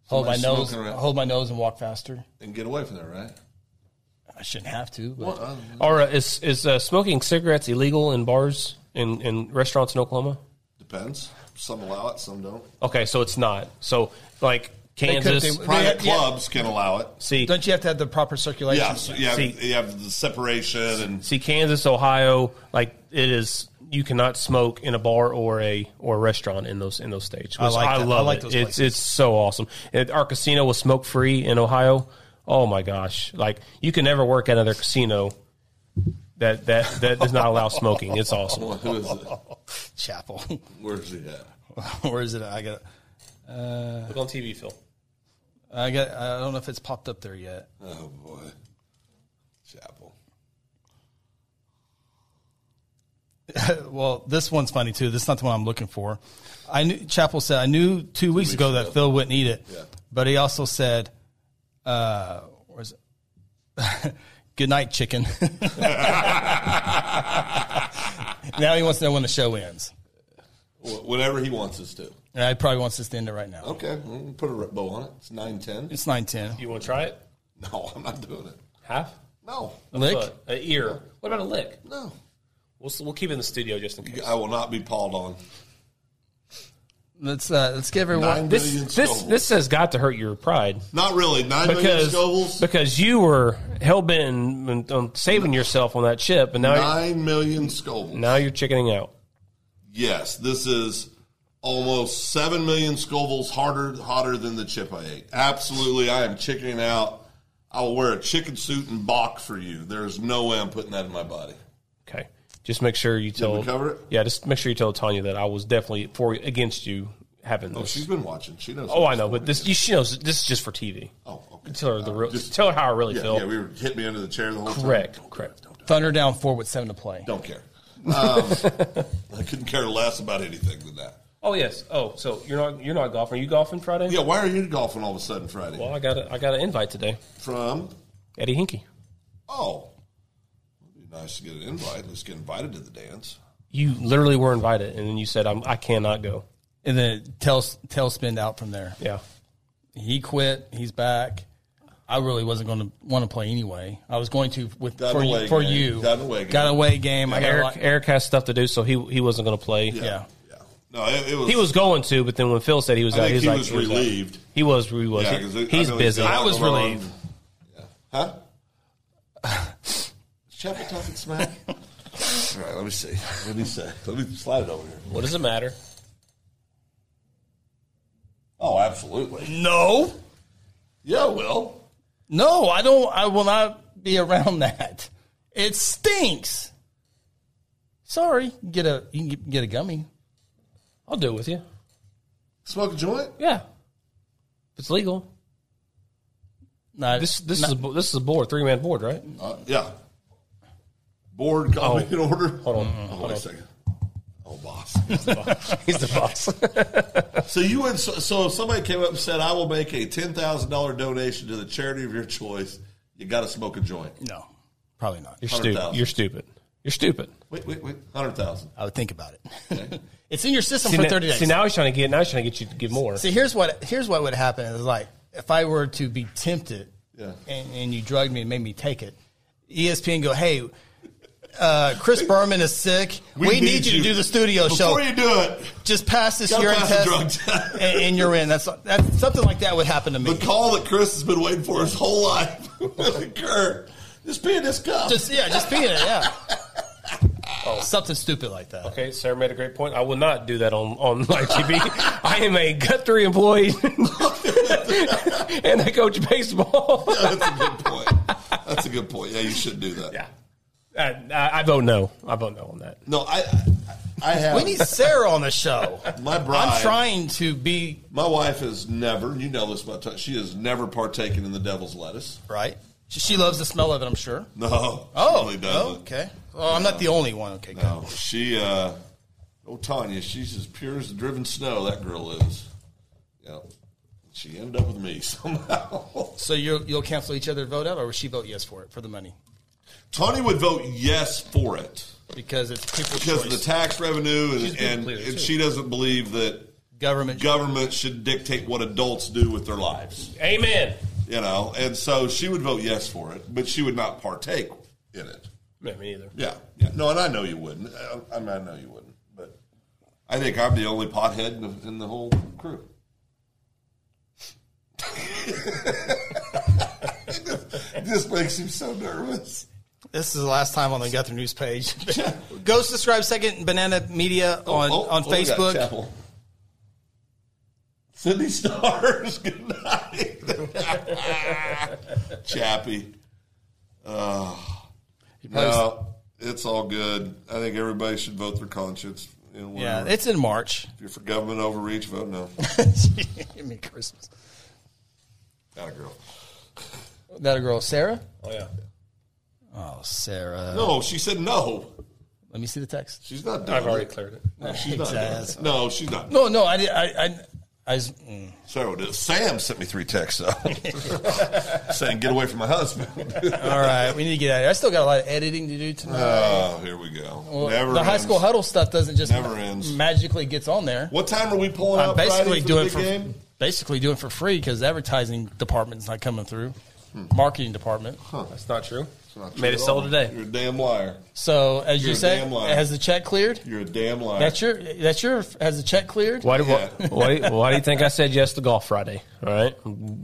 Speaker 2: Hold my
Speaker 3: Somebody's
Speaker 2: nose.
Speaker 3: smoking around.
Speaker 2: Hold my nose and walk faster.
Speaker 3: And get away from there, right?
Speaker 2: I shouldn't have to. But
Speaker 4: or uh, is is uh, smoking cigarettes illegal in bars and in restaurants in Oklahoma?
Speaker 3: Depends. Some allow it, some don't.
Speaker 4: Okay, so it's not. So like
Speaker 2: could-
Speaker 4: Kansas,
Speaker 2: they-
Speaker 3: Private
Speaker 2: yeah.
Speaker 3: clubs can allow it.
Speaker 4: see
Speaker 2: don't you have to have the proper circulation?
Speaker 3: Yeah, so you have,
Speaker 4: See-
Speaker 3: you have the separation and
Speaker 4: see Kansas, Ohio, like it is. You cannot smoke in a bar or a or a restaurant in those in those states.
Speaker 2: I
Speaker 4: which
Speaker 2: like
Speaker 4: I
Speaker 2: that.
Speaker 4: love
Speaker 2: I like
Speaker 4: it.
Speaker 2: those
Speaker 4: it's it's so awesome. And our casino was smoke free in Ohio. Oh my gosh! Like you can never work at another casino that that that does not allow smoking. It's awesome.
Speaker 3: well, who is it?
Speaker 2: Chapel.
Speaker 3: Where's he at?
Speaker 2: Where is it? I got.
Speaker 4: Look on TV, Phil.
Speaker 2: I got. I don't know if it's popped up there yet.
Speaker 3: Oh boy, Chapel.
Speaker 2: Well, this one's funny too. This is not the one I'm looking for. I knew Chapel said I knew two weeks ago that Phil wouldn't eat it, but he also said, uh, "Where's it? Good night, chicken." now he wants to know when the show ends,
Speaker 3: Wh- Whatever he wants us to.
Speaker 2: and he probably wants us to end it right now.
Speaker 3: Okay, we'll put a bow on it. It's nine ten.
Speaker 2: It's nine ten.
Speaker 4: You want to try it?
Speaker 3: No, I'm not doing it.
Speaker 4: Half
Speaker 3: No,
Speaker 2: Lick.
Speaker 4: Foot, a ear. What about a lick?
Speaker 3: no.
Speaker 4: We'll we'll keep it in the studio just in case.
Speaker 3: I will not be pawed on.
Speaker 2: Let's uh, let's give everyone.
Speaker 3: Nine
Speaker 4: This
Speaker 3: million
Speaker 4: this
Speaker 3: Scovilles.
Speaker 4: this has got to hurt your pride.
Speaker 3: Not really. Nine million
Speaker 4: because
Speaker 3: Scovilles.
Speaker 4: because you were hell bent on, on saving yourself on that chip, and now you're,
Speaker 3: Nine million Scovilles.
Speaker 4: now you're chickening out.
Speaker 3: Yes, this is almost seven million Scovilles harder, hotter than the chip I ate. Absolutely, I am chickening out. I will wear a chicken suit and balk for you. There is no way I'm putting that in my body.
Speaker 4: Okay, Just make sure you tell.
Speaker 3: we cover it?
Speaker 4: Yeah, just make sure you tell Tanya that I was definitely for against you having
Speaker 3: Oh,
Speaker 4: this.
Speaker 3: she's been watching. She knows.
Speaker 4: oh, I know, but this you, she knows this is just for TV.
Speaker 3: Oh, okay.
Speaker 4: Tell her the
Speaker 3: Uh,
Speaker 4: real.
Speaker 3: just-
Speaker 4: tell her how I really
Speaker 3: yeah,
Speaker 4: feel.
Speaker 3: yeah, we were hit me under the chair the whole
Speaker 4: Correct,
Speaker 3: time.
Speaker 4: correct.
Speaker 3: Don't do it.
Speaker 2: Thunder down four with seven to play.
Speaker 3: Don't care. Um, I couldn't care less about anything than that.
Speaker 4: oh yes. Oh, so you're not you're not golfing. Are you golfing Friday?
Speaker 3: Yeah, why are you golfing all of a sudden Friday?
Speaker 4: Well, I got a, I got an invite today.
Speaker 3: From
Speaker 4: Eddie Hinkie.
Speaker 3: oh, it'd be nice to get an invite. Let's get invited to the dance.
Speaker 4: You literally were invited, and then you said I'm, I cannot go.
Speaker 2: And then tail, tailspin out from there.
Speaker 4: Yeah.
Speaker 2: He quit. He's back. I really wasn't going to want to play anyway. I was going to with
Speaker 3: Got an
Speaker 2: for,
Speaker 3: away
Speaker 2: you, for
Speaker 3: game.
Speaker 2: you.
Speaker 3: Got an away
Speaker 2: Got
Speaker 3: game.
Speaker 2: away game. I got a
Speaker 4: Eric
Speaker 2: lot.
Speaker 4: Eric has stuff to do, so he he wasn't going to play.
Speaker 2: Yeah.
Speaker 3: Yeah. No, it, it was.
Speaker 4: He was going to, but then when Phil said he was
Speaker 3: I
Speaker 4: out,
Speaker 3: think
Speaker 4: he was
Speaker 3: he
Speaker 4: like
Speaker 3: was
Speaker 4: he was out.
Speaker 3: relieved.
Speaker 4: He was, he was.
Speaker 3: Yeah,
Speaker 4: He-
Speaker 3: 'cause it- I
Speaker 4: he's
Speaker 3: know
Speaker 4: busy.
Speaker 3: got
Speaker 4: I was
Speaker 3: alcohol
Speaker 4: relieved.
Speaker 3: and- Yeah. Huh? Is Chapel talking smack. all right, let me see. Let me see. Let me slide it over here.
Speaker 4: What does it matter?
Speaker 3: Oh, absolutely.
Speaker 2: No,
Speaker 3: Yeah, Will.
Speaker 2: no, I don't. I will not be around that. It stinks. Sorry, get a you can get- get a gummy.
Speaker 4: I'll do it with you.
Speaker 3: Smoke a joint?
Speaker 4: Yeah, if it's legal.
Speaker 2: No,
Speaker 4: This this is a, bo- this is a board, three man board, right?
Speaker 3: Uh, yeah. Board
Speaker 4: Oh,
Speaker 3: coffee in order. Hold on. Oh, wait a second. Oh, boss.
Speaker 4: He's the boss.
Speaker 3: so you would. So, so if somebody came up and said, "I will make a ten thousand dollar donation to the charity of your choice," you got to smoke a joint.
Speaker 2: no, probably not.
Speaker 4: You're stupid.
Speaker 3: 100,000.
Speaker 4: You're stupid. You're stupid.
Speaker 3: Wait, wait, wait. Hundred thousand.
Speaker 2: I would think about it. it's in your system
Speaker 4: See,
Speaker 2: for
Speaker 4: now-
Speaker 2: thirty days.
Speaker 4: see, now he's trying to get now he's trying to get you to give more.
Speaker 2: See, here's what here's what would happen is like if I were to be tempted,
Speaker 3: Yeah.
Speaker 2: and, and you drugged me and made me take it, E ESPN go, hey, uh, Chris Berman is sick. We, need, you, to do the studio
Speaker 3: Before
Speaker 2: show.
Speaker 3: Before you do it,
Speaker 2: Just pass this
Speaker 3: Gotta
Speaker 2: urine
Speaker 3: pass the
Speaker 2: test,
Speaker 3: drug test.
Speaker 2: and, and you're in. That's that's something like that would happen to me.
Speaker 3: the call that Chris has been waiting for his whole life will occur. Just be in this cup.
Speaker 2: Just yeah, just being it, yeah. Oh, Something stupid like that.
Speaker 4: Okay, Sarah made a great point. I will not do that on, on live TV. I am a Guthrie employee and I coach baseball.
Speaker 3: That's a good point. That's a good point. Yeah, you should do that.
Speaker 4: Yeah. I, I, I vote no. I vote no on that.
Speaker 3: No, I, I, I have.
Speaker 2: We need Sarah on the show.
Speaker 3: my bride.
Speaker 2: I'm trying to be
Speaker 3: My wife has never. You know this about. Tony, She has never partaken in the devil's lettuce.
Speaker 2: right. She- She loves the smell of it, I'm sure.
Speaker 3: No.
Speaker 2: Oh,
Speaker 3: she really doesn't.
Speaker 2: okay. Oh, I'm not the only one. Okay, good.
Speaker 3: No, she. uh Oh, Tanya, she's as pure as the driven snow. That girl is. Yeah. She ended up with me somehow.
Speaker 2: So you'll, you'll cancel each other vote out, or will she vote yes for it for the money
Speaker 3: Tony would vote yes for it
Speaker 2: because it's people's
Speaker 3: because of
Speaker 2: choice.
Speaker 3: the tax revenue, and
Speaker 4: been
Speaker 3: and,
Speaker 4: clear,
Speaker 3: and
Speaker 4: too.
Speaker 3: she doesn't believe that
Speaker 2: government.
Speaker 3: government should dictate what adults do with their lives.
Speaker 4: Amen.
Speaker 3: you know, and so she would vote yes for it, but she would not partake in it.
Speaker 4: No, me neither.
Speaker 3: Yeah, yeah. No, and I know you wouldn't. I, I, mean, I know you wouldn't, but I think I'm the only pothead in the, in the whole crew. this makes him so nervous.
Speaker 2: this is the last time on the Guthrie News page. Go subscribe second Banana Media on
Speaker 3: Oh,
Speaker 2: on
Speaker 3: oh, we got
Speaker 2: Facebook.
Speaker 3: Chapel. Sydney Stars, good night. Chappie. Uh, No, it's all good. I think everybody should vote their conscience. You know,
Speaker 2: yeah,
Speaker 3: whatever.
Speaker 2: it's in March.
Speaker 3: if you're for government overreach, vote no.
Speaker 2: Give me Christmas.
Speaker 3: Not a girl.
Speaker 2: That a girl, Sarah.
Speaker 4: Oh yeah.
Speaker 2: Oh, Sarah.
Speaker 3: No, she said no.
Speaker 2: Let me see the text.
Speaker 3: She's not doing
Speaker 4: I've already
Speaker 3: it.
Speaker 4: cleared it.
Speaker 3: No, she's not. Doing
Speaker 2: Exactly.
Speaker 3: it. No, she's not.
Speaker 2: No, no, I did. I, I, I was, mm.
Speaker 3: Sarah would do it. Sam sent me three texts though, saying, "Get away from my husband."
Speaker 2: all right. We need to get out. of here. I still got a lot of editing to do tonight.
Speaker 3: oh, here we go.
Speaker 2: Well,
Speaker 3: Never
Speaker 2: the high
Speaker 3: ends.
Speaker 2: school huddle stuff doesn't just
Speaker 3: Never ends.
Speaker 2: magically gets on there.
Speaker 3: What time are we pulling
Speaker 2: I'm
Speaker 3: out? Friday
Speaker 2: basically
Speaker 3: for
Speaker 2: doing
Speaker 3: the big
Speaker 2: for
Speaker 3: game?
Speaker 2: basically doing for free because advertising department's not coming through,
Speaker 3: Hmm.
Speaker 2: marketing department.
Speaker 4: That's not true.
Speaker 3: Not
Speaker 4: Made
Speaker 3: true
Speaker 4: it
Speaker 3: at
Speaker 4: sell
Speaker 3: all.
Speaker 4: today.
Speaker 3: You're a damn liar.
Speaker 2: So as
Speaker 3: You're
Speaker 2: you
Speaker 3: a
Speaker 2: say,
Speaker 3: damn liar.
Speaker 2: has the check cleared?
Speaker 3: You're a damn liar.
Speaker 2: That's your that's your has the check cleared?
Speaker 4: Why do,
Speaker 3: Yeah.
Speaker 4: why, why, do- why do you think I said yes to golf Friday? All right,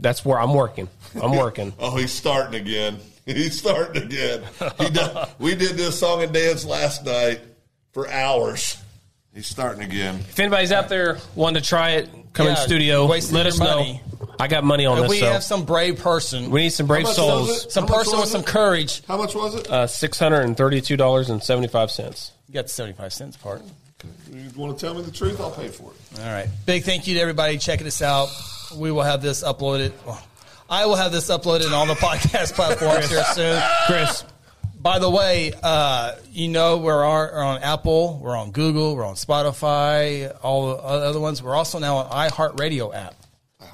Speaker 4: that's where I'm working. I'm working.
Speaker 3: Oh, he's starting again. He's starting again. He done, we did this song and dance last night for hours. He's starting again.
Speaker 4: If anybody's out there wanting to try it, come in
Speaker 2: Yeah,
Speaker 4: studio.
Speaker 2: wasting
Speaker 4: Let
Speaker 2: your
Speaker 4: us
Speaker 2: money.
Speaker 4: know. I got money on
Speaker 2: If
Speaker 4: this.
Speaker 2: we
Speaker 4: so
Speaker 2: have some brave person,
Speaker 4: we need some brave
Speaker 3: How much was
Speaker 4: souls.
Speaker 3: it?
Speaker 2: some
Speaker 3: How much
Speaker 2: person
Speaker 3: was
Speaker 2: with
Speaker 3: it?
Speaker 2: some courage.
Speaker 3: How much was it?
Speaker 4: Uh, Six hundred and thirty-two dollars and seventy-five cents.
Speaker 2: You got the seventy-five cents part.
Speaker 3: you want to tell me the truth? I'll pay for it.
Speaker 2: All right. Big thank you to everybody checking us out. We will have this uploaded. I will have this uploaded on the podcast platforms here soon.
Speaker 4: Chris,
Speaker 2: By the way, uh, you know we're on, we're on Apple, we're on Google, we're on Spotify, all the o- other ones. We're also now on iHeartRadio app.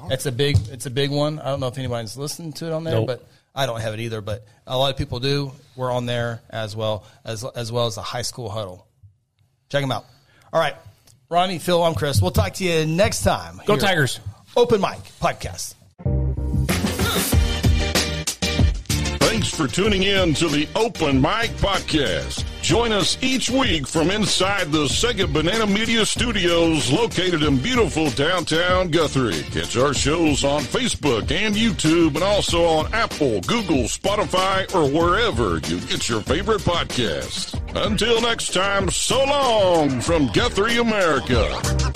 Speaker 2: That's a big, it's a big one. I don't know if anybody's listened to it on there,
Speaker 4: Nope.
Speaker 2: but I don't have it either. But a lot of people do. We're on there as well as as well as the high school huddle. Check them out. All right, Ronnie, Phil, I'm Chris. We'll talk to you next time.
Speaker 4: go
Speaker 2: here.
Speaker 4: Tigers!
Speaker 2: Open mic podcast.
Speaker 1: Thanks for tuning in to the Open Mic Podcast. Join us each week from inside the Sega Banana Media Studios located in beautiful downtown Guthrie. Catch our shows on Facebook and YouTube and also on Apple, Google, Spotify, or wherever you get your favorite podcast. Until next time, so long from Guthrie, America.